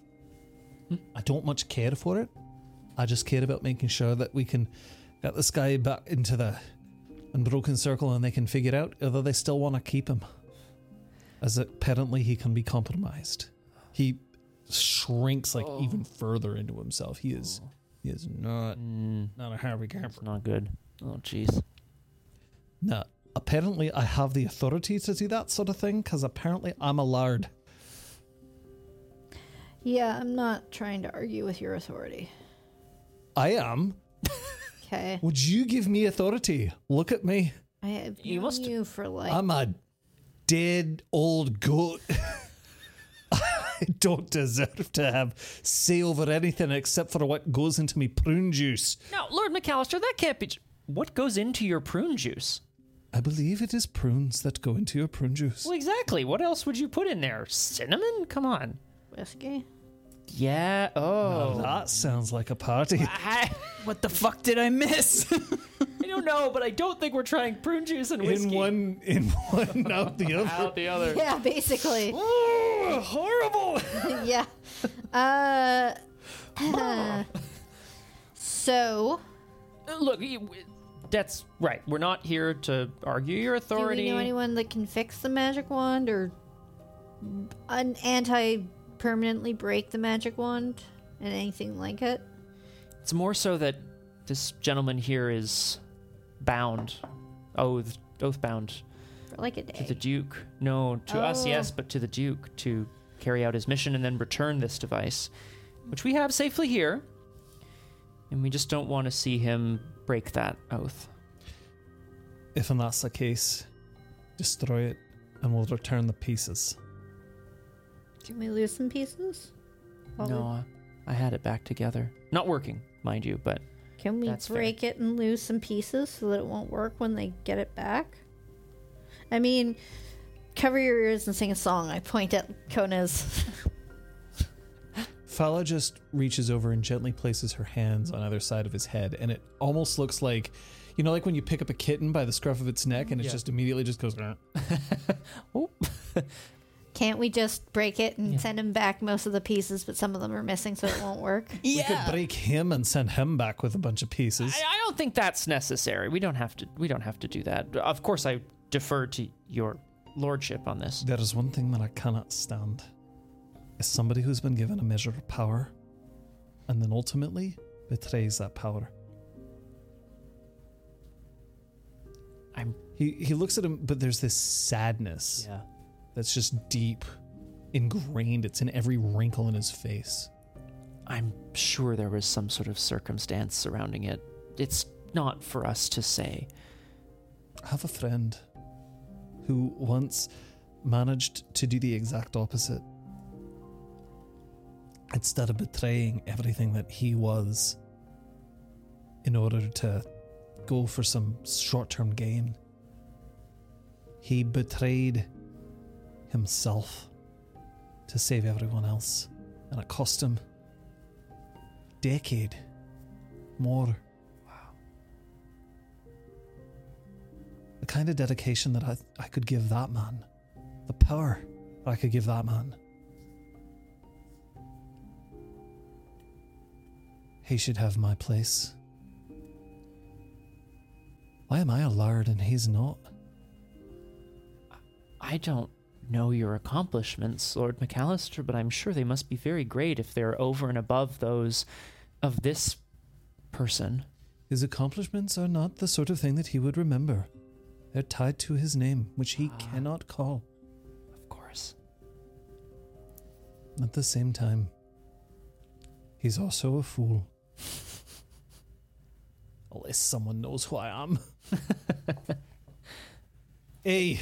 S3: I don't much care for it. I just care about making sure that we can get this guy back into the unbroken circle and they can figure out whether they still want to keep him. As apparently he can be compromised. He shrinks like even further into himself. He is
S1: Oh.
S3: he is not
S1: Mm,
S3: not a Harry Camper.
S1: it's not good. Oh, jeez.
S3: No. Apparently I have the authority to do that sort of thing, because apparently I'm a lard.
S2: Yeah, I'm not trying to argue with your authority.
S3: I am.
S2: Okay,
S3: Would you give me authority? Look at me.
S2: I have
S1: You
S2: known
S1: must- Um,
S2: you for like
S3: I'm a dead old goat. I don't deserve to have say over anything except for what goes into me prune juice.
S1: Now, Lord McAllister, that can't be. What goes into your prune juice?
S3: I believe it is prunes that go into your prune juice.
S1: Well, exactly. What else would you put in there? Cinnamon? Come on.
S2: whiskey.
S1: Yeah. Oh.
S3: That sounds like a party.
S5: Ah,
S1: I,
S4: what the fuck did I miss?
S1: I don't know, but I don't think we're trying prune juice and whiskey.
S3: In one, in one, out the other.
S1: out the other.
S2: Yeah, basically.
S1: Ooh, horrible.
S2: yeah. Uh, so,
S1: Uh, Look, you, that's right. We're not here to argue your
S2: do we
S1: authority.
S2: know anyone that can fix the magic wand or an anti permanently break the magic wand and anything like it?
S1: It's more so that this gentleman here is bound, oath, oath bound
S2: For like a
S1: to the
S2: day.
S1: Duke. No, to us,
S2: Oh.
S1: yes, but to the Duke to carry out his mission and then return this device, which we have safely here. And we just don't want to see him break that oath.
S3: If and that's the case, destroy it, and we'll return the pieces.
S2: Can we lose some pieces? While we-
S1: no, I- I had it back together. Not working, mind you, but
S2: Can we
S1: That's fair.
S2: break it and lose some pieces so that it won't work when they get it back? I mean, cover your ears and sing a song. I point at Kona's.
S3: Fala just reaches over and gently places her hands on either side of his head, and it almost looks like, you know, like when you pick up a kitten by the scruff of its neck, and it
S1: Yeah.
S3: just immediately just goes. "Grr."
S2: Can't we just break it and send him back most of the pieces, but some of them are missing, so it won't work?
S3: We could
S4: Yeah.
S3: break him and send him back with a bunch of pieces.
S1: I, I don't think that's necessary. We don't have to. We don't have to do that. Of course, I defer to your lordship on this.
S3: There is one thing that I cannot stand. Is somebody who's been given a measure of power and then ultimately betrays that power.
S1: I'm-
S3: he he looks at him, but there's this sadness
S1: Yeah.
S3: that's just deep, ingrained. It's in every wrinkle in his face.
S1: I'm sure there was some sort of circumstance surrounding it. It's not for us to say.
S3: I have a friend who once managed to do the exact opposite. Instead of betraying everything that he was in order to go for some short term gain, he betrayed himself to save everyone else. And it cost him decade more the kind of dedication that I, I could give that man, the power that I could give that man. He should have my place. Why am I a lord and he's not?
S1: I don't know your accomplishments, Lord McAllister, but I'm sure they must be very great if they're over and above those of this person.
S3: His accomplishments are not the sort of thing that he would remember. They're tied to his name, which he cannot call.
S1: Of course.
S3: At the same time, he's also a fool. Unless someone knows who I am. hey,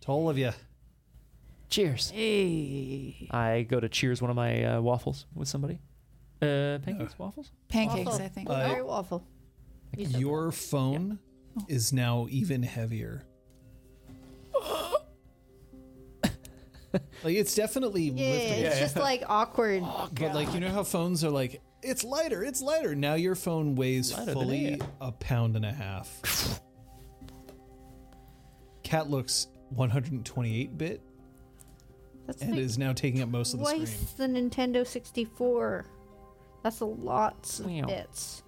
S3: to all of you.
S1: Cheers.
S5: Hey.
S1: I go to cheers one of my uh, waffles with somebody. Uh, pancakes, waffles.
S4: Pancakes,
S2: Waffle.
S4: I think.
S3: Uh,
S2: Very waffle. You said
S3: Your phone is now even heavier. like it's definitely
S2: Yeah,
S3: lifted,
S2: it's just like awkward.
S3: but like you know how phones are like it's lighter, it's lighter. Now your phone weighs
S1: Lighter than
S3: fully
S1: air.
S3: a pound and a half. Cat looks 128 bit
S2: That's
S3: and
S2: like
S3: is now taking up most of the screen.
S2: twice the Nintendo 64. That's a lot of
S1: Meow.
S2: bits.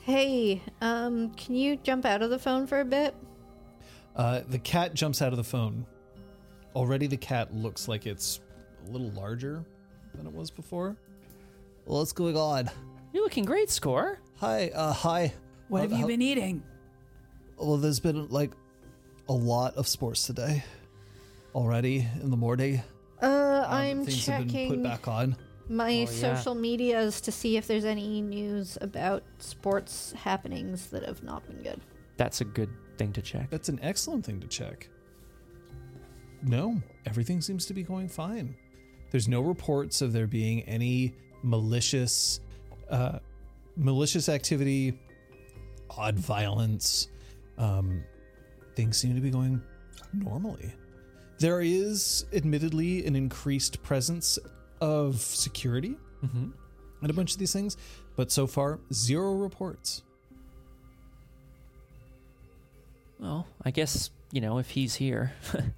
S2: Hey, um, can you jump out of the phone for a bit?
S3: Uh, the cat jumps out of the phone. Already, the cat looks like it's a little larger than it was before. What's going on?
S1: You're looking great, Score.
S3: Hi, uh, hi.
S5: What have
S3: Uh,
S5: you
S3: uh,
S5: been eating?
S3: Well, there's been like a lot of sports today already in the morning.
S2: Uh, I'm
S3: Um, Things have been put
S2: checking
S3: back Oh, on.
S2: my
S1: yeah.
S2: social medias to see if there's any news about sports happenings that have not been good.
S1: That's a good thing to check.
S3: That's an excellent thing to check. No, everything seems to be going fine. There's no reports of there being any malicious, uh, malicious activity, odd violence. Um, things seem to be going normally. There is, admittedly, an increased presence of security
S2: Mm-hmm.
S3: and a bunch of these things, but so far, zero reports.
S1: Well, I guess, you know, if he's here.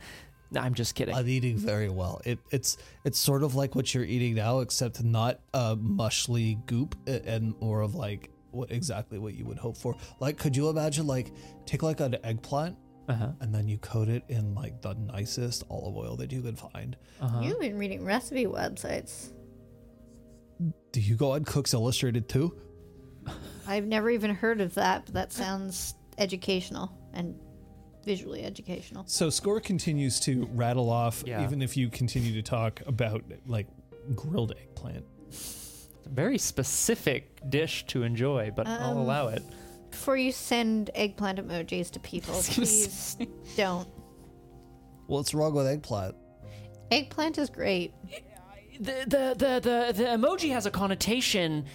S1: Nah, I'm just kidding.
S3: I'm eating very well. It, it's it's sort of like what you're eating now, except not a mushly goop a- and more of like what exactly what you would hope for. Like, could you imagine like take like an eggplant
S1: Uh-huh.
S3: and then you coat it in like the nicest olive oil that you could find?
S2: You've been reading recipe websites.
S3: Do you go on Cooks Illustrated too?
S2: I've never even heard of that, but that sounds educational and visually educational.
S3: So Score continues to rattle off,
S1: Yeah. even
S3: if you continue to talk about like grilled eggplant.
S1: Very specific dish to enjoy, but I'll allow it.
S2: Before you send eggplant emojis to people, please don't.
S3: What's wrong with eggplant?
S2: Eggplant is great.
S1: the the the the, the emoji has a connotation.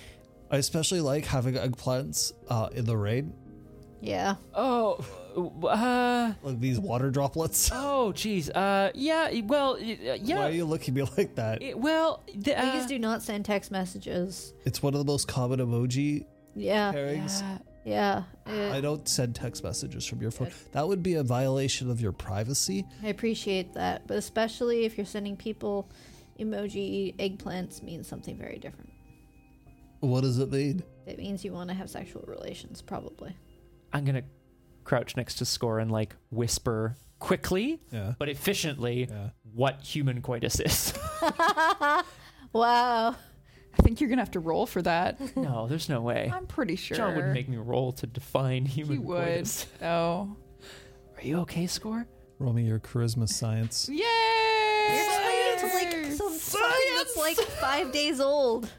S3: I especially like having eggplants uh, in the rain.
S2: Yeah.
S1: Oh, uh,
S3: Like these water droplets.
S1: oh, geez. Uh, yeah. Well, y- uh, yeah.
S3: Why are you looking at me like that?
S1: It- well, the, uh,
S2: Please do not send text messages.
S3: It's one of the most common emoji
S2: Yeah.
S3: pairings.
S2: Yeah.
S3: I
S2: Uh,
S3: don't send text messages from your phone. That would be a violation of your privacy.
S2: I appreciate that, but especially if you're sending people emoji eggplants means something very different.
S3: What does it mean?
S2: It means you want to have sexual relations, probably.
S1: I'm gonna crouch next to Score and like whisper quickly
S3: Yeah.
S1: but efficiently
S3: Yeah.
S1: what human coitus is.
S2: Wow.
S4: I think you're gonna have to roll for that.
S1: no, there's no way.
S4: I'm pretty sure.
S1: John would make me roll to define human
S4: he would.
S1: coitus.
S4: No.
S1: Are you okay, Score?
S3: Roll me your charisma science.
S4: Yay!
S2: You're talking like some something that's like five days old.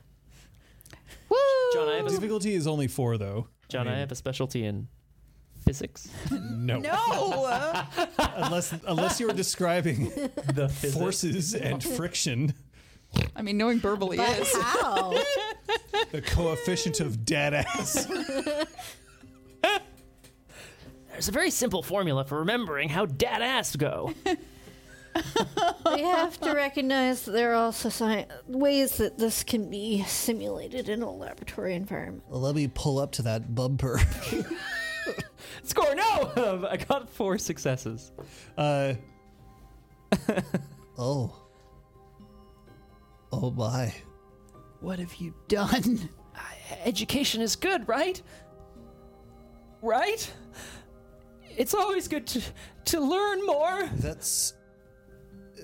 S4: Woo!
S1: John, I have a,
S3: Difficulty is only four, though.
S1: John, I have a specialty in physics.
S3: No.
S4: no.
S3: unless unless you're describing
S1: The physics.
S3: forces and friction,
S4: I mean, knowing verbally
S2: But
S4: is.
S2: how?
S3: the coefficient of dead ass.
S1: There's a very simple formula for remembering how dad ass go.
S2: we have to recognize that there are also sci- ways that this can be simulated in a laboratory environment.
S3: Let me pull up to that bumper.
S1: Score, no! I got four successes.
S3: Uh, oh. Oh my.
S5: What have you done?
S1: Education is good, right? Right? It's always good to to learn more.
S3: That's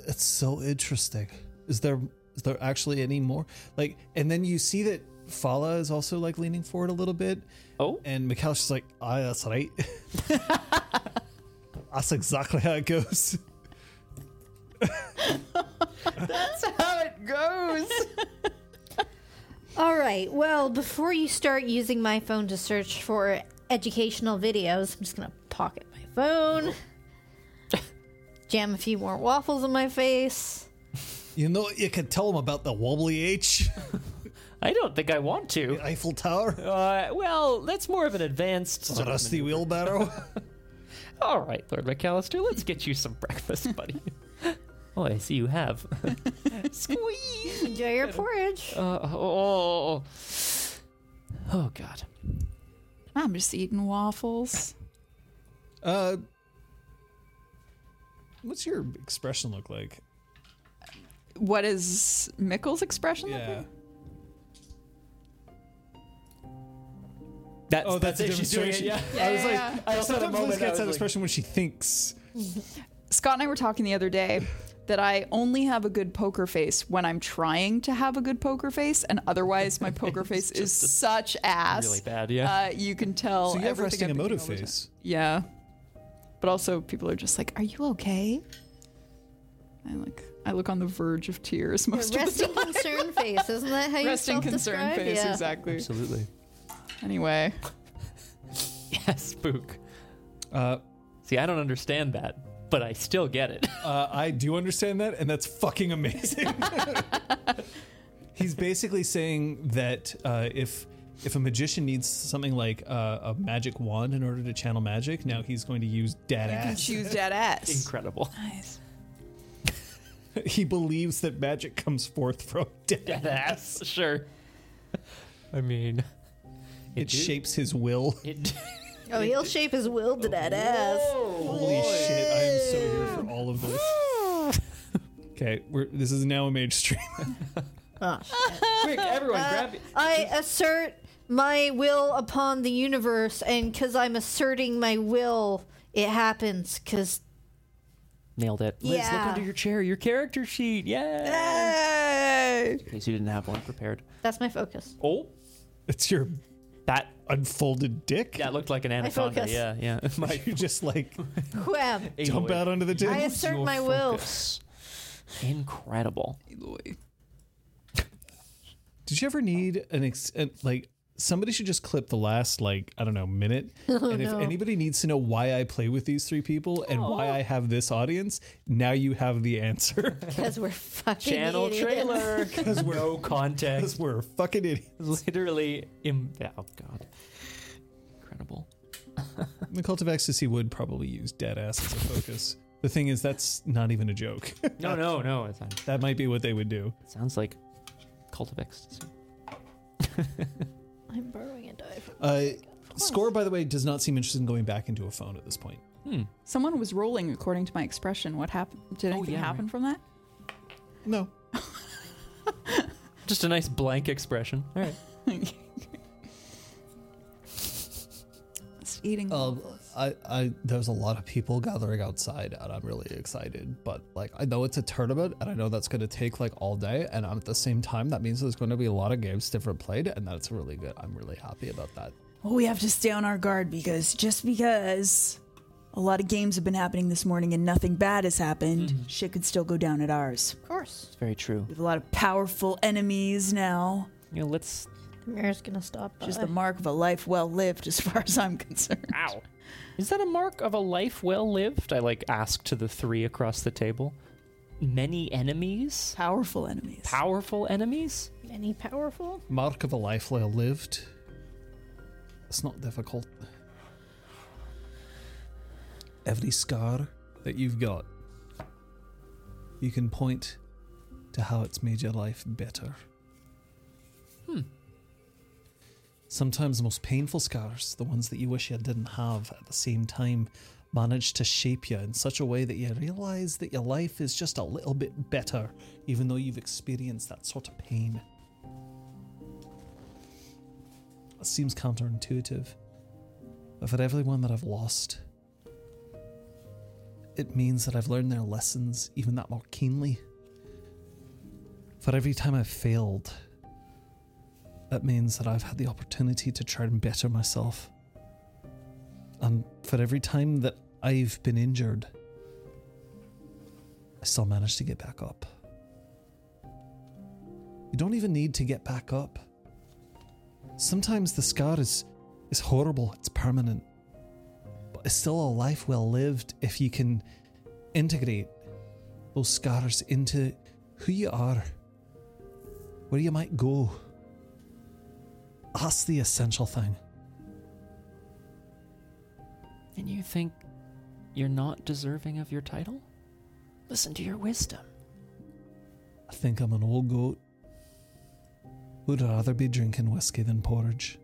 S3: that's so interesting. Is there is there actually any more? Like and then you see that Fala is also like leaning forward a little bit
S1: Oh,
S3: and Mikhail's just like, ah that's right. that's exactly how it goes.
S4: how it goes.
S2: All right. Well, before you start using my phone to search for educational videos, I'm just going to pocket my phone, jam a few more waffles in my face.
S3: You know you can tell him about the wobbly H
S1: I don't think I want to.
S3: Eiffel Tower.
S1: Uh, well, that's more of an advanced.
S3: The
S1: Sort of
S3: rusty
S1: maneuver.
S3: wheelbarrow.
S1: All right, Lord McAllister, let's get you some breakfast, buddy. oh, I see you have. Squeeze.
S2: Enjoy your porridge.
S1: Uh, oh, oh, God.
S4: I'm just eating waffles.
S3: Uh, what's your expression look like?
S4: What is Mickle's expression? look
S3: Yeah.
S4: like?
S1: That's,
S3: Oh, that's, a demonstration.
S4: Yeah.
S3: I was like,
S4: yeah.
S1: I also had a
S3: sometimes Liz
S1: moment, I
S3: gets
S1: was
S3: that
S1: like-
S3: expression when she thinks.
S4: Scott and I were talking the other day that I only have a good poker face when I'm trying to have a good poker face, and otherwise my poker face is such ass.
S1: Really bad, yeah.
S4: Uh, you can tell.
S1: Oh,
S3: So you have
S4: everything
S3: resting
S4: I'm thinking
S3: emotive
S4: all the time.
S3: face.
S4: Yeah. But also, people are just like, "Are you okay?" I like, I look on the verge of tears most of the
S2: Resting
S4: time.
S2: concern face. Isn't that how you
S4: Resting concern
S2: self-describe?
S4: face,
S2: Yeah.
S4: exactly.
S1: Absolutely.
S4: Anyway,
S1: Yeah, spook.
S3: Uh,
S1: See, I don't understand that, but I still get it.
S3: uh, I do understand that, and that's fucking amazing. He's basically saying that uh, if if a magician needs something like uh, a magic wand in order to channel magic, now he's going to use dead
S4: you
S3: ass.
S4: choose dead ass.
S1: Incredible.
S4: Nice.
S3: He believes that magic comes forth from dead.
S1: Dead ass, sure. I mean,
S3: It shapes his will.
S1: It,
S2: Oh, he'll shape his will to that ass.
S3: Holy shit, I am so here for all of this. Okay, we're this is now a mage stream.
S2: Oh,
S1: quick, everyone, grab it.
S2: I assert my will upon the universe, and because I'm asserting my will, it happens. Because
S1: Nailed it. Liz, look
S2: Yeah. Ah.
S1: under your chair. Your character sheet. Yeah. In
S4: Hey!
S1: case you didn't have one prepared.
S2: that's my focus.
S1: Oh,
S3: It's your
S1: that
S3: unfolded dick.
S1: that looked like an anaconda.
S2: focus.
S1: Yeah, yeah.
S3: Like you just like
S2: Wham.
S3: dump out onto the
S2: I
S3: table.
S2: assert my will.
S1: will. Incredible.
S4: Eloy.
S3: Did you ever need an, ex- an like somebody should just clip the last like I don't know minute. and if anybody needs to know why I play with these three people and why I have this audience, now you have the answer.
S2: Because we're fucking
S1: Channel
S2: idiots.
S1: trailer. Because we're no
S3: Because
S1: context.
S3: we're fucking idiots.
S1: Literally. Im- yeah, oh god. Incredible.
S3: The cult of ecstasy would probably use dead ass as a focus. the thing is, that's not even a joke.
S1: No, no, no. It's not.
S3: that might be what they would do.
S1: It sounds like cult of ecstasy.
S2: I'm borrowing a die from
S3: Uh, Score, by the way, does not seem interested in going back into a phone at this point.
S1: Hmm.
S4: Someone was rolling according to my expression. What happened? Did
S1: Oh,
S4: anything
S1: yeah,
S4: happen from that?
S3: No.
S1: Just a nice blank expression. All right.
S4: Just eating.
S3: Um, I, I, there's a lot of people gathering outside, and I'm really excited. But like, I know it's a tournament, and I know that's going to take like all day. And at the same time, that means there's going to be a lot of games different played, and that's really good. I'm really happy about that.
S5: Well, we have to stay on our guard because just because a lot of games have been happening this morning and nothing bad has happened, shit could still go down at ours.
S2: Of course.
S1: It's very true.
S5: We have a lot of powerful enemies now.
S1: You know, let's.
S2: The mirror's gonna stop.
S5: Just
S2: by.
S5: the mark of a life well lived, as far as I'm concerned.
S1: Ow. Is that a mark of a life well lived? I like asked to the three across the table. Many enemies?
S5: Powerful enemies.
S1: Powerful enemies?
S2: Any powerful?
S3: Mark of a life well lived. It's not difficult. Every scar that you've got, you can point to how it's made your life better. Hmm. Sometimes the most painful scars, the ones that you wish you didn't have at the same time, manage to shape you in such a way that you realize that your life is just a little bit better, even though you've experienced that sort of pain. It seems counterintuitive. But for everyone that I've lost, it means that I've learned their lessons even that more keenly. For every time I've failed, that means that I've had the opportunity to try and better myself. And for every time that I've been injured, I still managed to get back up. You don't even need to get back up. Sometimes the scar is is horrible, it's permanent. But it's still a life well lived if you can integrate those scars into who you are, where you might go. That's the essential thing.
S1: And you think you're not deserving of your title? Listen to your wisdom.
S3: I think I'm an old goat. Would rather be drinking whiskey than porridge.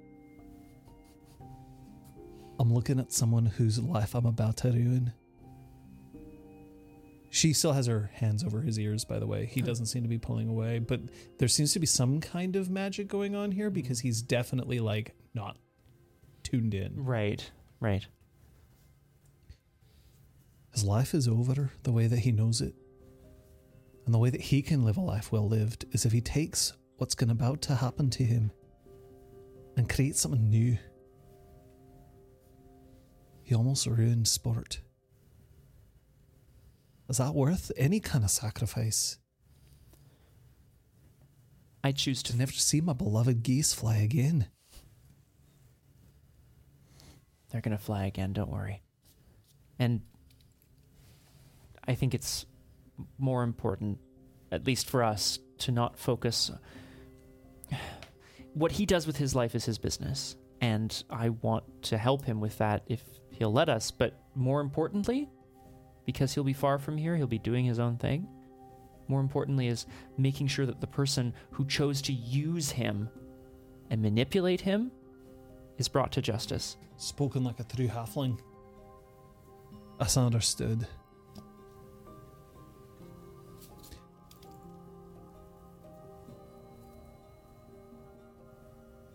S3: I'm looking at someone whose life I'm about to ruin. She still has her hands over his ears, by the way. He doesn't seem to be pulling away, but there seems to be some kind of magic going on here because he's definitely like not tuned in.
S1: Right, right.
S3: His life is over the way that he knows it. And the way that he can live a life well lived is if he takes what's going about to happen to him and creates something new. He almost ruined sport. Is that worth any kind of sacrifice?
S1: I choose to.
S3: To never see my beloved geese fly again.
S1: They're gonna fly again, don't worry. And I think it's more important, at least for us, to not focus. What he does with his life is his business, and I want to help him with that if he'll let us. But more importantly, because he'll be far from here, he'll be doing his own thing. More importantly, is making sure that the person who chose to use him and manipulate him is brought to justice.
S3: Spoken like a true halfling. That's understood.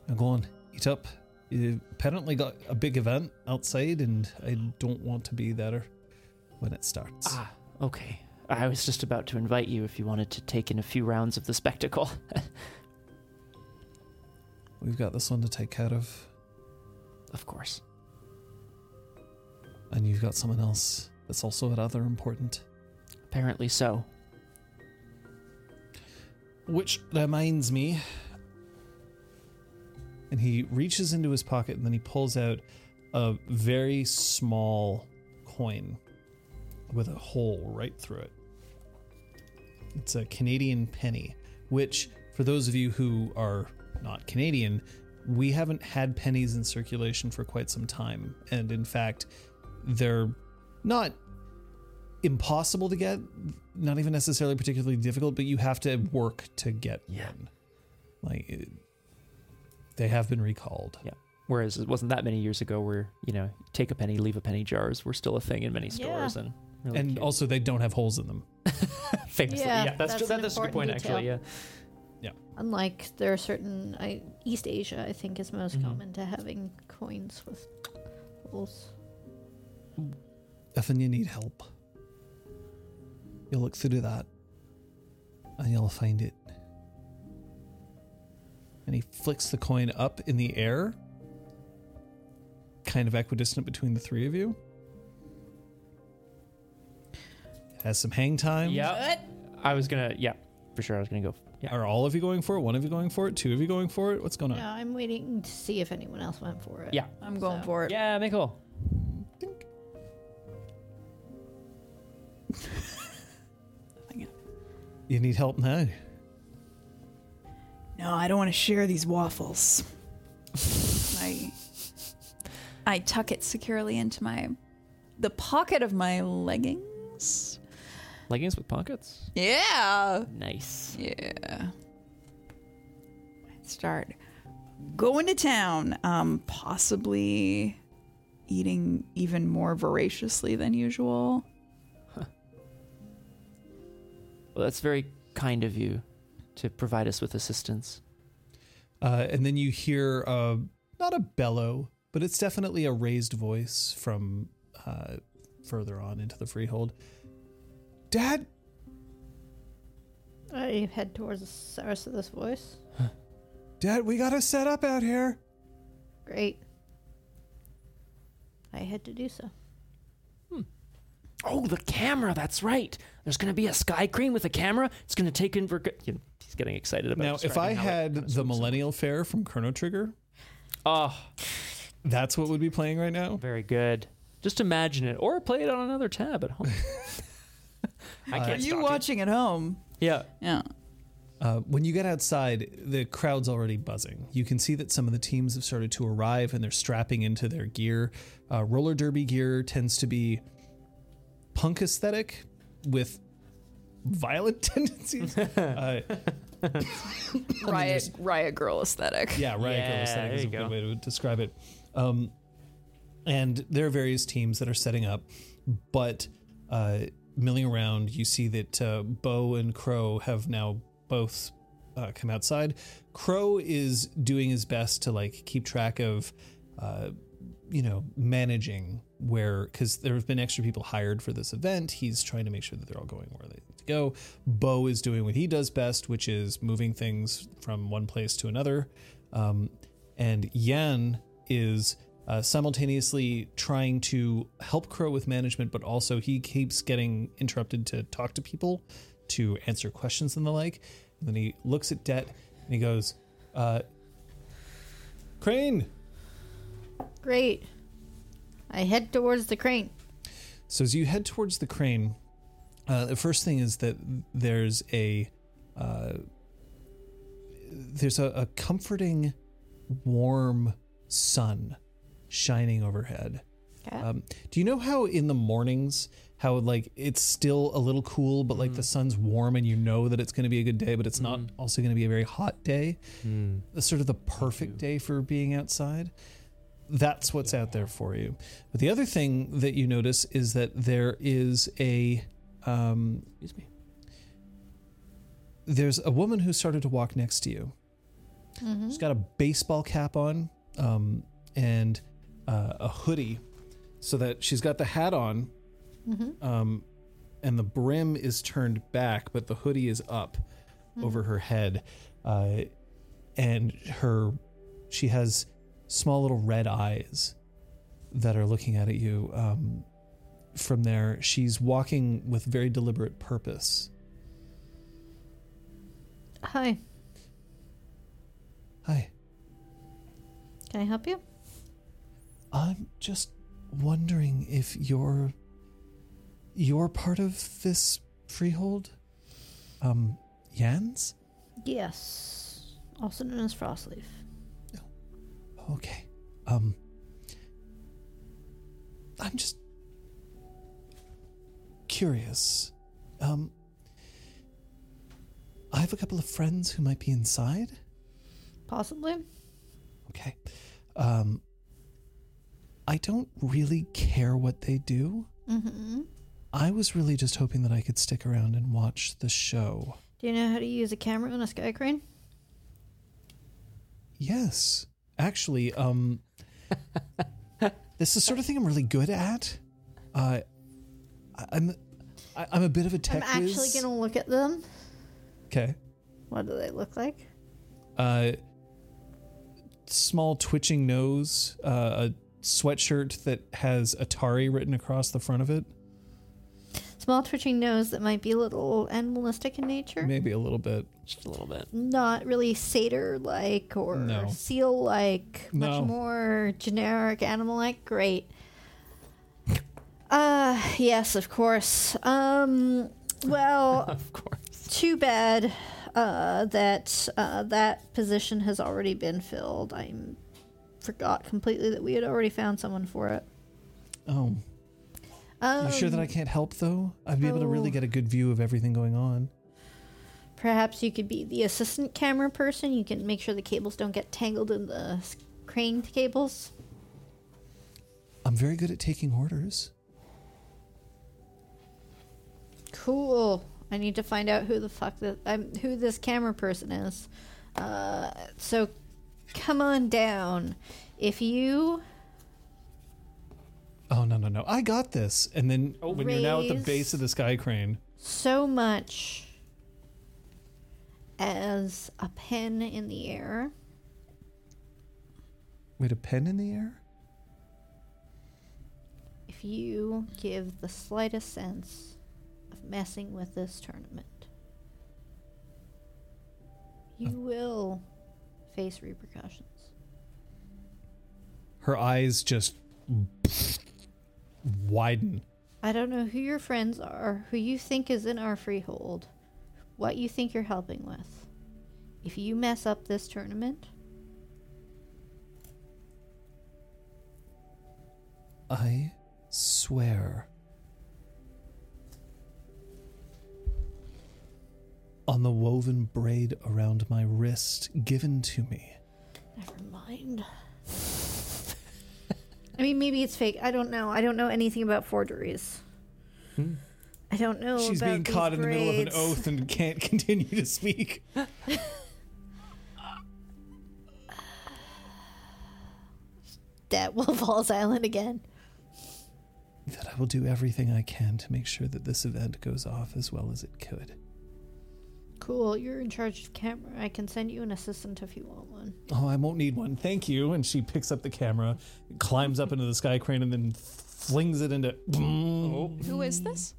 S3: Now go on, eat up. You apparently got a big event outside, and I don't want to be there when it starts.
S1: Ah, okay. I was just about to invite you if you wanted to take in a few rounds of the spectacle.
S3: We've got this one to take care of,
S1: of course.
S3: and you've got someone else that's also rather important.
S1: Apparently so.
S3: Which reminds me. And he reaches into his pocket and then he pulls out a very small coin with a hole right through it. It's a Canadian penny, which, for those of you who are not Canadian, we haven't had pennies in circulation for quite some time. And in fact, they're not impossible to get, not even necessarily particularly difficult, but you have to work to get
S1: Yeah.
S3: one. Like, it, they have been recalled.
S1: Yeah. Whereas it wasn't that many years ago where, you know, take a penny, leave a penny jars were still a thing in many stores and really
S3: And
S1: cute.
S3: also, they don't have holes in them.
S1: famously.
S2: Yeah,
S1: Yeah, that's,
S2: that's
S1: true. That,
S2: an
S1: that's a good point,
S2: important
S1: actually. Yeah.
S2: detail. Unlike there are certain I, East Asia, I think is
S1: Mm-hmm.
S2: most common to having coins with holes.
S3: If you need help, you'll look through that and you'll find it. And he flicks the coin up in the air, kind of equidistant between the three of you. It has some hang time.
S1: Yeah. I was going to, yeah, for sure. I was going to go. Yeah.
S3: Are all of you going for it? One of you going for it? Two of you going for it? What's going on?
S2: Yeah, I'm waiting to see if anyone else went for it.
S1: Yeah.
S4: I'm going
S2: So-
S4: for it.
S1: Yeah, make a hole.
S3: You need help now.
S5: No, I don't want to share these waffles.
S4: I I tuck it securely into my the pocket of my leggings.
S1: Leggings with pockets.
S4: Yeah.
S1: Nice.
S4: Yeah. Start going to town. Um, possibly eating even more voraciously than usual.
S1: Well, that's very kind of you to provide us with assistance.
S3: Uh, and then you hear uh, not a bellow, but it's definitely a raised voice from uh, further on into the freehold. Dad,
S2: I head towards the source of this voice.
S3: Dad, we gotta set up out here.
S2: Great. I had to do so.
S1: Oh, the camera. That's right. There's going to be a sky crane with a camera. It's going to take in. For, he's getting excited about
S3: Now, if I
S1: describing how it
S3: had
S1: kinda
S3: the
S1: swoops in.
S3: Millennial Fair from Chrono Trigger,
S1: Oh,
S3: that's what would be playing right now.
S1: very good. Just imagine it, or play it on another tab at home. I can't.
S4: Are you
S1: stop you.
S4: watching at home?
S1: Yeah.
S4: Yeah.
S3: Uh, when you get outside, the crowd's already buzzing. You can see that some of the teams have started to arrive and they're strapping into their gear. Uh, roller derby gear tends to be punk aesthetic with violent tendencies. uh,
S4: Riot, riot girl aesthetic.
S3: yeah, riot
S1: Yeah,
S3: girl aesthetic
S1: there
S3: is a
S1: you go.
S3: good way to describe it. Um, and there are various teams that are setting up, but uh, milling around, you see that uh, Bo and Crow have now both uh, come outside. Crow is doing his best to like keep track of, uh, you know, managing where because there have been extra people hired for this event. He's trying to make sure that they're all going where they need to go. Bo is doing what he does best, which is moving things from one place to another. Um, and Yan is uh, simultaneously trying to help Crow with management, but also he keeps getting interrupted to talk to people, to answer questions and the like. And then he looks at Det and he goes, uh, "Crane."
S2: Great. I head towards the crane.
S3: So as you head towards the crane, uh, the first thing is that there's a uh, there's a, a comforting, warm sun shining overhead.
S1: Uh,
S2: Okay.
S3: Um, do you know how in the mornings, how like it's still a little cool, but like the sun's warm and you know that it's going to be a good day, but it's not also going to be a very hot day? That's sort of the perfect day for being outside. That's what's out there for you. But the other thing that you notice is that there is a um,
S1: Excuse me.
S3: there's a woman who started to walk next to you.
S2: Mm-hmm.
S3: She's got a baseball cap on um, and uh, a hoodie, so that she's got the hat on, um, and the brim is turned back, but the hoodie is up over her head, uh, and her she has small little red eyes that are looking out at you. Um, from there, she's walking with very deliberate purpose.
S2: Hi.
S3: Hi.
S2: Can I help you?
S3: I'm just wondering if you're you're part of this freehold, um, Yans.
S2: Yes. Also known as Frostleaf.
S3: Okay. Um I'm just curious. Um I have a couple of friends who might be inside.
S2: Possibly.
S3: Okay. Um I don't really care what they do.
S2: Mm-hmm.
S3: I was really just hoping that I could stick around and watch the show.
S2: Do you know how to use a camera on a sky crane?
S3: Yes. Actually, um this is the sort of thing I'm really good at. Uh I- I'm I- I'm a bit of a tech
S2: I'm actually
S3: whiz.
S2: gonna look at them.
S3: Okay.
S2: What do they look like?
S3: Uh small twitching nose, uh, a sweatshirt that has Atari written across the front of it.
S2: Small twitching nose that might be a little animalistic in nature.
S3: Maybe a little bit.
S1: Just a little bit.
S2: Not really satyr like or
S3: No.
S2: seal like.
S3: No.
S2: Much more generic animal like. Great. Uh, yes, of course. Um, well,
S1: Of course.
S2: too bad uh, that uh, that position has already been filled. I forgot completely that we had already found someone for it.
S3: Oh,
S2: Um,
S3: you sure that I can't help though? I'd be able to really
S2: oh.
S3: get a good view of everything going on.
S2: Perhaps you could be the assistant camera person. You can make sure the cables don't get tangled in the s- crane cables.
S3: I'm very good at taking orders.
S2: Cool. I need to find out who the fuck that I'm, who this camera person is. Uh, so, come on down. If you
S3: Oh no no no! I got this. And then
S1: Oh.
S3: when you're now at the
S2: Raise-
S3: base of the sky crane,
S2: so much as a pen in the air.
S3: wait, a pen in the air?
S2: If you give the slightest sense of messing with this tournament, you will face repercussions.
S3: Her eyes just widen.
S2: I don't know who your friends are, who you think is in our freehold, what you think you're helping with. If you mess up this tournament,
S3: I swear. On the woven braid around my wrist given to me.
S2: never mind. I mean, maybe it's fake. I don't know. I don't know anything about forgeries. I don't know.
S3: Hmm. She's
S2: about
S3: being
S2: these
S3: caught in the middle of an
S2: braids.
S3: oath and can't continue to speak.
S2: That will fall silent again.
S3: That I will do everything I can to make sure that this event goes off as well as it could.
S2: Cool, you're in charge of camera. I can send you an assistant if you want one.
S3: Oh, I won't need one. Thank you. And she picks up the camera, climbs up into the sky crane, and then flings it into.
S4: Who is this?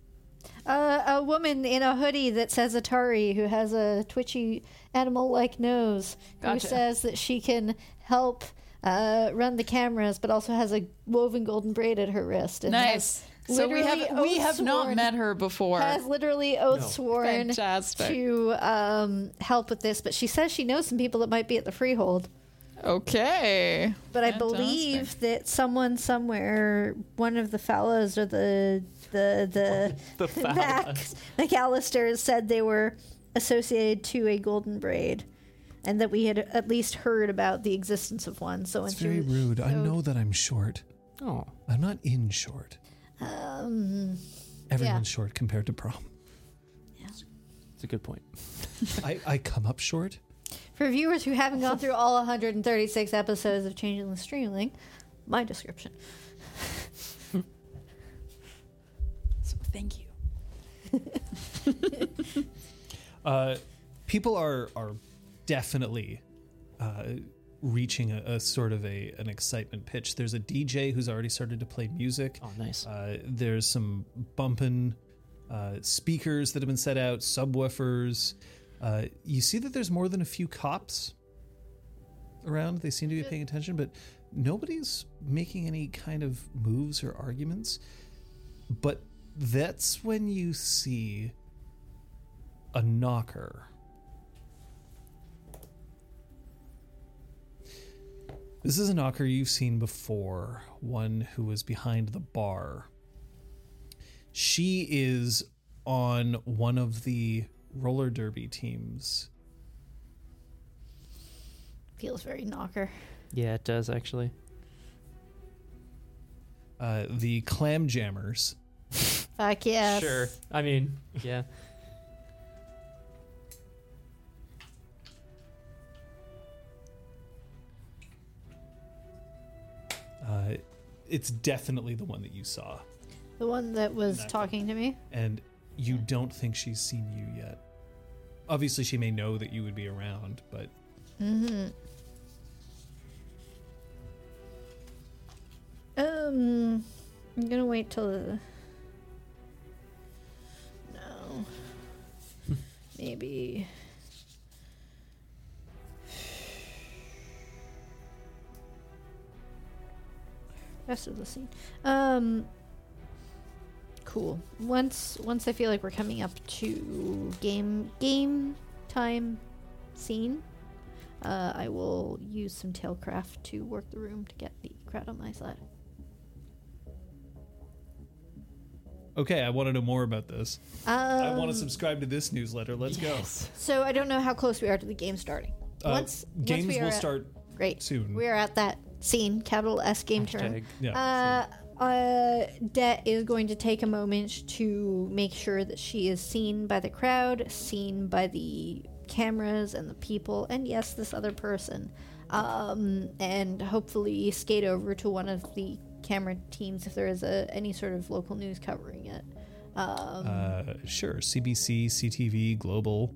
S2: Uh, a woman in a hoodie that says Atari, who has a twitchy animal-like nose,
S4: Gotcha.
S2: who says that she can help uh, run the cameras, but also has a woven golden braid at her wrist. And
S4: Nice.
S2: has
S4: So we
S2: literally
S4: have we
S2: oath
S4: have not
S2: sworn-
S4: met her before.
S2: Has literally oath sworn
S4: Fantastic.
S2: to um, help with this, but she says she knows some people that might be at the Freehold.
S4: Okay.
S2: But I
S4: Fantastic.
S2: believe that someone somewhere, one of the fellows or the the the
S1: The
S2: Mac, McAllisters said they were associated to a golden braid, and that we had at least heard about the existence of one. So
S3: It's
S2: when
S3: very
S2: she was-
S3: rude. I
S2: so-
S3: know that I'm short.
S1: Oh.
S3: I'm not in short.
S2: Um,
S3: Everyone's short compared to prom.
S1: It's a good point.
S3: I, I come up short.
S2: for viewers who haven't gone through all 136 episodes of Changing the Streamlink, my description.
S7: So thank you.
S3: Uh, people are are definitely uh, reaching a, a sort of a an excitement pitch. There's a DJ who's already started to play music.
S1: Oh, nice.
S3: Uh, there's some bumping uh, speakers that have been set out, subwoofers. Uh, you see that there's more than a few cops around. They seem to be paying attention, but nobody's making any kind of moves or arguments. But that's when you see a knocker. This is an Ocker you've seen before, one who was behind the bar. She is on one of the roller derby teams.
S2: Feels very knocker.
S1: Yeah, it does actually.
S3: Uh, the Clam Jammers.
S2: Fuck yes.
S1: Sure. I mean, yeah.
S3: Uh, it's definitely the one that you saw,
S2: The one that was
S3: Knocker.
S2: talking to me.
S3: and you don't think she's seen you yet. Obviously, she may know that you would be around, but
S2: Um, I'm gonna wait till the. No. Maybe. Rest of the scene. Um. Cool. Once once I feel like we're coming up to game game time scene, uh, I will use some tailcraft to work the room to get the crowd on my side.
S3: okay, I want to know more about this.
S2: Um,
S3: I want to subscribe to this newsletter. Let's
S2: So I don't know how close we are to the game starting.
S3: go. Uh,
S2: once once
S3: games
S2: we are
S3: will
S2: at-
S3: start
S2: great
S3: soon.
S2: We are at that scene, capital S game turn.
S1: Hashtag.
S3: Yeah.
S2: Uh, uh, Det is going to take a moment to make sure that she is seen by the crowd, seen by the cameras and the people, and yes, this other person. Um, and hopefully skate over to one of the camera teams if there is a, any sort of local news covering it.
S3: uh, sure, CBC, CTV, Global.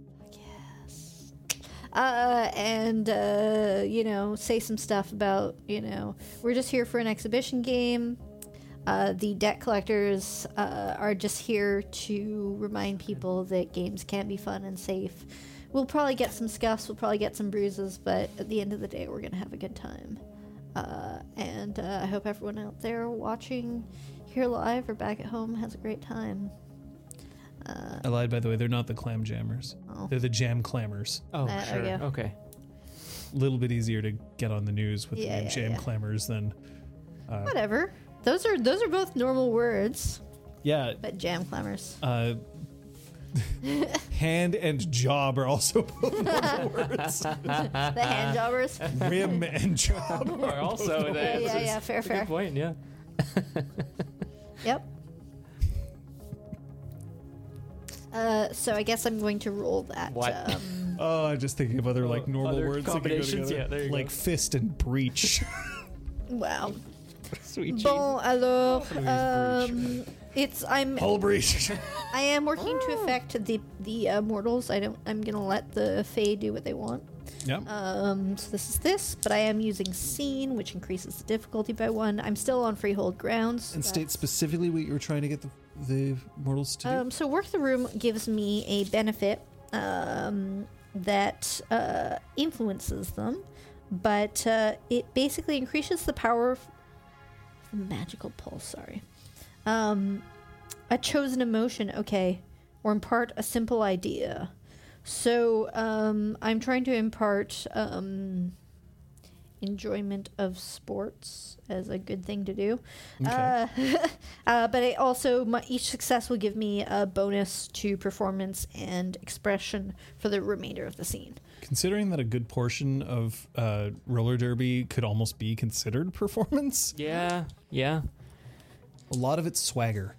S2: uh, and uh, you know say some stuff about you know we're just here for an exhibition game uh, the debt collectors uh, are just here to remind people that games can be fun and safe we'll probably get some scuffs we'll probably get some bruises but at the end of the day we're gonna have a good time uh, and uh, i hope everyone out there watching here live or back at home has a great time Uh.
S3: I lied, by the way. They're not the clam jammers.
S2: Oh.
S3: They're the jam clammers.
S1: Oh,
S2: Uh, There
S1: sure.
S2: we go.
S1: Okay.
S3: A little bit easier to get on the news with
S2: Yeah,
S3: the name
S2: yeah,
S3: jam
S2: yeah.
S3: clammers than. uh,
S2: whatever those are those are both normal words
S3: Yeah.
S2: but jam clammers
S3: Uh, hand and job are also both normal words.
S2: the hand jobbers
S3: Rim and job.
S1: Or Oh, also,
S2: Yeah,
S1: that's
S2: yeah, yeah, fair,
S1: a good
S2: fair.
S1: point. Yeah.
S2: Yep. Uh, so I guess I'm going to roll that.
S1: What?
S2: Um,
S3: Oh, I'm just thinking of other like normal
S1: Other
S3: words that can go
S1: combinations,
S3: together.
S1: yeah, there you
S3: like
S1: go.
S3: fist and breach.
S2: wow.
S1: Sweet
S2: Bon, alors, um, it's I'm
S3: Hull breach.
S2: I am working to affect the the uh, mortals. I don't. I'm gonna let the fae do what they want.
S3: yep.
S2: Um, so this is this, but I am using scene, which increases the difficulty by one. I'm still on freehold grounds.
S3: and
S2: so
S3: state specifically what you were trying to get the, the mortals to do.
S2: Um, so work the room gives me a benefit um, that uh, influences them, but uh, it basically increases the power of the magical pulse. Sorry, um, a chosen emotion. Okay, or impart a simple idea. So um, I'm trying to impart um, enjoyment of sports as a good thing to do. Uh, uh, but it also, my, each success will give me a bonus to performance and expression for the remainder of the scene.
S3: Considering that a good portion of uh, roller derby could almost be considered performance,
S1: Yeah. Yeah.
S3: a lot of it's swagger.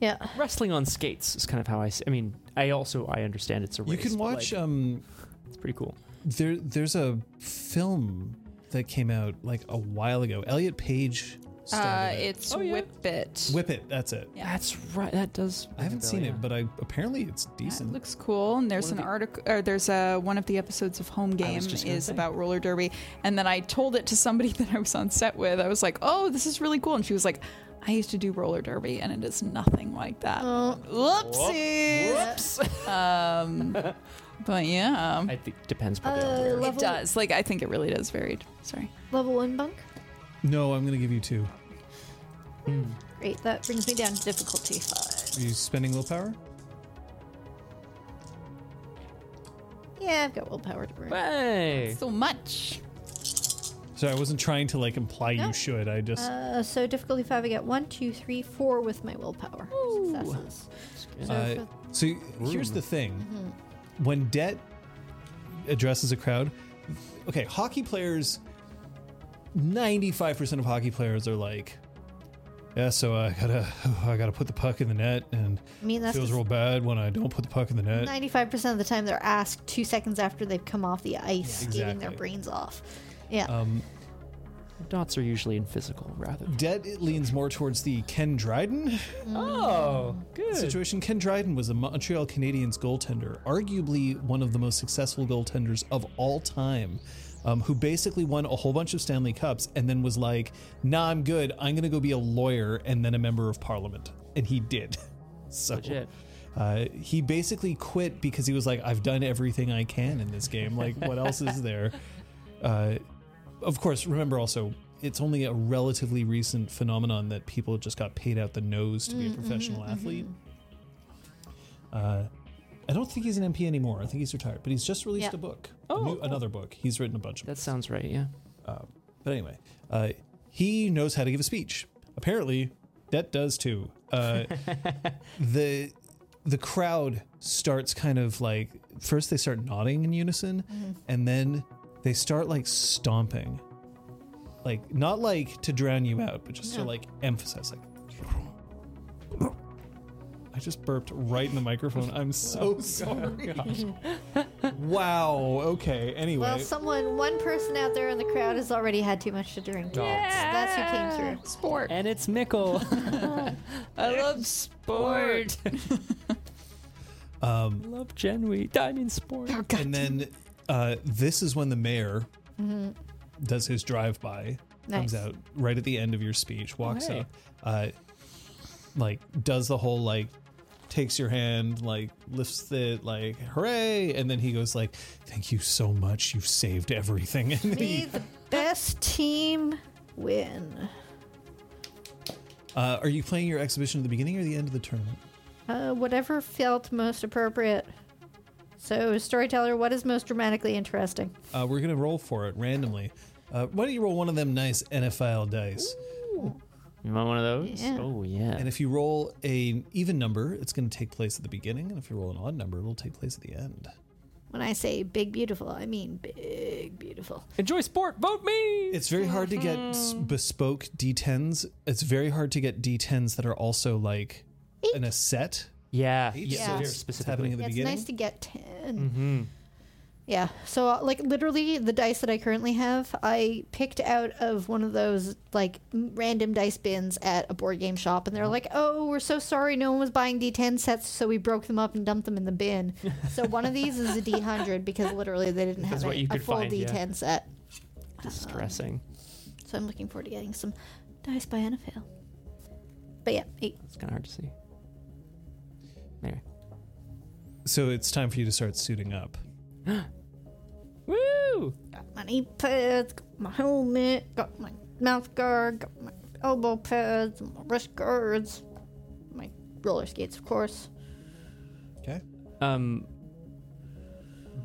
S2: Yeah.
S1: Wrestling on skates is kind of how I. s- I mean, I also I understand it's a
S3: You
S1: race.
S3: can
S1: but, like,
S3: watch. Um,
S1: it's pretty cool.
S3: there, there's a film that came out like a while ago. Elliot Page
S4: Uh,
S3: started it.
S4: it's
S1: Oh, yeah.
S4: Whip It.
S3: Whip it. That's it.
S4: Yeah.
S1: That's right. That does.
S3: I haven't seen it,
S1: but.
S3: but I apparently it's
S4: Yeah,
S3: decent.
S4: it looks cool, and there's
S1: One of
S4: an
S1: the-
S4: article, or there's a one of the episodes of Home Game
S1: just gonna
S4: is
S1: say.
S4: about roller derby, and then I told it to somebody that I was on set with. I was like, "Oh, this is really cool," and she was like, "I used to do roller derby, and it is nothing like that."
S2: Oh.
S4: Whoopsies.
S1: Whoops.
S4: Um, but yeah,
S1: I think depends probably on
S2: Uh,
S1: where.
S4: it
S2: level,
S4: does. Like, I think it really does varied. Sorry.
S2: level one bunk.
S3: No, I'm gonna give you two.
S2: Great. That brings me down to difficulty five.
S3: Are you spending willpower?
S2: Yeah, I've got willpower to burn.
S1: Hey.
S4: So much.
S3: Sorry, I wasn't trying to like imply
S2: No.
S3: you should. I just
S2: Uh, so difficulty five, I get one, two, three, four with my willpower successes. So
S3: Uh,
S2: for-
S3: so here's the thing: when Det addresses a crowd, okay, hockey players. Ninety-five percent of hockey players are like, "Yeah, so I gotta, I gotta put the puck in the net, and
S2: I mean, that's
S3: feels real bad when I don't put the puck in the net."
S2: ninety-five percent of the time they're asked two seconds after they've come off the ice, eating their
S3: Exactly. Um,
S2: brains off. Yeah,
S1: Dots are usually in physical rather. than-
S3: Det leans more towards the Ken Dryden
S1: Oh, good.
S3: situation. Ken Dryden was a Montreal Canadiens goaltender, arguably one of the most successful goaltenders of all time, um, who basically won a whole bunch of Stanley Cups and then was like, nah, I'm good. I'm going to go be a lawyer and then a member of parliament. And he did. So
S1: Legit.
S3: Uh, he basically quit because he was like, I've done everything I can in this game. Like, what else is there? Uh, of course, remember also, it's only a relatively recent phenomenon that people just got paid out the nose to be a
S1: Mm,
S2: Mm-hmm,
S1: mm-hmm,
S3: professional athlete. Uh, I don't think he's an MP anymore. I think he's retired, but he's just released
S2: Yeah.
S3: a book, a
S1: Oh,
S3: new-
S1: cool.
S3: another book. He's written a bunch of
S1: That sounds right. Yeah.
S3: Um, but anyway, uh, he knows how to give a speech. Apparently, Det does too. Uh, the the crowd starts kind of like first they start nodding in unison, and then they start like stomping, like not like to drown you out, but just to
S2: No.
S3: like emphasize like. I just burped right in the microphone. I'm so sorry. wow. Okay. Anyway.
S2: well, someone, one person out there in the crowd has already had too much to drink. That's who came through.
S4: Sport.
S1: And it's Mickle.
S4: I love sport.
S1: I love Genwe. I mean, sport.
S3: and then uh, this is when the mayor does his drive by,
S2: Nice.
S3: comes out right at the end of your speech, walks
S1: hey.
S3: up, uh, like does the whole like takes your hand, like lifts it, like hooray, and then he goes like, "Thank you so much, you've saved everything." And then
S2: Be
S3: he,
S2: the best team win.
S3: uh, are you playing your exhibition at the beginning or the end of the tournament?
S2: Uh, whatever felt most appropriate. So, storyteller, what is most dramatically interesting?
S3: Uh, we're gonna roll for it randomly. Uh, why don't you roll one of them nice NFL dice?
S1: You want one of those?
S2: Yeah.
S1: Oh yeah.
S3: And if you roll an even number, it's going to take place at the beginning. And if you roll an odd number, it'll take place at the end.
S2: When I say big beautiful, I mean big beautiful.
S1: Enjoy sport. Vote me.
S3: It's very hard to get s- bespoke D10s. It's very hard to get D10s that are also like in a set.
S1: Yeah.
S3: Eight,
S2: Yeah.
S3: So
S1: Very
S3: it's- it's
S1: specifically.
S3: happening at the
S2: Yeah, it's
S3: beginning.
S2: nice to get 10.
S1: Mm-hmm.
S2: Yeah. So, uh, like, literally, the dice that I currently have, I picked out of one of those, like, m- random dice bins at a board game shop. And they're like, oh, we're so sorry. No one was buying D10 sets. So we broke them up and dumped them in the bin. so one of these is a D100 because literally they didn't
S1: That's
S2: have
S1: what
S2: a,
S1: you
S2: a
S1: could
S2: full
S1: find, yeah.
S2: D10 set.
S1: Distressing.
S2: So I'm looking forward to getting some dice by NFL. But yeah, eight.
S1: It's kind of hard to see. There.
S3: so it's time for you to start suiting up.
S1: Woo!
S2: got my knee pads, got my helmet, got my mouth guard, got my elbow pads, my wrist guards, my roller skates, of course.
S3: Okay.
S1: Um,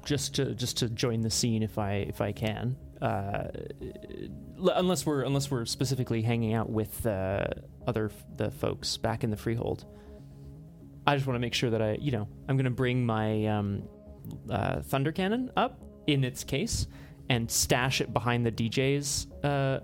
S1: just to just to join the scene, if I if I can, uh, l- unless we're unless we're specifically hanging out with uh, other f- the folks back in the freehold. I just want to make sure that I, you know, I'm going to bring my um, uh, thunder cannon up in its case and stash it behind the DJ's uh,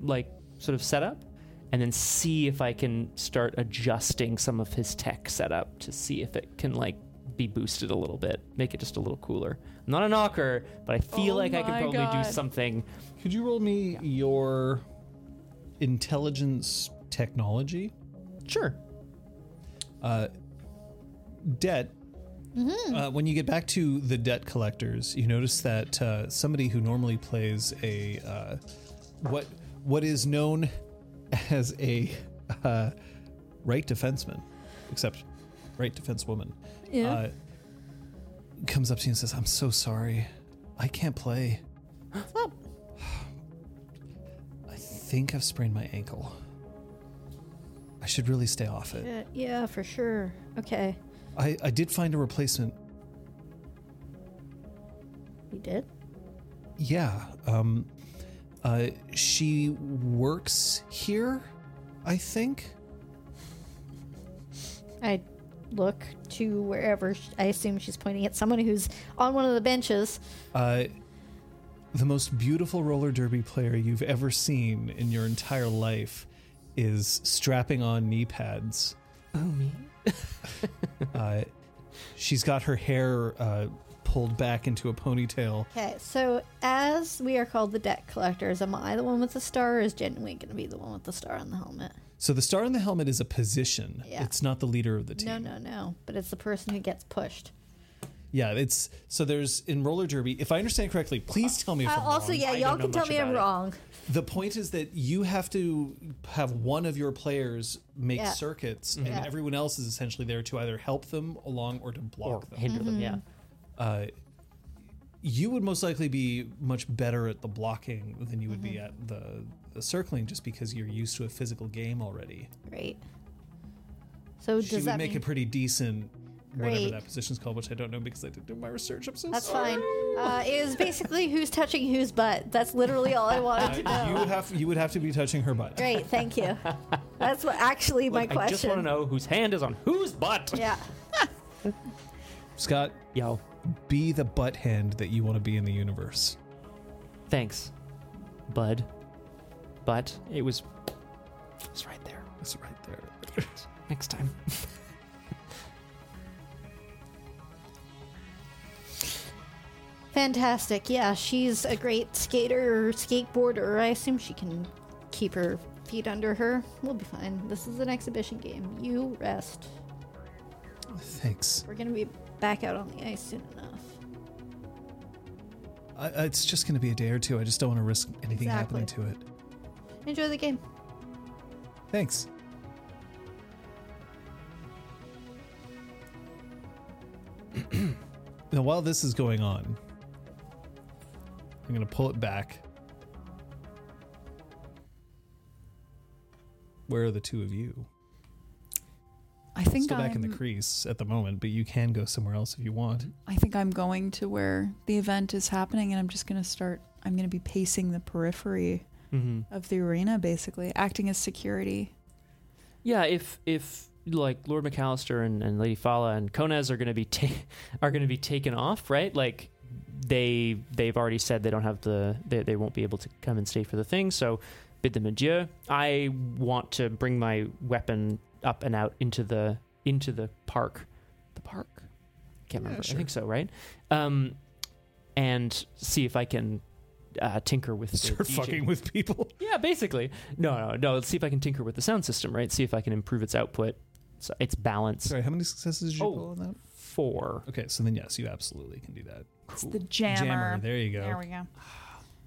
S1: like sort of setup, and then see if I can start adjusting some of his tech setup to see if it can like be boosted a little bit, make it just a little cooler. I'm not a knocker, but I feel
S4: Oh
S1: like I can
S4: my
S1: probably
S4: God.
S1: do something.
S3: Could you roll me your intelligence technology?
S1: Sure.
S3: debt.
S2: Mm-hmm.
S3: Uh, when you get back to the debt collectors, you notice that uh, somebody who normally plays a uh, what what is known as a uh, right defenseman, except right defense woman,
S2: Yeah.
S3: uh, comes up to you and says, "I'm so sorry, I can't play.
S2: What's up?
S3: I think I've sprained my ankle. I should really stay off it.
S2: Yeah, Uh, yeah, for sure. Okay.
S3: I, I did find a replacement.
S2: You did?
S3: yeah. Um, uh, she works here, I think.
S2: I look to wherever sh- I assume she's pointing at someone who's on one of the benches.
S3: Uh, the most beautiful roller derby player you've ever seen in your entire life is strapping on knee pads.
S1: Oh me.
S3: Uh, she's got her hair uh, pulled back into a ponytail.
S2: Okay, so as we are called the debt collectors, am I the one with the star, or is genuinely going to be the one with the star on the helmet?
S3: So the star in the helmet is a position.
S2: Yeah.
S3: It's not the leader of the team.
S2: No, no, no. But it's the person who gets pushed.
S3: Yeah, it's so there's in roller derby. If I understand correctly, please tell me if
S2: Uh,
S3: I'm
S2: also,
S3: wrong.
S2: yeah,
S1: I
S2: y'all
S1: don't know
S2: can tell
S1: much
S2: me I'm
S1: about it.
S2: wrong.
S3: The point is that you have to have one of your players make
S2: Yeah.
S3: circuits, and
S2: Yeah.
S3: everyone else is essentially there to either help them along or to block
S1: Or
S3: them.
S1: hinder them. Yeah.
S2: Mm-hmm.
S3: Uh, you would most likely be much better at the blocking than you would
S2: Mm-hmm.
S3: be at the, the circling, just because you're used to a physical game already.
S2: Great. So
S3: she
S2: does
S3: would
S2: that
S3: make
S2: mean
S3: it pretty decent, whatever
S2: Great.
S3: that position's called, which I don't know because I didn't do my research. I'm so
S2: that's
S3: sorry.
S2: fine? Uh, it is basically who's touching whose butt. That's literally all I wanted to know.
S3: You would have you would have to be touching her butt.
S2: Great, thank you. That's what actually my
S1: I just
S2: question.
S1: want to know whose hand is on whose butt.
S2: Yeah.
S3: Scott,
S1: Yo,
S3: be the butt hand that you want to be in the universe.
S1: thanks, bud. But it was, it was right there.
S3: It's right there.
S1: Next time.
S2: Fantastic. Yeah, she's a great skater or skateboarder. I assume she can keep her feet under her. We'll be fine. This is an exhibition game. You rest.
S3: Thanks.
S2: We're going to be back out on the ice soon enough.
S3: I, I- it's just going to be a day or two. I just don't want to risk anything
S2: Exactly.
S3: happening to it.
S2: Enjoy the game.
S3: Thanks. now, while this is going on, I'm going to pull it back. Where are the two of you?
S4: I think
S3: Still
S4: I'm, Mm-hmm.
S3: back in the crease at the moment, but you can go somewhere else if you want.
S4: I think I'm going to where the event is happening, and I'm just gonna start. I'm gonna be pacing the periphery
S1: Mm-hmm.
S4: of the arena, basically acting as security.
S1: Yeah, if if like Lord McAllister and, and Lady Fala and Konez are gonna be ta- are gonna be taken off, right? Like they they've already said they don't have the they, they won't be able to come and stay for the thing, so bid them adieu. I want to bring my weapon up and out into the into the park, the park. Can't
S3: Yeah,
S1: remember.
S3: sure.
S1: I think so, right? Um, and see if I can uh, tinker with the
S3: Start
S1: DJ.
S3: fucking with people.
S1: Yeah, basically. No, no, no. Let's see if I can tinker with the sound system, right? See if I can improve its output, so its balance.
S3: Sorry, how many successes did you
S1: Oh.
S3: pull on that?
S1: Four.
S3: Okay, so then yes, you absolutely can do that.
S4: It's the jammer.
S3: There you go.
S4: There we go.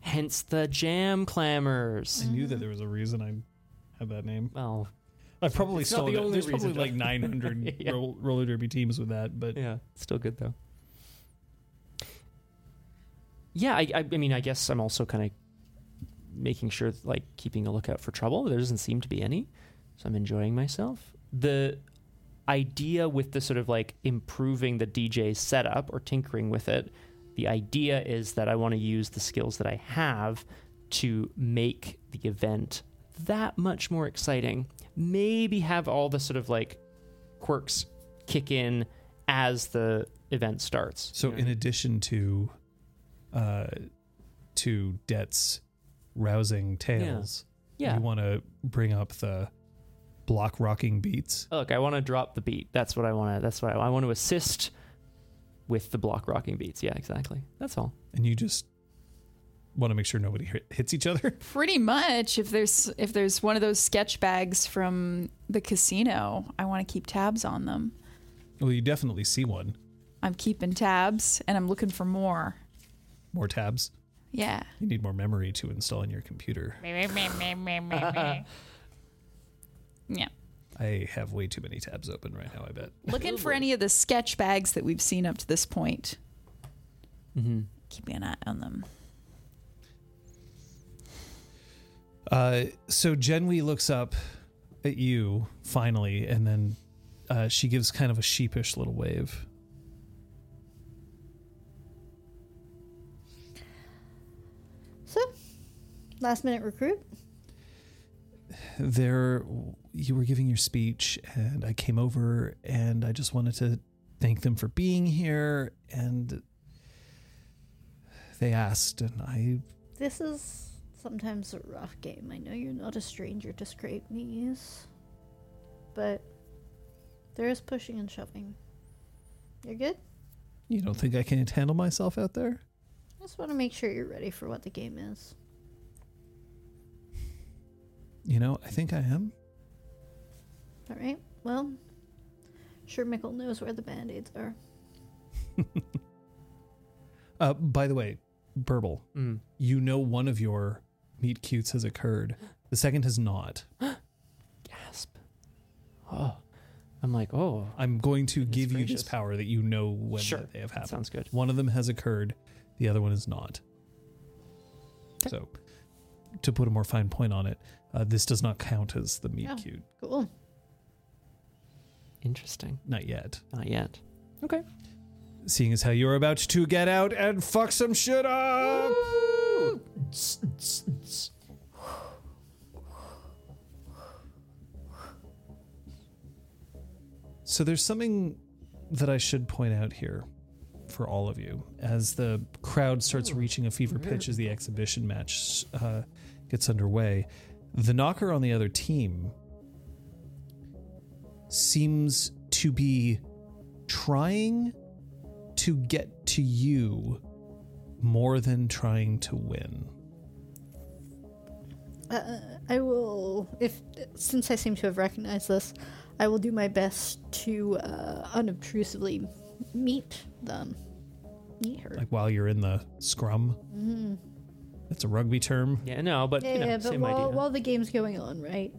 S1: Hence the jam
S3: I
S1: clamors.
S3: knew that there was a reason I had that name.
S1: Well,
S3: I probably
S1: It's not
S3: stole
S1: the
S3: it.
S1: only
S3: There's
S1: reason,
S3: probably like 900
S1: Yeah.
S3: roll, roller derby teams with that, but
S1: yeah, still good though. Yeah, I, I, I mean, I guess I'm also kind of making sure, like, keeping a lookout for trouble. There doesn't seem to be any, so I'm enjoying myself. The idea with the sort of like improving the DJ setup or tinkering with it, the idea is that I want to use the skills that I have to make the event that much more exciting. Maybe have all the sort of like quirks kick in as the event starts.
S3: so in addition to uh to Det's rousing tales,
S1: yeah.
S3: you want to bring up the block rocking beats.
S1: Oh, look, I want to drop the beat. That's what I want to. That's what I, I want to assist with the block rocking beats. Yeah, exactly. That's all.
S3: and you just want to make sure nobody hit, hits each other.
S4: Pretty much, if there's if there's one of those sketch bags from the casino, I want to keep tabs on them.
S3: Well, you definitely see one.
S4: I'm keeping tabs, and I'm looking for more.
S3: More tabs.
S4: Yeah.
S3: You need more memory to install on your computer.
S4: Yeah.
S3: I have way too many tabs open right now, I bet.
S4: Looking for any of the sketch bags that we've seen up to this point.
S1: Mm-hmm.
S4: Keeping an eye on them.
S3: Uh, so Jenwi looks up at you finally, and then uh, she gives kind of a sheepish little wave.
S2: So, last minute recruit.
S3: there you were giving your speech and i came over and i just wanted to thank them for being here and they asked and i
S2: This is sometimes a rough game. I know you're not a stranger to scrape knees, but there is pushing and shoving. You're good?
S3: you don't think i can't handle myself out there
S2: I just want to make sure you're ready for what the game is.
S3: you know i think i am
S2: All right. Well, sure, Mickle knows where the band aids are.
S3: uh, by the way burble
S1: Mm.
S3: you know one of your meet cutes has occurred the second has not
S1: Gasp. Oh, I'm like, oh,
S3: i'm going to
S1: Goodness
S3: give you this
S1: gracious.
S3: power that you know when
S1: Sure.
S3: they have
S1: that
S3: happened
S1: sounds good.
S3: One of them has occurred, the other one is not.
S1: Okay.
S3: So, to put a more fine point on it, uh, this does not count as the meat
S2: Oh.
S3: cute.
S2: Cool.
S1: Interesting.
S3: Not yet.
S1: Not yet.
S3: Seeing as how you're about to get out and fuck some shit up! So, there's something that I should point out here for all of you. As the crowd starts reaching a fever pitch as the exhibition match uh, gets underway, the knocker on the other team seems to be trying to get to you more than trying to win.
S2: Uh, I will, if since I seem to have recognized this, I will do my best to uh, unobtrusively meet them. Meet her. Mm-hmm.
S3: Like while you're in the scrum. That's a rugby term.
S1: Yeah, no, but
S2: yeah,
S1: you know,
S2: yeah, but
S1: same
S2: while,
S1: idea.
S2: while the game's going on, right?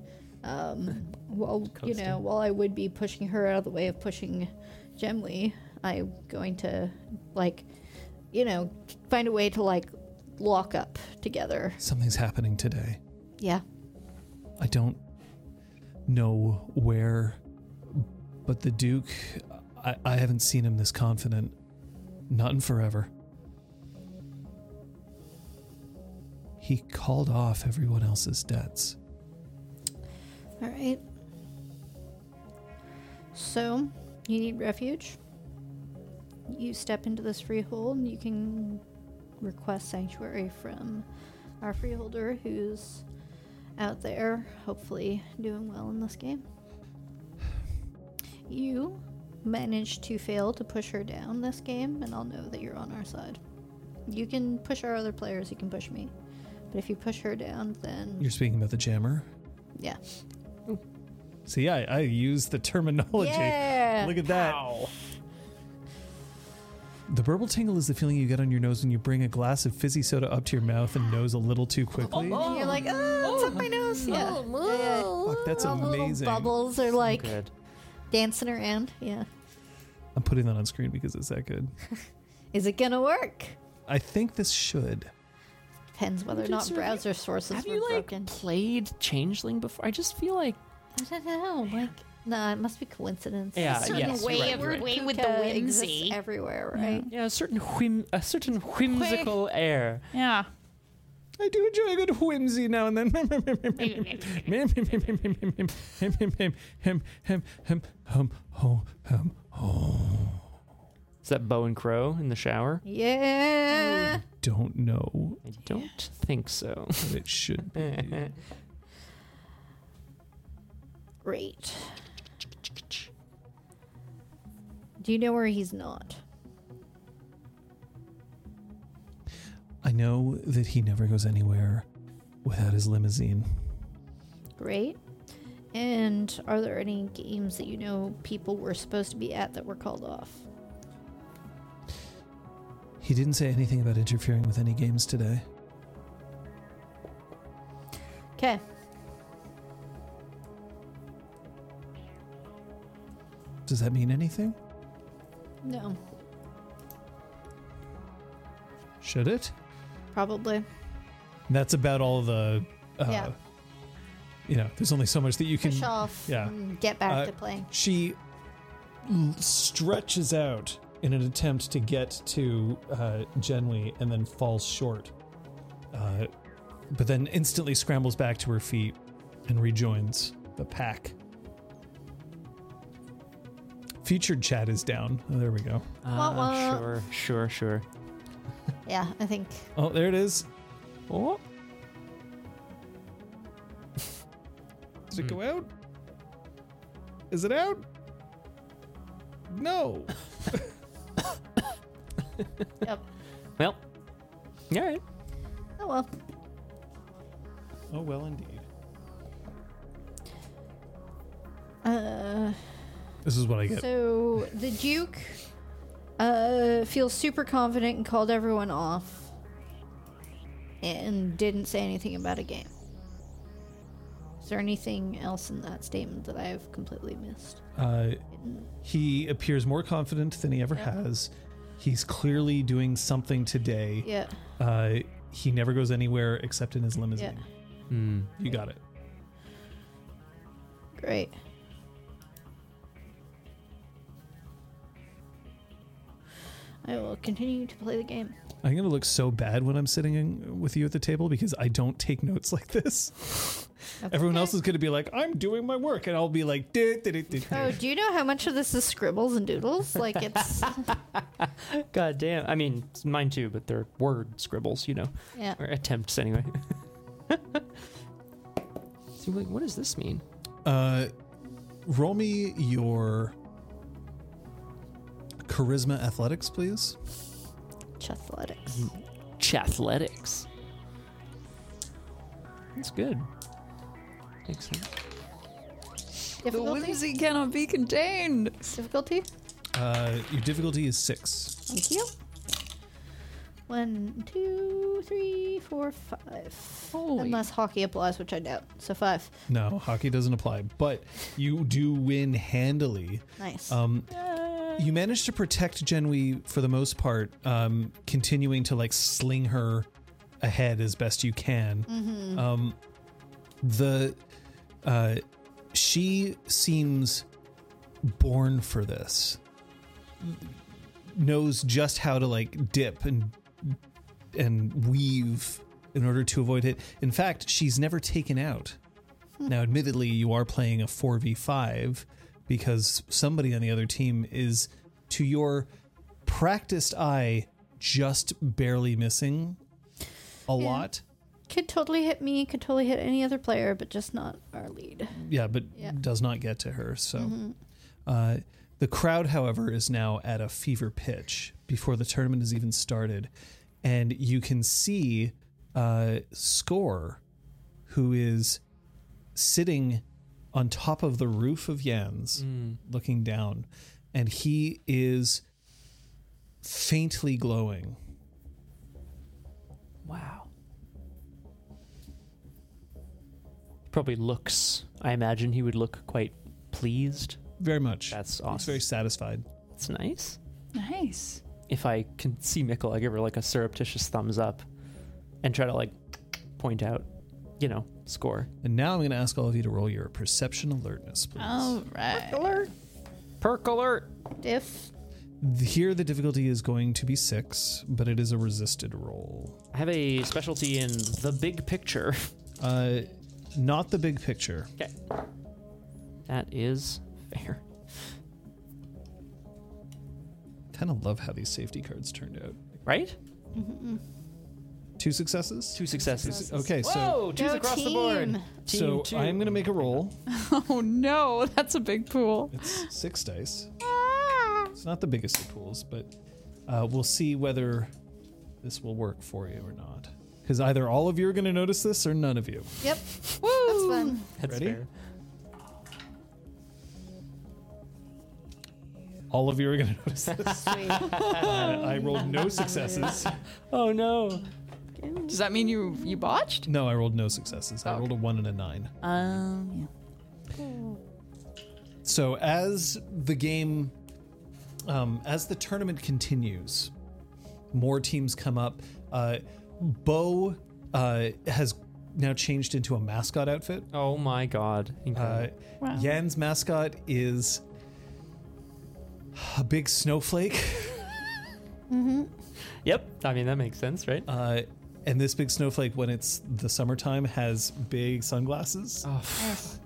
S2: Um, while you know,
S1: Coasting.
S2: while I would be pushing her out of the way of pushing Gemly, I'm going to like, you know, find a way to like lock up together.
S3: Something's happening today.
S2: Yeah.
S3: I don't know where, but the Duke, I, I haven't seen him this confident. Not in forever. He called off everyone else's debts.
S2: All right. So, you need refuge. You step into this freehold, and you can request sanctuary from our freeholder who's out there, hopefully doing well in this game. You managed to fail to push her down this game, and I'll know that you're on our side. You can push our other players, you can push me. But if you push her down, then.
S3: You're speaking about the jammer?
S2: yeah.
S3: See, I, I use the terminology.
S2: Yeah!
S3: Look at that. The burble tingle is the feeling you get on your nose when you bring a glass of fizzy soda up to your mouth and nose a little too quickly.
S2: And you're like, oh, it's up my nose. Yeah.
S1: Oh,
S2: Yeah, yeah.
S3: Fuck, that's
S2: All the little
S3: amazing.
S2: Bubbles are like
S1: good.
S2: dancing around. Yeah.
S3: I'm putting that on screen because it's that good.
S2: Is it gonna work?
S3: I think this should.
S2: Depends whether or
S1: Did
S2: not
S1: survey-
S2: browser sources
S1: Have
S2: were
S1: you like
S2: broken.
S1: played Changeling before? I just feel like
S2: I don't know. Like, nah, it must be coincidence.
S1: Yeah,
S2: A
S1: yes, you're
S2: way
S1: right,
S2: of
S1: you're right.
S2: way with the whimsy everywhere, right?
S1: yeah, a certain whim, a certain whimsical air.
S4: Yeah.
S3: I do enjoy a good whimsy now and then.
S1: Is that Bow and Crow in the shower?
S2: Yeah.
S3: Don't know
S1: I don't think so.
S3: what it should be.
S2: Great. Do you know where he's not?
S3: I know that he never goes anywhere without his limousine.
S2: Great. And are there any games that you know people were supposed to be at that were called off?
S3: He didn't say anything about interfering with any games today.
S2: Okay.
S3: Does that mean anything?
S2: No.
S3: Should it?
S2: Probably.
S3: That's about all the. Uh,
S2: Yeah.
S3: You know, there's only so much that you can.
S2: Push off.
S3: yeah.
S2: And get back
S3: Uh,
S2: to playing.
S3: She l- stretches out in an attempt to get to uh, Genwi and then falls short uh, but then instantly scrambles back to her feet and rejoins the pack. Featured chat is down. Oh, there we go.
S2: Wah, wah.
S1: Ah, Sure, sure, sure.
S2: Yeah, I think.
S3: Oh, there it is.
S1: Oh,
S3: Does it go out? Is it out? No.
S2: Yep.
S1: well. All right.
S2: Oh well.
S3: Oh well, indeed.
S2: Uh,
S3: This is what I get.
S2: So the Duke uh, feels super confident and called everyone off, and didn't say anything about a game. Is there anything else in that statement that I have completely missed?
S3: Uh, he appears more confident than he ever
S2: Yeah.
S3: has. He's clearly doing something today.
S2: Yeah.
S3: Uh, he never goes anywhere except in his limousine.
S1: Hmm.
S3: You got it.
S2: Great. I will continue to play the game.
S3: I'm going to look so bad when I'm sitting in with you at the table because I don't take notes like this. Everyone else is going to be like, I'm doing my work. And I'll be like, "Duh, duh, duh, duh, duh."
S2: Oh, do you know how much of this is scribbles and doodles? Like it's
S1: God damn. I mean, it's mine too, but they're word scribbles, you know,
S2: yeah.
S1: or attempts anyway. See, like, what does this mean?
S3: Uh, roll me your charisma athletics, please.
S2: Athletics.
S3: Mm.
S1: Chathletics. That's good. Excellent.
S4: The
S2: Difficulty?
S4: whimsy cannot be contained.
S2: Difficulty?
S3: Uh, your difficulty is six.
S2: Thank you. One, two, three, four, five.
S4: Holy.
S2: Unless hockey applies, which I doubt. So five.
S3: No, hockey doesn't apply, but you do win handily.
S2: Nice.
S3: Um, you manage to protect Genwi for the most part, um, continuing to like sling her ahead as best you can.
S2: Mm-hmm.
S3: Um, the uh, she seems born for this. Knows just how to like dip and and weave in order to avoid it. In fact, she's never taken out. Now, admittedly, you are playing a 4v5 because somebody on the other team is, to your practiced eye, just barely missing a
S2: Yeah.
S3: lot.
S2: could totally hit me, could totally hit any other player, but just not our lead.
S3: Yeah, but
S2: Yeah. Mm-hmm.
S3: does not get to her. So uh, the crowd, however, is now at a fever pitch before the tournament has even started. And you can see uh, Score, who is sitting on top of the roof of Yan's,
S1: Mm. Hmm.
S3: looking down. And he is faintly glowing.
S4: Wow.
S1: Probably looks. I imagine he would look quite pleased.
S3: Very much.
S1: That's
S3: He's
S1: awesome.
S3: very satisfied.
S1: That's nice.
S4: Nice.
S1: If I can see Mickle, I give her like a surreptitious thumbs up and try to like point out, you know, score.
S3: And now I'm going to ask all of you to roll your perception alertness, please.
S4: All right.
S2: Alert.
S1: Perk alert!
S2: Diff.
S3: Here, the difficulty is going to be six, but it is a resisted roll.
S1: I have a specialty in the big picture.
S3: Uh, not the big picture.
S1: Okay. That is fair.
S3: Kind of love how these safety cards turned out.
S1: Right?
S3: Two successes.
S1: Two successes.
S3: Okay, so
S1: Whoa, two's
S2: Go
S1: across the board.
S2: team.
S1: Team
S3: so
S1: two.
S3: I'm going to make a roll.
S4: Oh no, that's a big pool.
S3: It's six dice.
S1: Ah!
S3: It's not the biggest of pools, but uh, we'll see whether this will work for you or not. Because either all of you are going to notice this or none of you.
S2: Yep.
S4: Woo!
S2: That's fun.
S1: That's
S3: Ready?
S1: fair.
S3: All of you are going to notice this. Uh,
S2: Sweet.
S3: I rolled no successes.
S1: Oh no.
S4: Does that mean you you botched?
S3: No, I rolled no successes. I rolled a one and a nine.
S4: Um.
S3: So as the game, um, as the tournament continues, more teams come up. Uh, Bo uh, has now changed into a mascot outfit.
S1: Oh my god.
S3: Uh,
S1: Incredible.
S4: Wow.
S3: Yan's mascot is a big snowflake.
S1: yep. I mean, that makes sense, right?
S3: Uh, And this big snowflake, when it's the summertime, has big sunglasses
S1: Oh,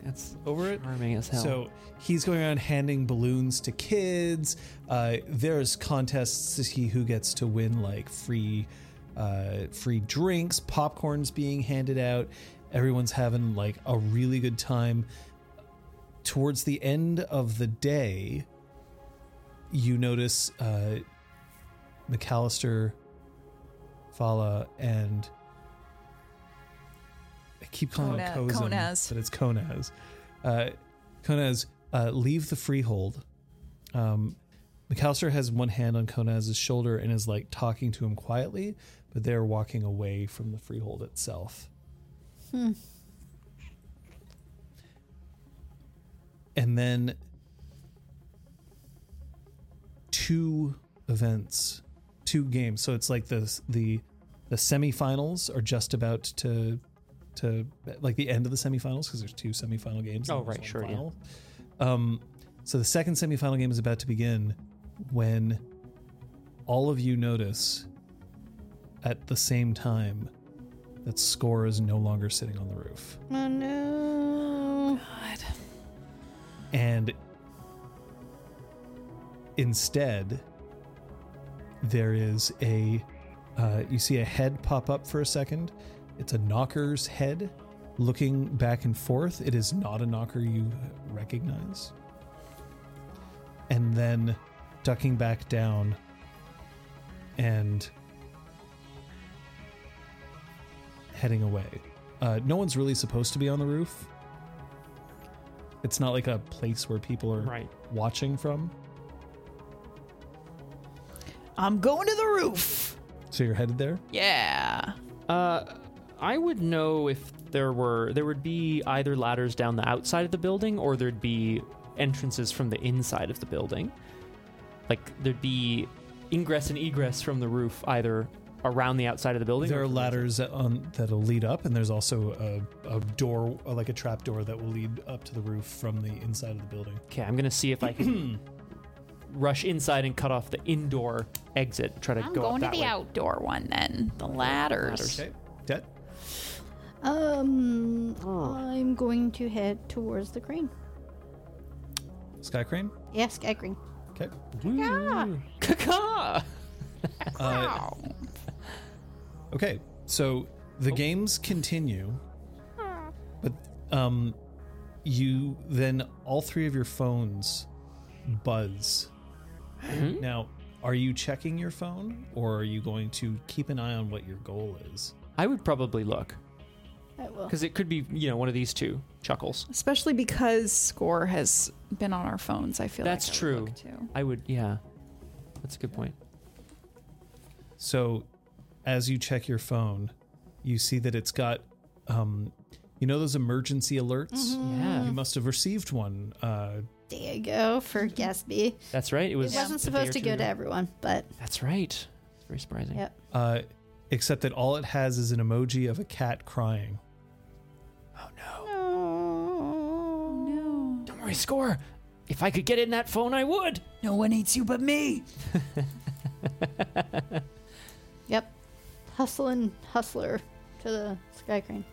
S1: that's
S3: over it.
S1: charming as hell.
S3: So he's going around handing balloons to kids. Uh, there's contests to see who gets to win like free, uh, free drinks. Popcorn's being handed out. Everyone's having like a really good time. Towards the end of the day, you notice uh, McAllister, Fala, and I keep calling
S4: Kona-
S3: it Kozum,
S4: Konaz.
S3: but it's Konaz. Uh, Konaz, uh, leave the freehold. Um, McAllister has one hand on Konaz's shoulder and is like talking to him quietly, but they're walking away from the freehold itself. And then two events, two games. So it's like the the the semifinals are just about to to like the end of the semifinals because there's two semifinal games. and
S1: Oh,
S3: there's
S1: right,
S3: one
S1: sure, yeah.
S3: final. Um, so the second semifinal game is about to begin when all of you notice at the same time that Score is no longer sitting on the roof.
S2: Oh no.
S3: And instead, there is a. Uh, you see a head pop up for a second. It's a knocker's head looking back and forth. It is not a knocker you recognize. And then ducking back down and heading away. Uh, no one's really supposed to be on the roof. It's not like a place where people are
S1: Right.
S3: watching from.
S5: I'm going to the roof.
S3: So you're headed there.
S4: Yeah.
S1: Uh, I would know if there were there would be either ladders down the outside of the building or there'd be entrances from the inside of the building. Like there'd be ingress and egress from the roof either around the outside of the building.
S3: There
S1: or
S3: are
S1: from the inside.
S3: ladders that on that'll lead up, and there's also a, a door, uh, like a trap door, that will lead up to the roof from the inside of the building.
S1: Okay, I'm gonna see if I can rush inside and cut off the indoor exit. Try to
S4: I'm
S1: go up
S4: going to
S1: that
S4: the
S1: way.
S4: outdoor one then. The ladders.
S3: Okay, Tet,
S2: Um, I'm going to head towards the green.
S3: Sky Crane.
S2: Yes, sky green.
S3: Okay.
S1: Caca!
S3: Uh, Okay, so the games continue, but um, you then all three of your phones buzz. Now, are you checking your phone, or are you going to keep an eye on what your goal is?
S1: I would probably look
S2: I will.
S1: because it could be you know one of these two chuckles.
S4: Especially because score has been on our phones, I feel
S1: That's
S4: like. I
S1: true.
S4: would look, too.
S1: I would yeah. That's a good point.
S3: So, as you check your phone, you see that it's got, um, you know, those emergency alerts.
S2: Mm-hmm.
S1: Yeah,
S3: You must have received one. Uh,
S2: There you go for Gatsby.
S1: that's right. It
S2: Mm-hmm. It
S1: was.
S2: wasn't
S1: a day or
S2: supposed to
S1: two
S2: go
S1: ago.
S2: to everyone, but
S1: That's right. It's very surprising.
S2: Yep.
S3: uh, except that all it has is an emoji of a cat crying.
S1: Oh,
S4: Oh, No.
S1: Don't worry, score. If I could get in that phone, I would.
S5: No one hates you but me.
S2: yep. Hustlin' hustler to the sky crane.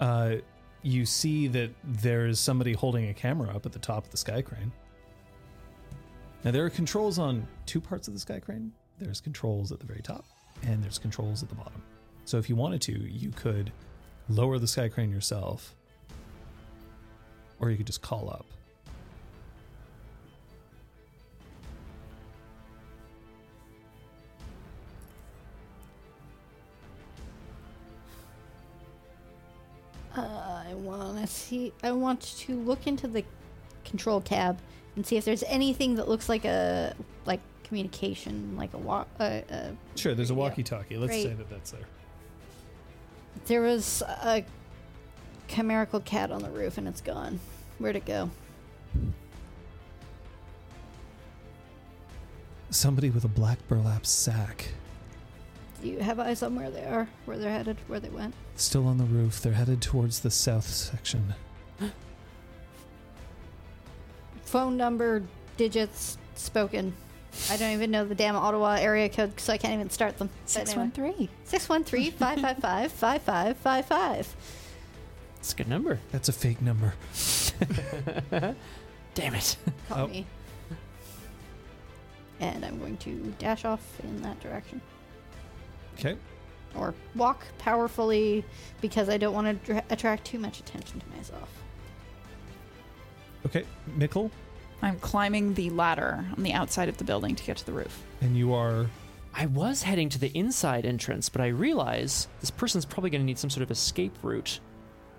S3: Uh, you see that there is somebody holding a camera up at the top of the sky crane. Now there are controls on two parts of the sky crane. There's controls at the very top, and there's controls at the bottom. So if you wanted to, you could lower the sky crane yourself, or you could just call up.
S2: Uh, I want to see. I want to look into the control tab and see if there's anything that looks like a like communication, like a walk. Uh, uh,
S3: Sure, there's a
S2: Radio.
S3: walkie-talkie. Let's say
S2: Great.
S3: that that's there.
S2: there was a chimerical cat on the roof, and it's gone. Where'd it go?
S3: Somebody with a black burlap sack,
S2: Do you have eyes on where they are, where they're headed, where they went?
S3: still on the roof. They're headed towards the south section.
S2: Phone number, digits, spoken. I don't even know the damn Ottawa area code, so I can't even start them. But anyway.
S4: 613.
S2: 613 555 5555.
S1: It's a good number.
S3: That's a fake number.
S1: Damn it.
S2: Call
S3: Oh.
S2: me. And I'm going to dash off in that direction.
S3: Okay.
S2: Or walk powerfully because I don't want to dra- attract too much attention to myself.
S3: Okay. Mickle,
S4: I'm climbing the ladder on the outside of the building to get to the roof.
S3: and you are
S1: I was heading to the inside entrance, but I realize this person's probably going to need some sort of escape route.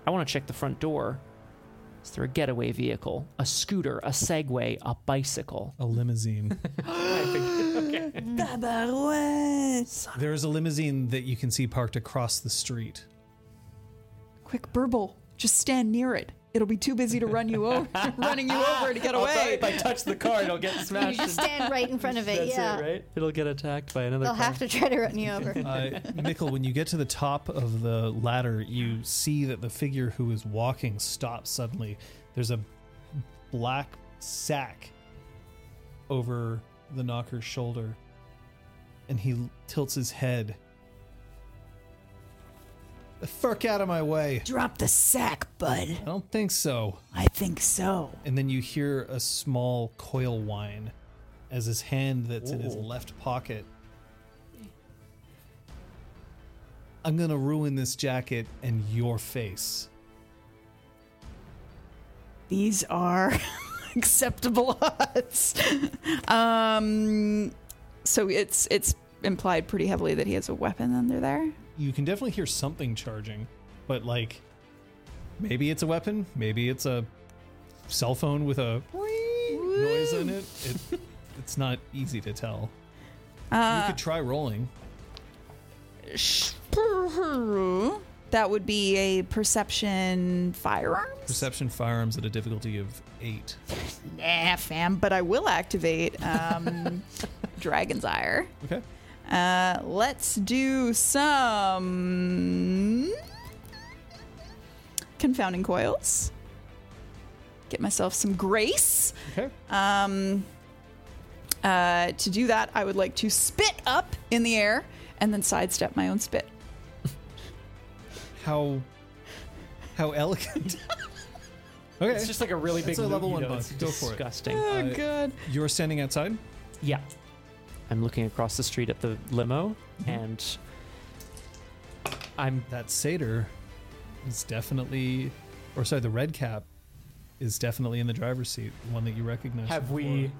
S1: I want to check the front door. Is there a getaway vehicle? A scooter? A Segway? A bicycle?
S3: a limousine.
S5: Mm. Babarouette.
S3: there is a limousine that you can see parked across the street.
S4: Quick, burble. Just stand near it. It'll be too busy to run you over, running you over to get away.
S1: I touch the car, it'll get
S2: You just stand right in front of it, yeah.
S1: right? It'll get attacked by another
S2: They'll have to try to run you over.
S3: Uh, Mickle, when you get to the top of the ladder, you see that the figure who is walking stops suddenly. There's a black sack over the knocker's shoulder, and he tilts his head. The fuck out of my way!
S5: Drop the sack, bud.
S3: I don't think so.
S5: I think so.
S3: And then you hear a small coil whine as his hand that's in his
S1: Ooh.
S3: left pocket. I'm going to ruin this jacket and your face.
S5: These are
S4: acceptable odds. um, so it's it's implied pretty heavily that he has a weapon under there.
S3: You can definitely hear something charging, but like maybe it's a weapon, maybe it's a cell phone with a noise in it. it it's not easy to tell. you could try rolling.
S4: That would be a perception firearms.
S3: Perception firearms at a difficulty of eight.
S4: nah, fam. But I will activate um, Dragon's Ire.
S3: Okay.
S4: Uh, let's do some confounding coils. Get myself some grace.
S3: Okay.
S4: Um, uh, to do that, I would like to spit up in the air and then sidestep my own spit.
S3: How how elegant. okay.
S1: It's just like a really big
S3: That's a
S1: loop,
S3: level
S1: you
S3: one
S1: know,
S3: bug.
S1: it's
S3: Go for it.
S1: disgusting.
S3: Uh,
S4: good.
S3: You're standing outside.
S1: Yeah. I'm looking across the street at the limo,
S3: Mm-hmm.
S1: and I'm
S3: That satyr is definitely, or sorry, the red cap is definitely in the driver's seat. the One that you recognize.
S1: Have
S3: before.
S1: we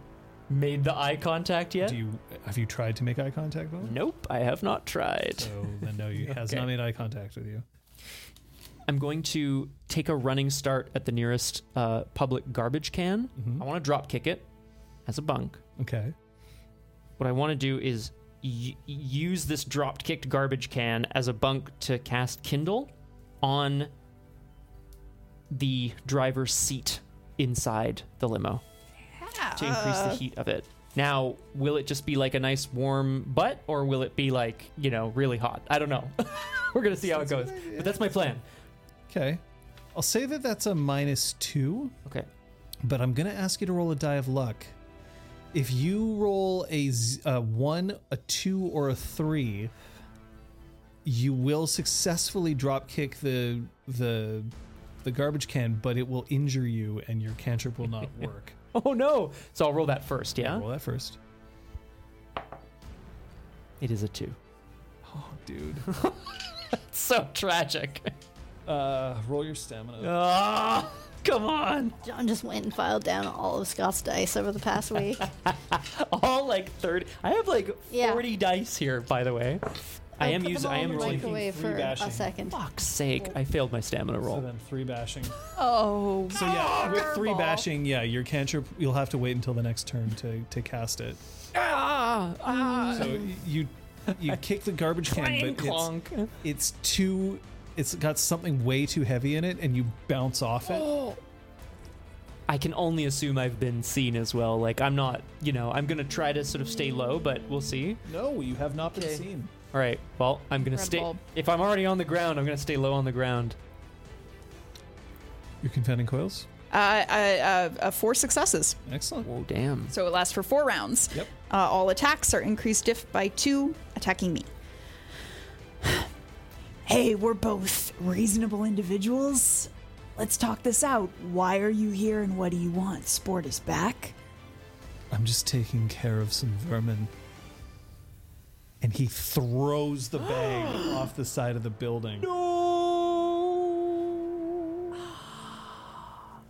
S1: made the eye contact yet?
S3: Do you have you tried to make eye contact with him?
S1: nope, I have not tried.
S3: So then no, he has
S1: Okay.
S3: not made eye contact with you.
S1: I'm going to take a running start at the nearest uh, public garbage can.
S3: Mhm.
S1: I want to drop kick it as a bunk.
S3: Okay.
S1: What I want to do is y- use this dropped kicked garbage can as a bunk to cast Kindle on the driver's seat inside the limo to
S4: Uh,
S1: increase
S2: Uh.
S1: the heat of it. Now, will it just be like a nice warm butt, or will it be like you know really hot? I don't know. We're gonna see how it goes, but that's my plan.
S3: Okay. I'll say that that's a minus two,
S1: Okay.
S3: but I'm gonna ask you to roll a die of luck. If you roll a, z- a one, a two, or a three, you will successfully drop kick the the the garbage can, but it will injure you, and your cantrip will not work.
S1: Oh no! So I'll roll that first, yeah?
S3: roll that first.
S1: It is a two.
S3: Oh, dude.
S1: So tragic.
S3: Uh, roll your stamina.
S1: Ah, come on.
S2: John just went and filed down all of Scott's dice over the past week.
S1: All like 30. I have like
S2: Yeah.
S1: 40 dice here, by the way. I
S2: I'll
S1: am
S2: put them
S1: using,
S2: all
S1: I
S2: in
S1: am
S2: the
S1: rolling.
S3: microwave.
S2: Away
S3: three
S2: for a
S3: bashing.
S2: second.
S1: Fuck's sake, I failed my stamina
S3: So
S1: roll.
S3: then three bashing.
S4: Oh,
S3: So yeah, with three bashing, yeah, your cantrip you'll have to wait until the next turn to to cast it.
S1: Ah, ah,
S3: So y- you you kick the garbage can,
S1: clang,
S3: but it's,
S1: clonk.
S3: it's too it's got something way too heavy in it, and you bounce off it.
S1: I can only assume I've been seen as well. Like, I'm not, you know, I'm going to try to sort of stay low, but we'll see.
S3: No, you have not been
S1: Okay.
S3: seen.
S1: All right, well, I'm going to
S4: Red
S1: stay.
S4: bulb.
S1: If I'm already on the ground, I'm going to stay low on the ground.
S3: You're confounding coils.
S4: Uh, uh, uh, uh, four successes.
S3: Excellent.
S1: Whoa, damn.
S4: So it lasts for four rounds.
S3: Yep.
S4: Uh, all attacks are increased diff by two, attacking me.
S5: Hey, we're both reasonable individuals. Let's talk this out. Why are you here and what do you want? Sport is back.
S3: I'm just taking care of some vermin. And he throws the bag off the side of the building.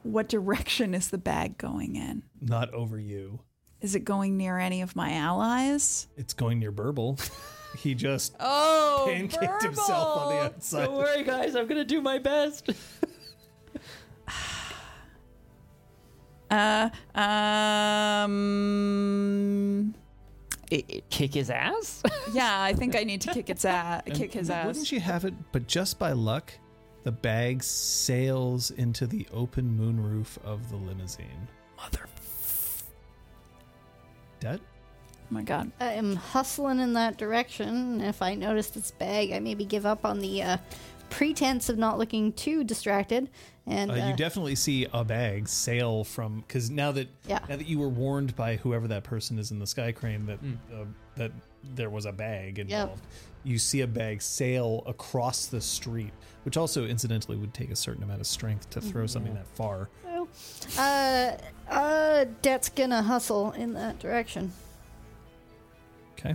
S4: What direction is the bag going in?
S3: Not over you.
S4: Is it going near any of my allies?
S3: It's going near Burble. He just
S8: Oh,
S3: pancaked himself on the
S8: Burble.
S1: Don't
S3: outside.
S1: worry, guys. I'm gonna do my best.
S4: Uh, um,
S1: Kick his ass.
S4: yeah, I think I need to kick its ass, kick his
S3: Wouldn't
S4: ass.
S3: you have it? But just by luck, the bag sails into the open moonroof of the limousine.
S5: Mother.
S3: That
S4: Oh my god.
S2: I am hustling in that direction. If I notice this bag, I maybe give up on the uh, pretense of not looking too distracted. And
S3: uh,
S2: uh,
S3: you definitely see a bag sail from because now that
S2: Yeah.
S3: now that you were warned by whoever that person is in the sky crane that uh, that there was a bag involved, you see a bag sail across the street, which also incidentally would take a certain amount of strength to
S4: Mm-hmm.
S3: throw something that far.
S2: uh, uh, Det's gonna hustle in that direction.
S3: Okay,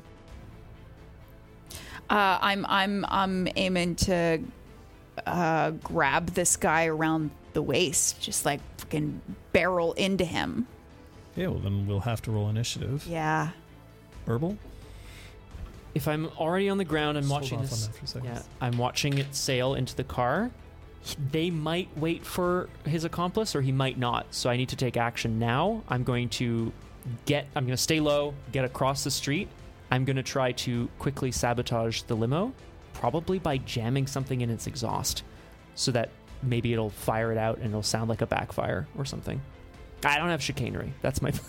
S4: Uh, I'm I'm I'm aiming to uh, grab this guy around the waist, just like fucking barrel into him.
S3: yeah. Well, then we'll have to roll initiative.
S4: Yeah.
S3: Herbal,
S1: If I'm already on the ground and
S3: Just
S1: watching
S3: hold off
S1: this,
S3: on that for a second.
S1: yeah, I'm watching it sail into the car. They might wait for his accomplice, or he might not. So I need to take action now. I'm going to get. I'm going to stay low, get across the street. I'm going to try to quickly sabotage the limo, probably by jamming something in its exhaust, so that maybe it'll fire it out and it'll sound like a backfire or something. I don't have chicanery. That's my.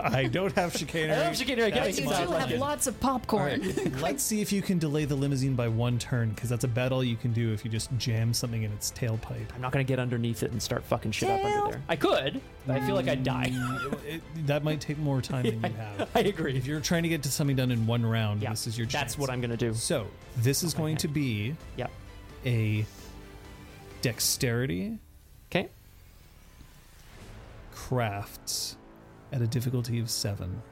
S3: I don't have
S1: I
S3: chicanery.
S1: don't have chicanery. I can't
S3: That's
S1: make
S3: my
S1: things up.
S3: do have plan.
S5: lots of
S3: All
S5: popcorn.
S3: right, let's see if you can delay the limousine by one turn, because that's a battle you can do if you just jam something in its tailpipe.
S1: I'm not gonna get underneath it and start fucking shit up under there. I could, but I feel like I'd die.
S3: Mm, It- that might take more time than you have.
S1: I agree.
S3: If you're trying to get to something done in one round,
S1: Yeah,
S3: this is your chance.
S1: That's what I'm gonna do.
S3: So this is going to be
S1: Yep.
S3: a dexterity
S1: Okay.
S3: crafts at a difficulty of seven.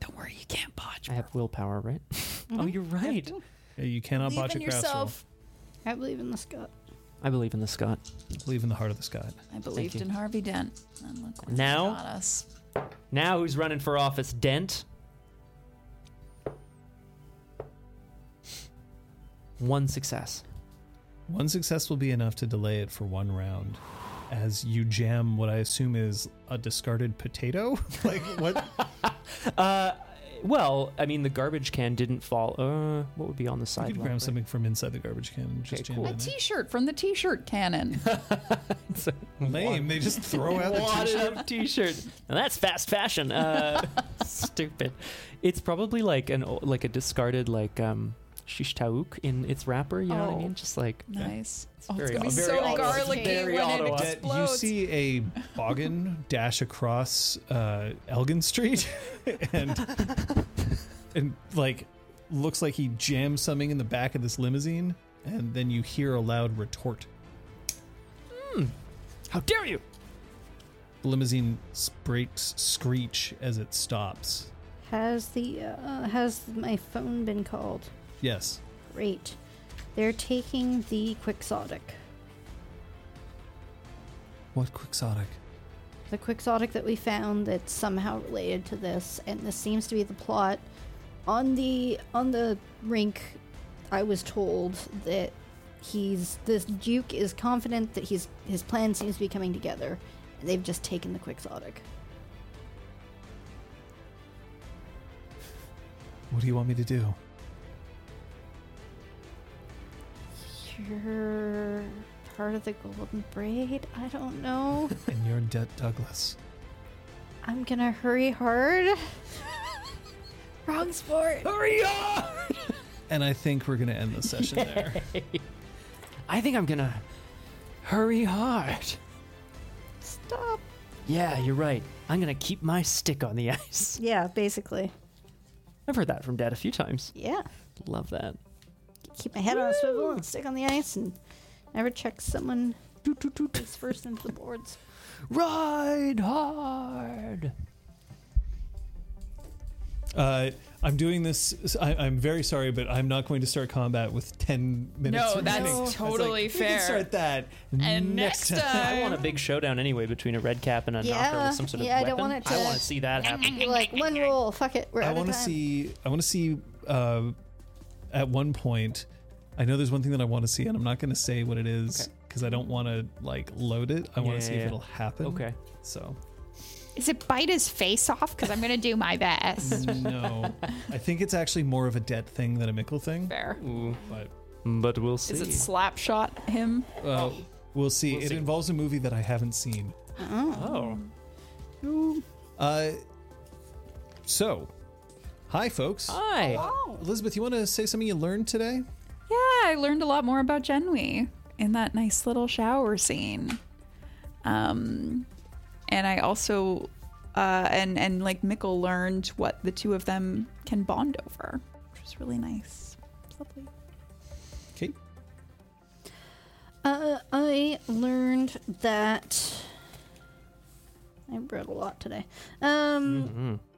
S5: Don't worry, you can't botch.
S1: I have willpower, right? Oh, you're right.
S3: Yeah, You cannot botch
S5: in
S3: your crafts roll.
S5: yourself.
S2: I believe in the Scott.
S1: I believe in the Scott.
S3: Believe in the heart of the Scott.
S4: I believed
S1: you.
S4: in Harvey Dent. And look what
S1: Now?
S4: he got us.
S1: Now who's running for office? Dent. One success.
S3: One success will be enough to delay it for one round. As you jam what I assume is a discarded potato, like what?
S1: Well, I mean, the garbage can didn't fall. Uh, what would be on the
S3: I
S1: side?
S3: could
S1: left,
S3: grab
S1: right?
S3: something from inside the garbage can and
S1: Okay,
S3: just jam
S1: cool.
S3: it
S4: A
S3: in there.
S4: T-shirt from the T-shirt cannon.
S3: Lame. They just throw out the
S1: wadded up t-shirt. Now that's fast fashion. Uh, stupid. It's probably like an o- like a discarded like um shish taouk in its wrapper. You know what I
S4: Oh.
S1: mean? Just like
S4: nice. Oh,
S1: very-
S4: it's gonna be
S1: very
S4: so
S2: Ottawa.
S4: garlicky
S1: Very
S4: when
S1: Ottawa.
S4: it
S1: That-
S3: That you
S4: explodes.
S3: see a boggin dash across uh, Elgin Street, and and like looks like he jammed something in the back of this limousine, and then you hear a loud retort.
S1: how dare you?
S3: The limousine s- breaks screech as it stops.
S2: Has the uh, has my phone been called?
S3: Yes,
S2: Great. They're taking the quixotic.
S3: what quixotic?
S2: The quixotic that we found that's somehow related to this, and this seems to be the plot. On the on the rink, I was told that he's this Duke is confident that he's his plan seems to be coming together. and They've just taken the quixotic.
S3: What do you want me to do?
S2: You're part of the golden braid. I don't know.
S3: And you're in debt, Douglas.
S2: I'm gonna hurry hard. Wrong sport.
S1: Hurry up!
S3: And I think we're gonna end the session there.
S1: I think I'm gonna hurry hard.
S2: Stop.
S1: Yeah, you're right. I'm gonna keep my stick on the ice.
S2: Yeah, basically.
S1: I've heard that from Dad a few times.
S2: Yeah.
S1: Love that.
S2: Keep my head on a swivel and stick on the ice and never check someone
S1: Doot, doot, doot.
S2: face first into the boards.
S1: Ride hard.
S3: Uh, I'm doing this. I, I'm very sorry, but I'm not going to start combat with 10 minutes.
S4: No, that's
S3: remaining. It's
S4: totally
S3: like, We
S4: fair.
S3: can start that.
S4: And next
S3: time.
S4: time,
S1: I want a big showdown anyway between a red cap and a knocker
S2: Yeah,
S1: with some sort of
S2: yeah, I
S1: weapon.
S2: don't want it
S1: I
S2: to-
S1: want to see that happen.
S2: You're like, one rule, fuck it, we're
S3: I
S2: out
S3: want
S2: of
S3: to
S2: time.
S3: see. I want to see. Uh, at one point, I know there's one thing that I want to see, and I'm not going to say what it is because I don't want to like load it. I want
S1: Yeah,
S3: to see
S1: yeah,
S3: if
S1: yeah.
S3: it'll happen.
S1: Okay.
S3: So
S9: Is it bite his face off? Because I'm gonna do my
S1: Mm.
S9: best.
S3: no, I think it's actually more of a debt thing than a Mickle thing.
S4: Fair.
S1: Ooh,
S3: But
S1: but we'll see.
S4: Is it slap shot him?
S3: uh, we'll see.
S1: We'll
S3: it
S1: see.
S3: involves a movie that I haven't seen.
S1: oh,
S3: Uh, so, hi, folks.
S1: hi.
S3: Elizabeth, you want to say something you learned today?
S9: Yeah, I learned a lot more about Genwi in that nice little shower scene. Um, and I also, uh, and and like Mickle learned what the two of them can bond over, which was really nice. It's Lovely.
S3: Kate.
S2: Uh, I learned that. I read a lot today. Um,
S3: Mm-hmm.
S1: Mhm.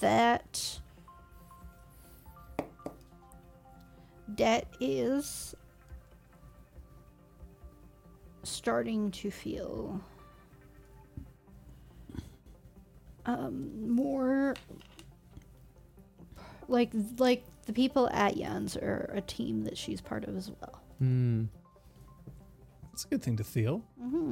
S2: that debt is starting to feel um, more like like the people at Jan's are a team that she's part of as well.
S1: Hmm.
S3: That's a good thing to feel.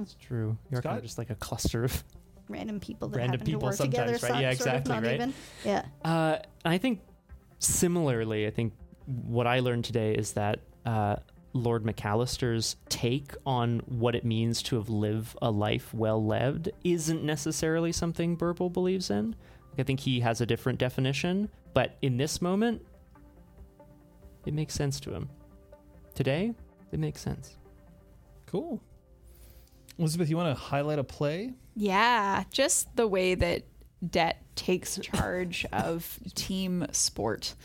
S1: It's true. You're kind
S3: Scott?
S1: of just like a cluster of.
S2: Random people that
S1: Random
S2: happen
S1: people
S2: to work together.
S1: sometimes, right? Yeah,
S2: so- sort of
S1: exactly,
S2: not
S1: right?
S2: even. Yeah.
S1: Uh, I think similarly, I think what I learned today is that uh, Lord McAllister's take on what it means to have lived a life well lived isn't necessarily something Burble believes in. I think he has a different definition, but in this moment, it makes sense to him. Today, it makes sense.
S3: Cool. Elizabeth, you want to highlight a play?
S4: Yeah, just the way that Det takes charge of team sport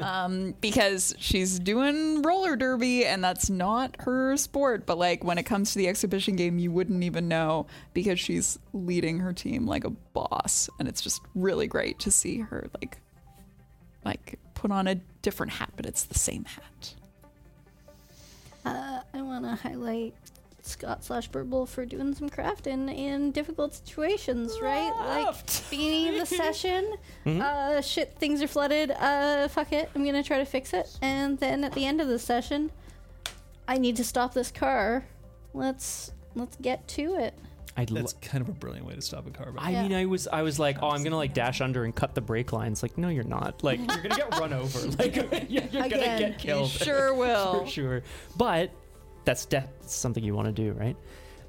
S4: um, because she's doing roller derby and that's not her sport. But like when it comes to the exhibition game, you wouldn't even know because she's leading her team like a boss, and it's just really great to see her like like put on a different hat, but it's the same hat.
S2: Uh, I want to highlight Scott slash Burble for doing some crafting in difficult situations, right? Like beginning of the session, uh, shit, things are flooded. Uh, fuck it, I'm gonna try to fix it. And then at the end of the session, I need to stop this car. Let's let's get to it.
S1: I'd lo-
S3: That's kind of a brilliant way to stop a car. But
S1: I
S2: Yeah.
S1: mean, I was, I was like, oh, I'm gonna like dash under and cut the brake lines. Like, no, you're not. Like, you're gonna get run over. Like, you're gonna
S2: Again.
S1: get killed.
S4: Sure will.
S1: for sure. But that's that's something you want to do, right?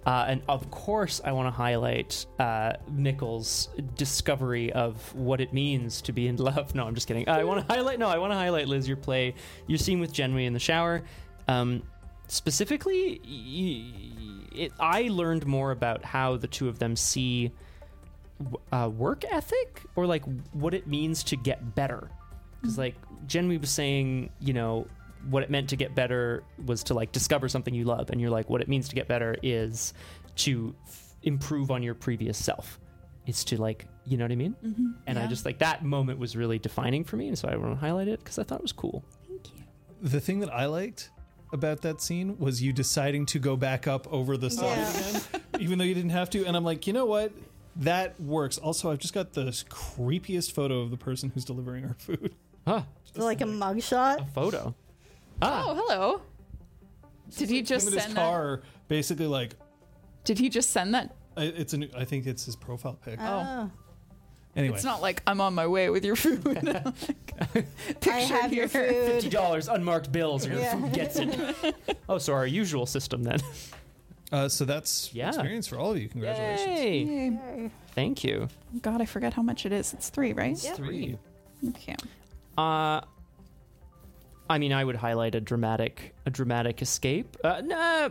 S1: Uh, and of course, I want to highlight uh, Mickle's discovery of what it means to be in love. No, I'm just kidding. I want to highlight. No, I want to highlight Liz your play, your scene with Genwi in the shower. Um, specifically, y- y- it, I learned more about how the two of them see w- uh, work ethic or like what it means to get better. Because like Genwi was saying, you know, what it meant to get better was to like discover something you love, and you're like, what it means to get better is to f- improve on your previous self. It's to like, you know what I mean? Mm-hmm. And I just like that moment was really defining for me, and so I want to highlight it because I thought it was cool.
S3: the thing that I liked about that scene was you deciding to go back up over the side again, even though you didn't have to. And I'm like, you know what? That works. Also, I've just got the creepiest photo of the person who's delivering our food.
S1: Huh?
S2: Like a mugshot.
S1: A photo. Ah,
S4: Oh, hello. Did he just
S3: Him in his
S4: send that?
S3: car, basically like
S4: Did he just send that?
S3: I- it's an. I think it's his profile pic.
S2: Oh,
S3: anyway,
S4: Uh, It's not like I'm on my way with your food.
S2: I have your
S1: fifty
S2: food.
S1: dollars unmarked bills. Your
S2: Yeah.
S1: food gets it. oh, so our usual system then.
S3: uh, so that's
S1: Yeah.
S3: experience for all of you. Congratulations.
S1: Hey,
S4: Yay.
S1: thank you.
S9: God, I forgot how much it is. It's three, right?
S2: Yeah.
S1: Three.
S9: Okay.
S1: Uh, I mean, I would highlight a dramatic, a dramatic escape. Uh, nah,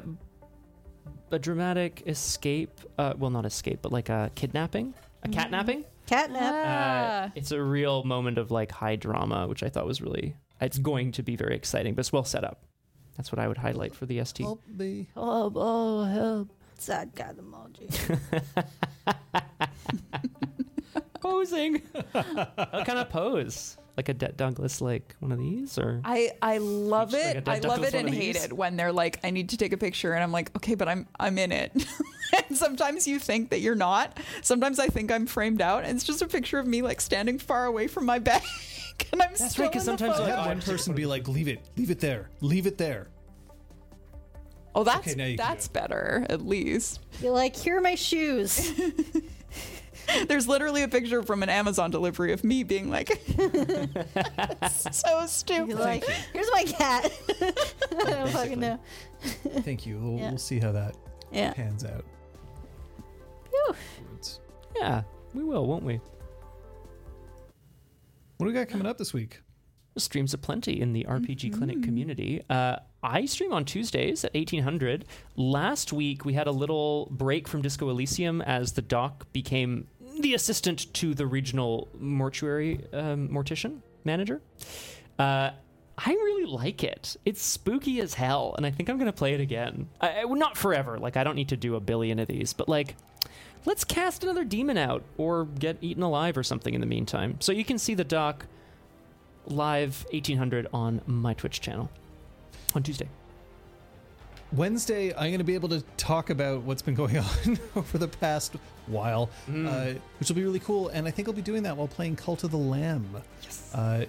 S1: a dramatic escape. Uh, well, not escape, but like a kidnapping, a catnapping.
S2: Catnap.
S1: Uh,
S10: Ah.
S1: it's a real moment of like high drama, which I thought was really. It's going to be very exciting, but it's well set up. That's what I would highlight for the ST.
S3: Help me.
S1: Oh, oh, help!
S2: Sad god emoji.
S1: Posing. what kind of pose? Like a De- Douglas, like one of these, or
S4: I, I love
S1: Just like
S4: it.
S1: a
S4: I love
S1: Douglas
S4: it
S1: one
S4: and
S1: of
S4: hate
S1: these.
S4: it when they're like, I need to take a picture, and I'm like, okay, but I'm I'm in it. and sometimes you think that you're not. Sometimes I think I'm framed out, and it's just a picture of me like standing far away from my bag, and I'm
S1: That's
S4: still
S1: right, 'cause
S4: in the
S1: sometimes,
S3: I
S1: Oh,
S3: had
S1: I'm
S3: one
S1: just-
S3: person be like, leave it, leave it there, leave it there.
S4: photo. Oh, that's
S3: Okay, now you can do
S4: that's
S3: it.
S4: better at least.
S2: You're like, here are my shoes.
S4: There's literally a picture from an Amazon delivery of me being like, so stupid.
S2: You're like, here's my cat. I don't fucking know.
S3: Thank you. We'll,
S2: Yeah.
S3: we'll see how that
S2: Yeah.
S3: pans out.
S2: Phew.
S3: afterwards.
S1: yeah, we will, won't we?
S3: What do we got coming up this week?
S1: streams aplenty in the RPG Clinic community. Uh, I stream on Tuesdays at 1800. Last week, we had a little break from Disco Elysium as the doc became the assistant to the regional mortuary um, mortician manager. Uh, I really like it. It's spooky as hell, and I think I'm going to play it again. I, I- not forever. Like, I don't need to do a billion of these, but like, let's cast another demon out or get eaten alive or something in the meantime. So you can see the doc live 1800 on my Twitch channel on Tuesday.
S3: Wednesday, I'm going to be able to talk about what's been going on over the past while, uh, which will be really cool. And I think I'll be doing that while playing Cult of the Lamb. Yes. Uh,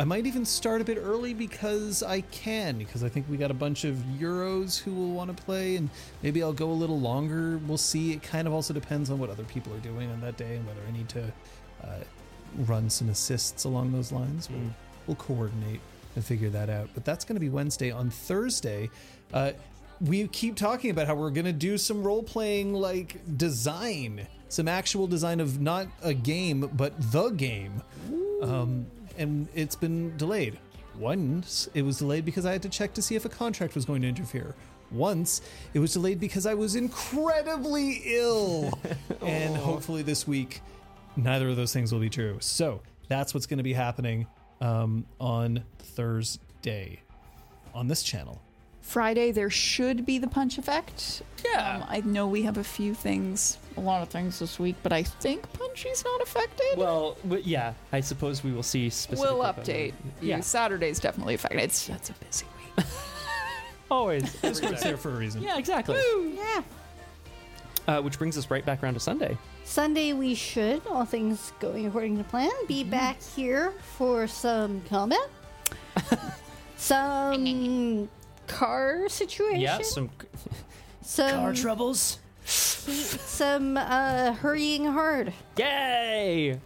S3: I might even start a bit early because I can, because I think we got a bunch of Euros who will want to play, and maybe I'll go a little longer. We'll see. It kind of also depends on what other people are doing on that day and whether I need to uh, run some assists along those lines. We'll, we'll coordinate and figure that out. But that's going to be Wednesday. On Thursday, uh, we keep talking about how we're going to do some role playing, like design, some actual design of not a game, but the game. Um, and it's been delayed. Once it was delayed because I had to check to see if a contract was going to interfere. Once it was delayed because I was incredibly ill. and hopefully this week, neither of those things will be true. So that's what's going to be happening um, on Thursday on this channel.
S4: Friday there should be the punch effect. Yeah. Um, I know we have a few things, a lot of things this week, but I think punchy's not affected.
S1: Well, w- yeah, I suppose we will see specifically.
S4: we'll
S1: about it.
S4: update.
S1: Yeah.
S4: You. Saturday's definitely affected. It's that's a busy week.
S1: Always.
S3: Discord's there for a reason.
S1: yeah, exactly.
S2: Yeah.
S1: Uh, which brings us right back around to Sunday.
S2: Sunday, we should, all things going according to plan, be
S3: Mm-hmm.
S2: back here for some combat, some car situation,
S1: Yeah, some
S6: Car
S2: some
S6: troubles?
S2: some uh, hurrying hard.
S1: yay.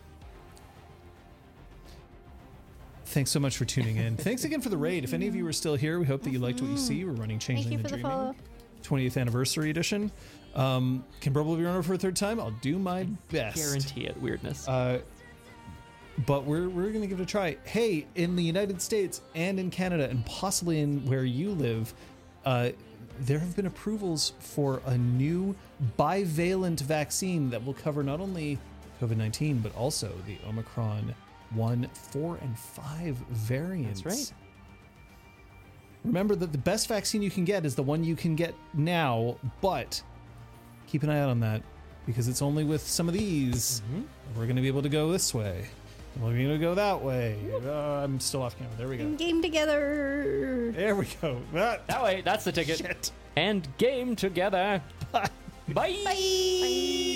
S3: Thanks so much for tuning in. Thanks again for the raid. If any of you are still here, we hope that you liked what you see. We're running
S2: Thank
S3: Changeling
S2: you
S3: the
S2: for the
S3: Dreaming,
S2: follow.
S3: 20th anniversary edition. Um, can probably be run over for a third time. I'll do my best.
S1: Guarantee it. Weirdness.
S3: Uh, but we're, we're going to give it a try. Hey, in the United States and in Canada, and possibly in where you live, uh, there have been approvals for a new bivalent vaccine that will cover not only COVID 19, but also the Omicron 1, 4, and 5 variants.
S1: right.
S3: Remember that the best vaccine you can get is the one you can get now, but keep an eye out on that because it's only with some of these. We're going to be able to go this way. We're going to go that way. Uh, I'm still off camera. There we go.
S2: Game together.
S3: There we go. That-
S1: that way, that's the ticket.
S3: Shit.
S1: And game together. Bye.
S2: Bye.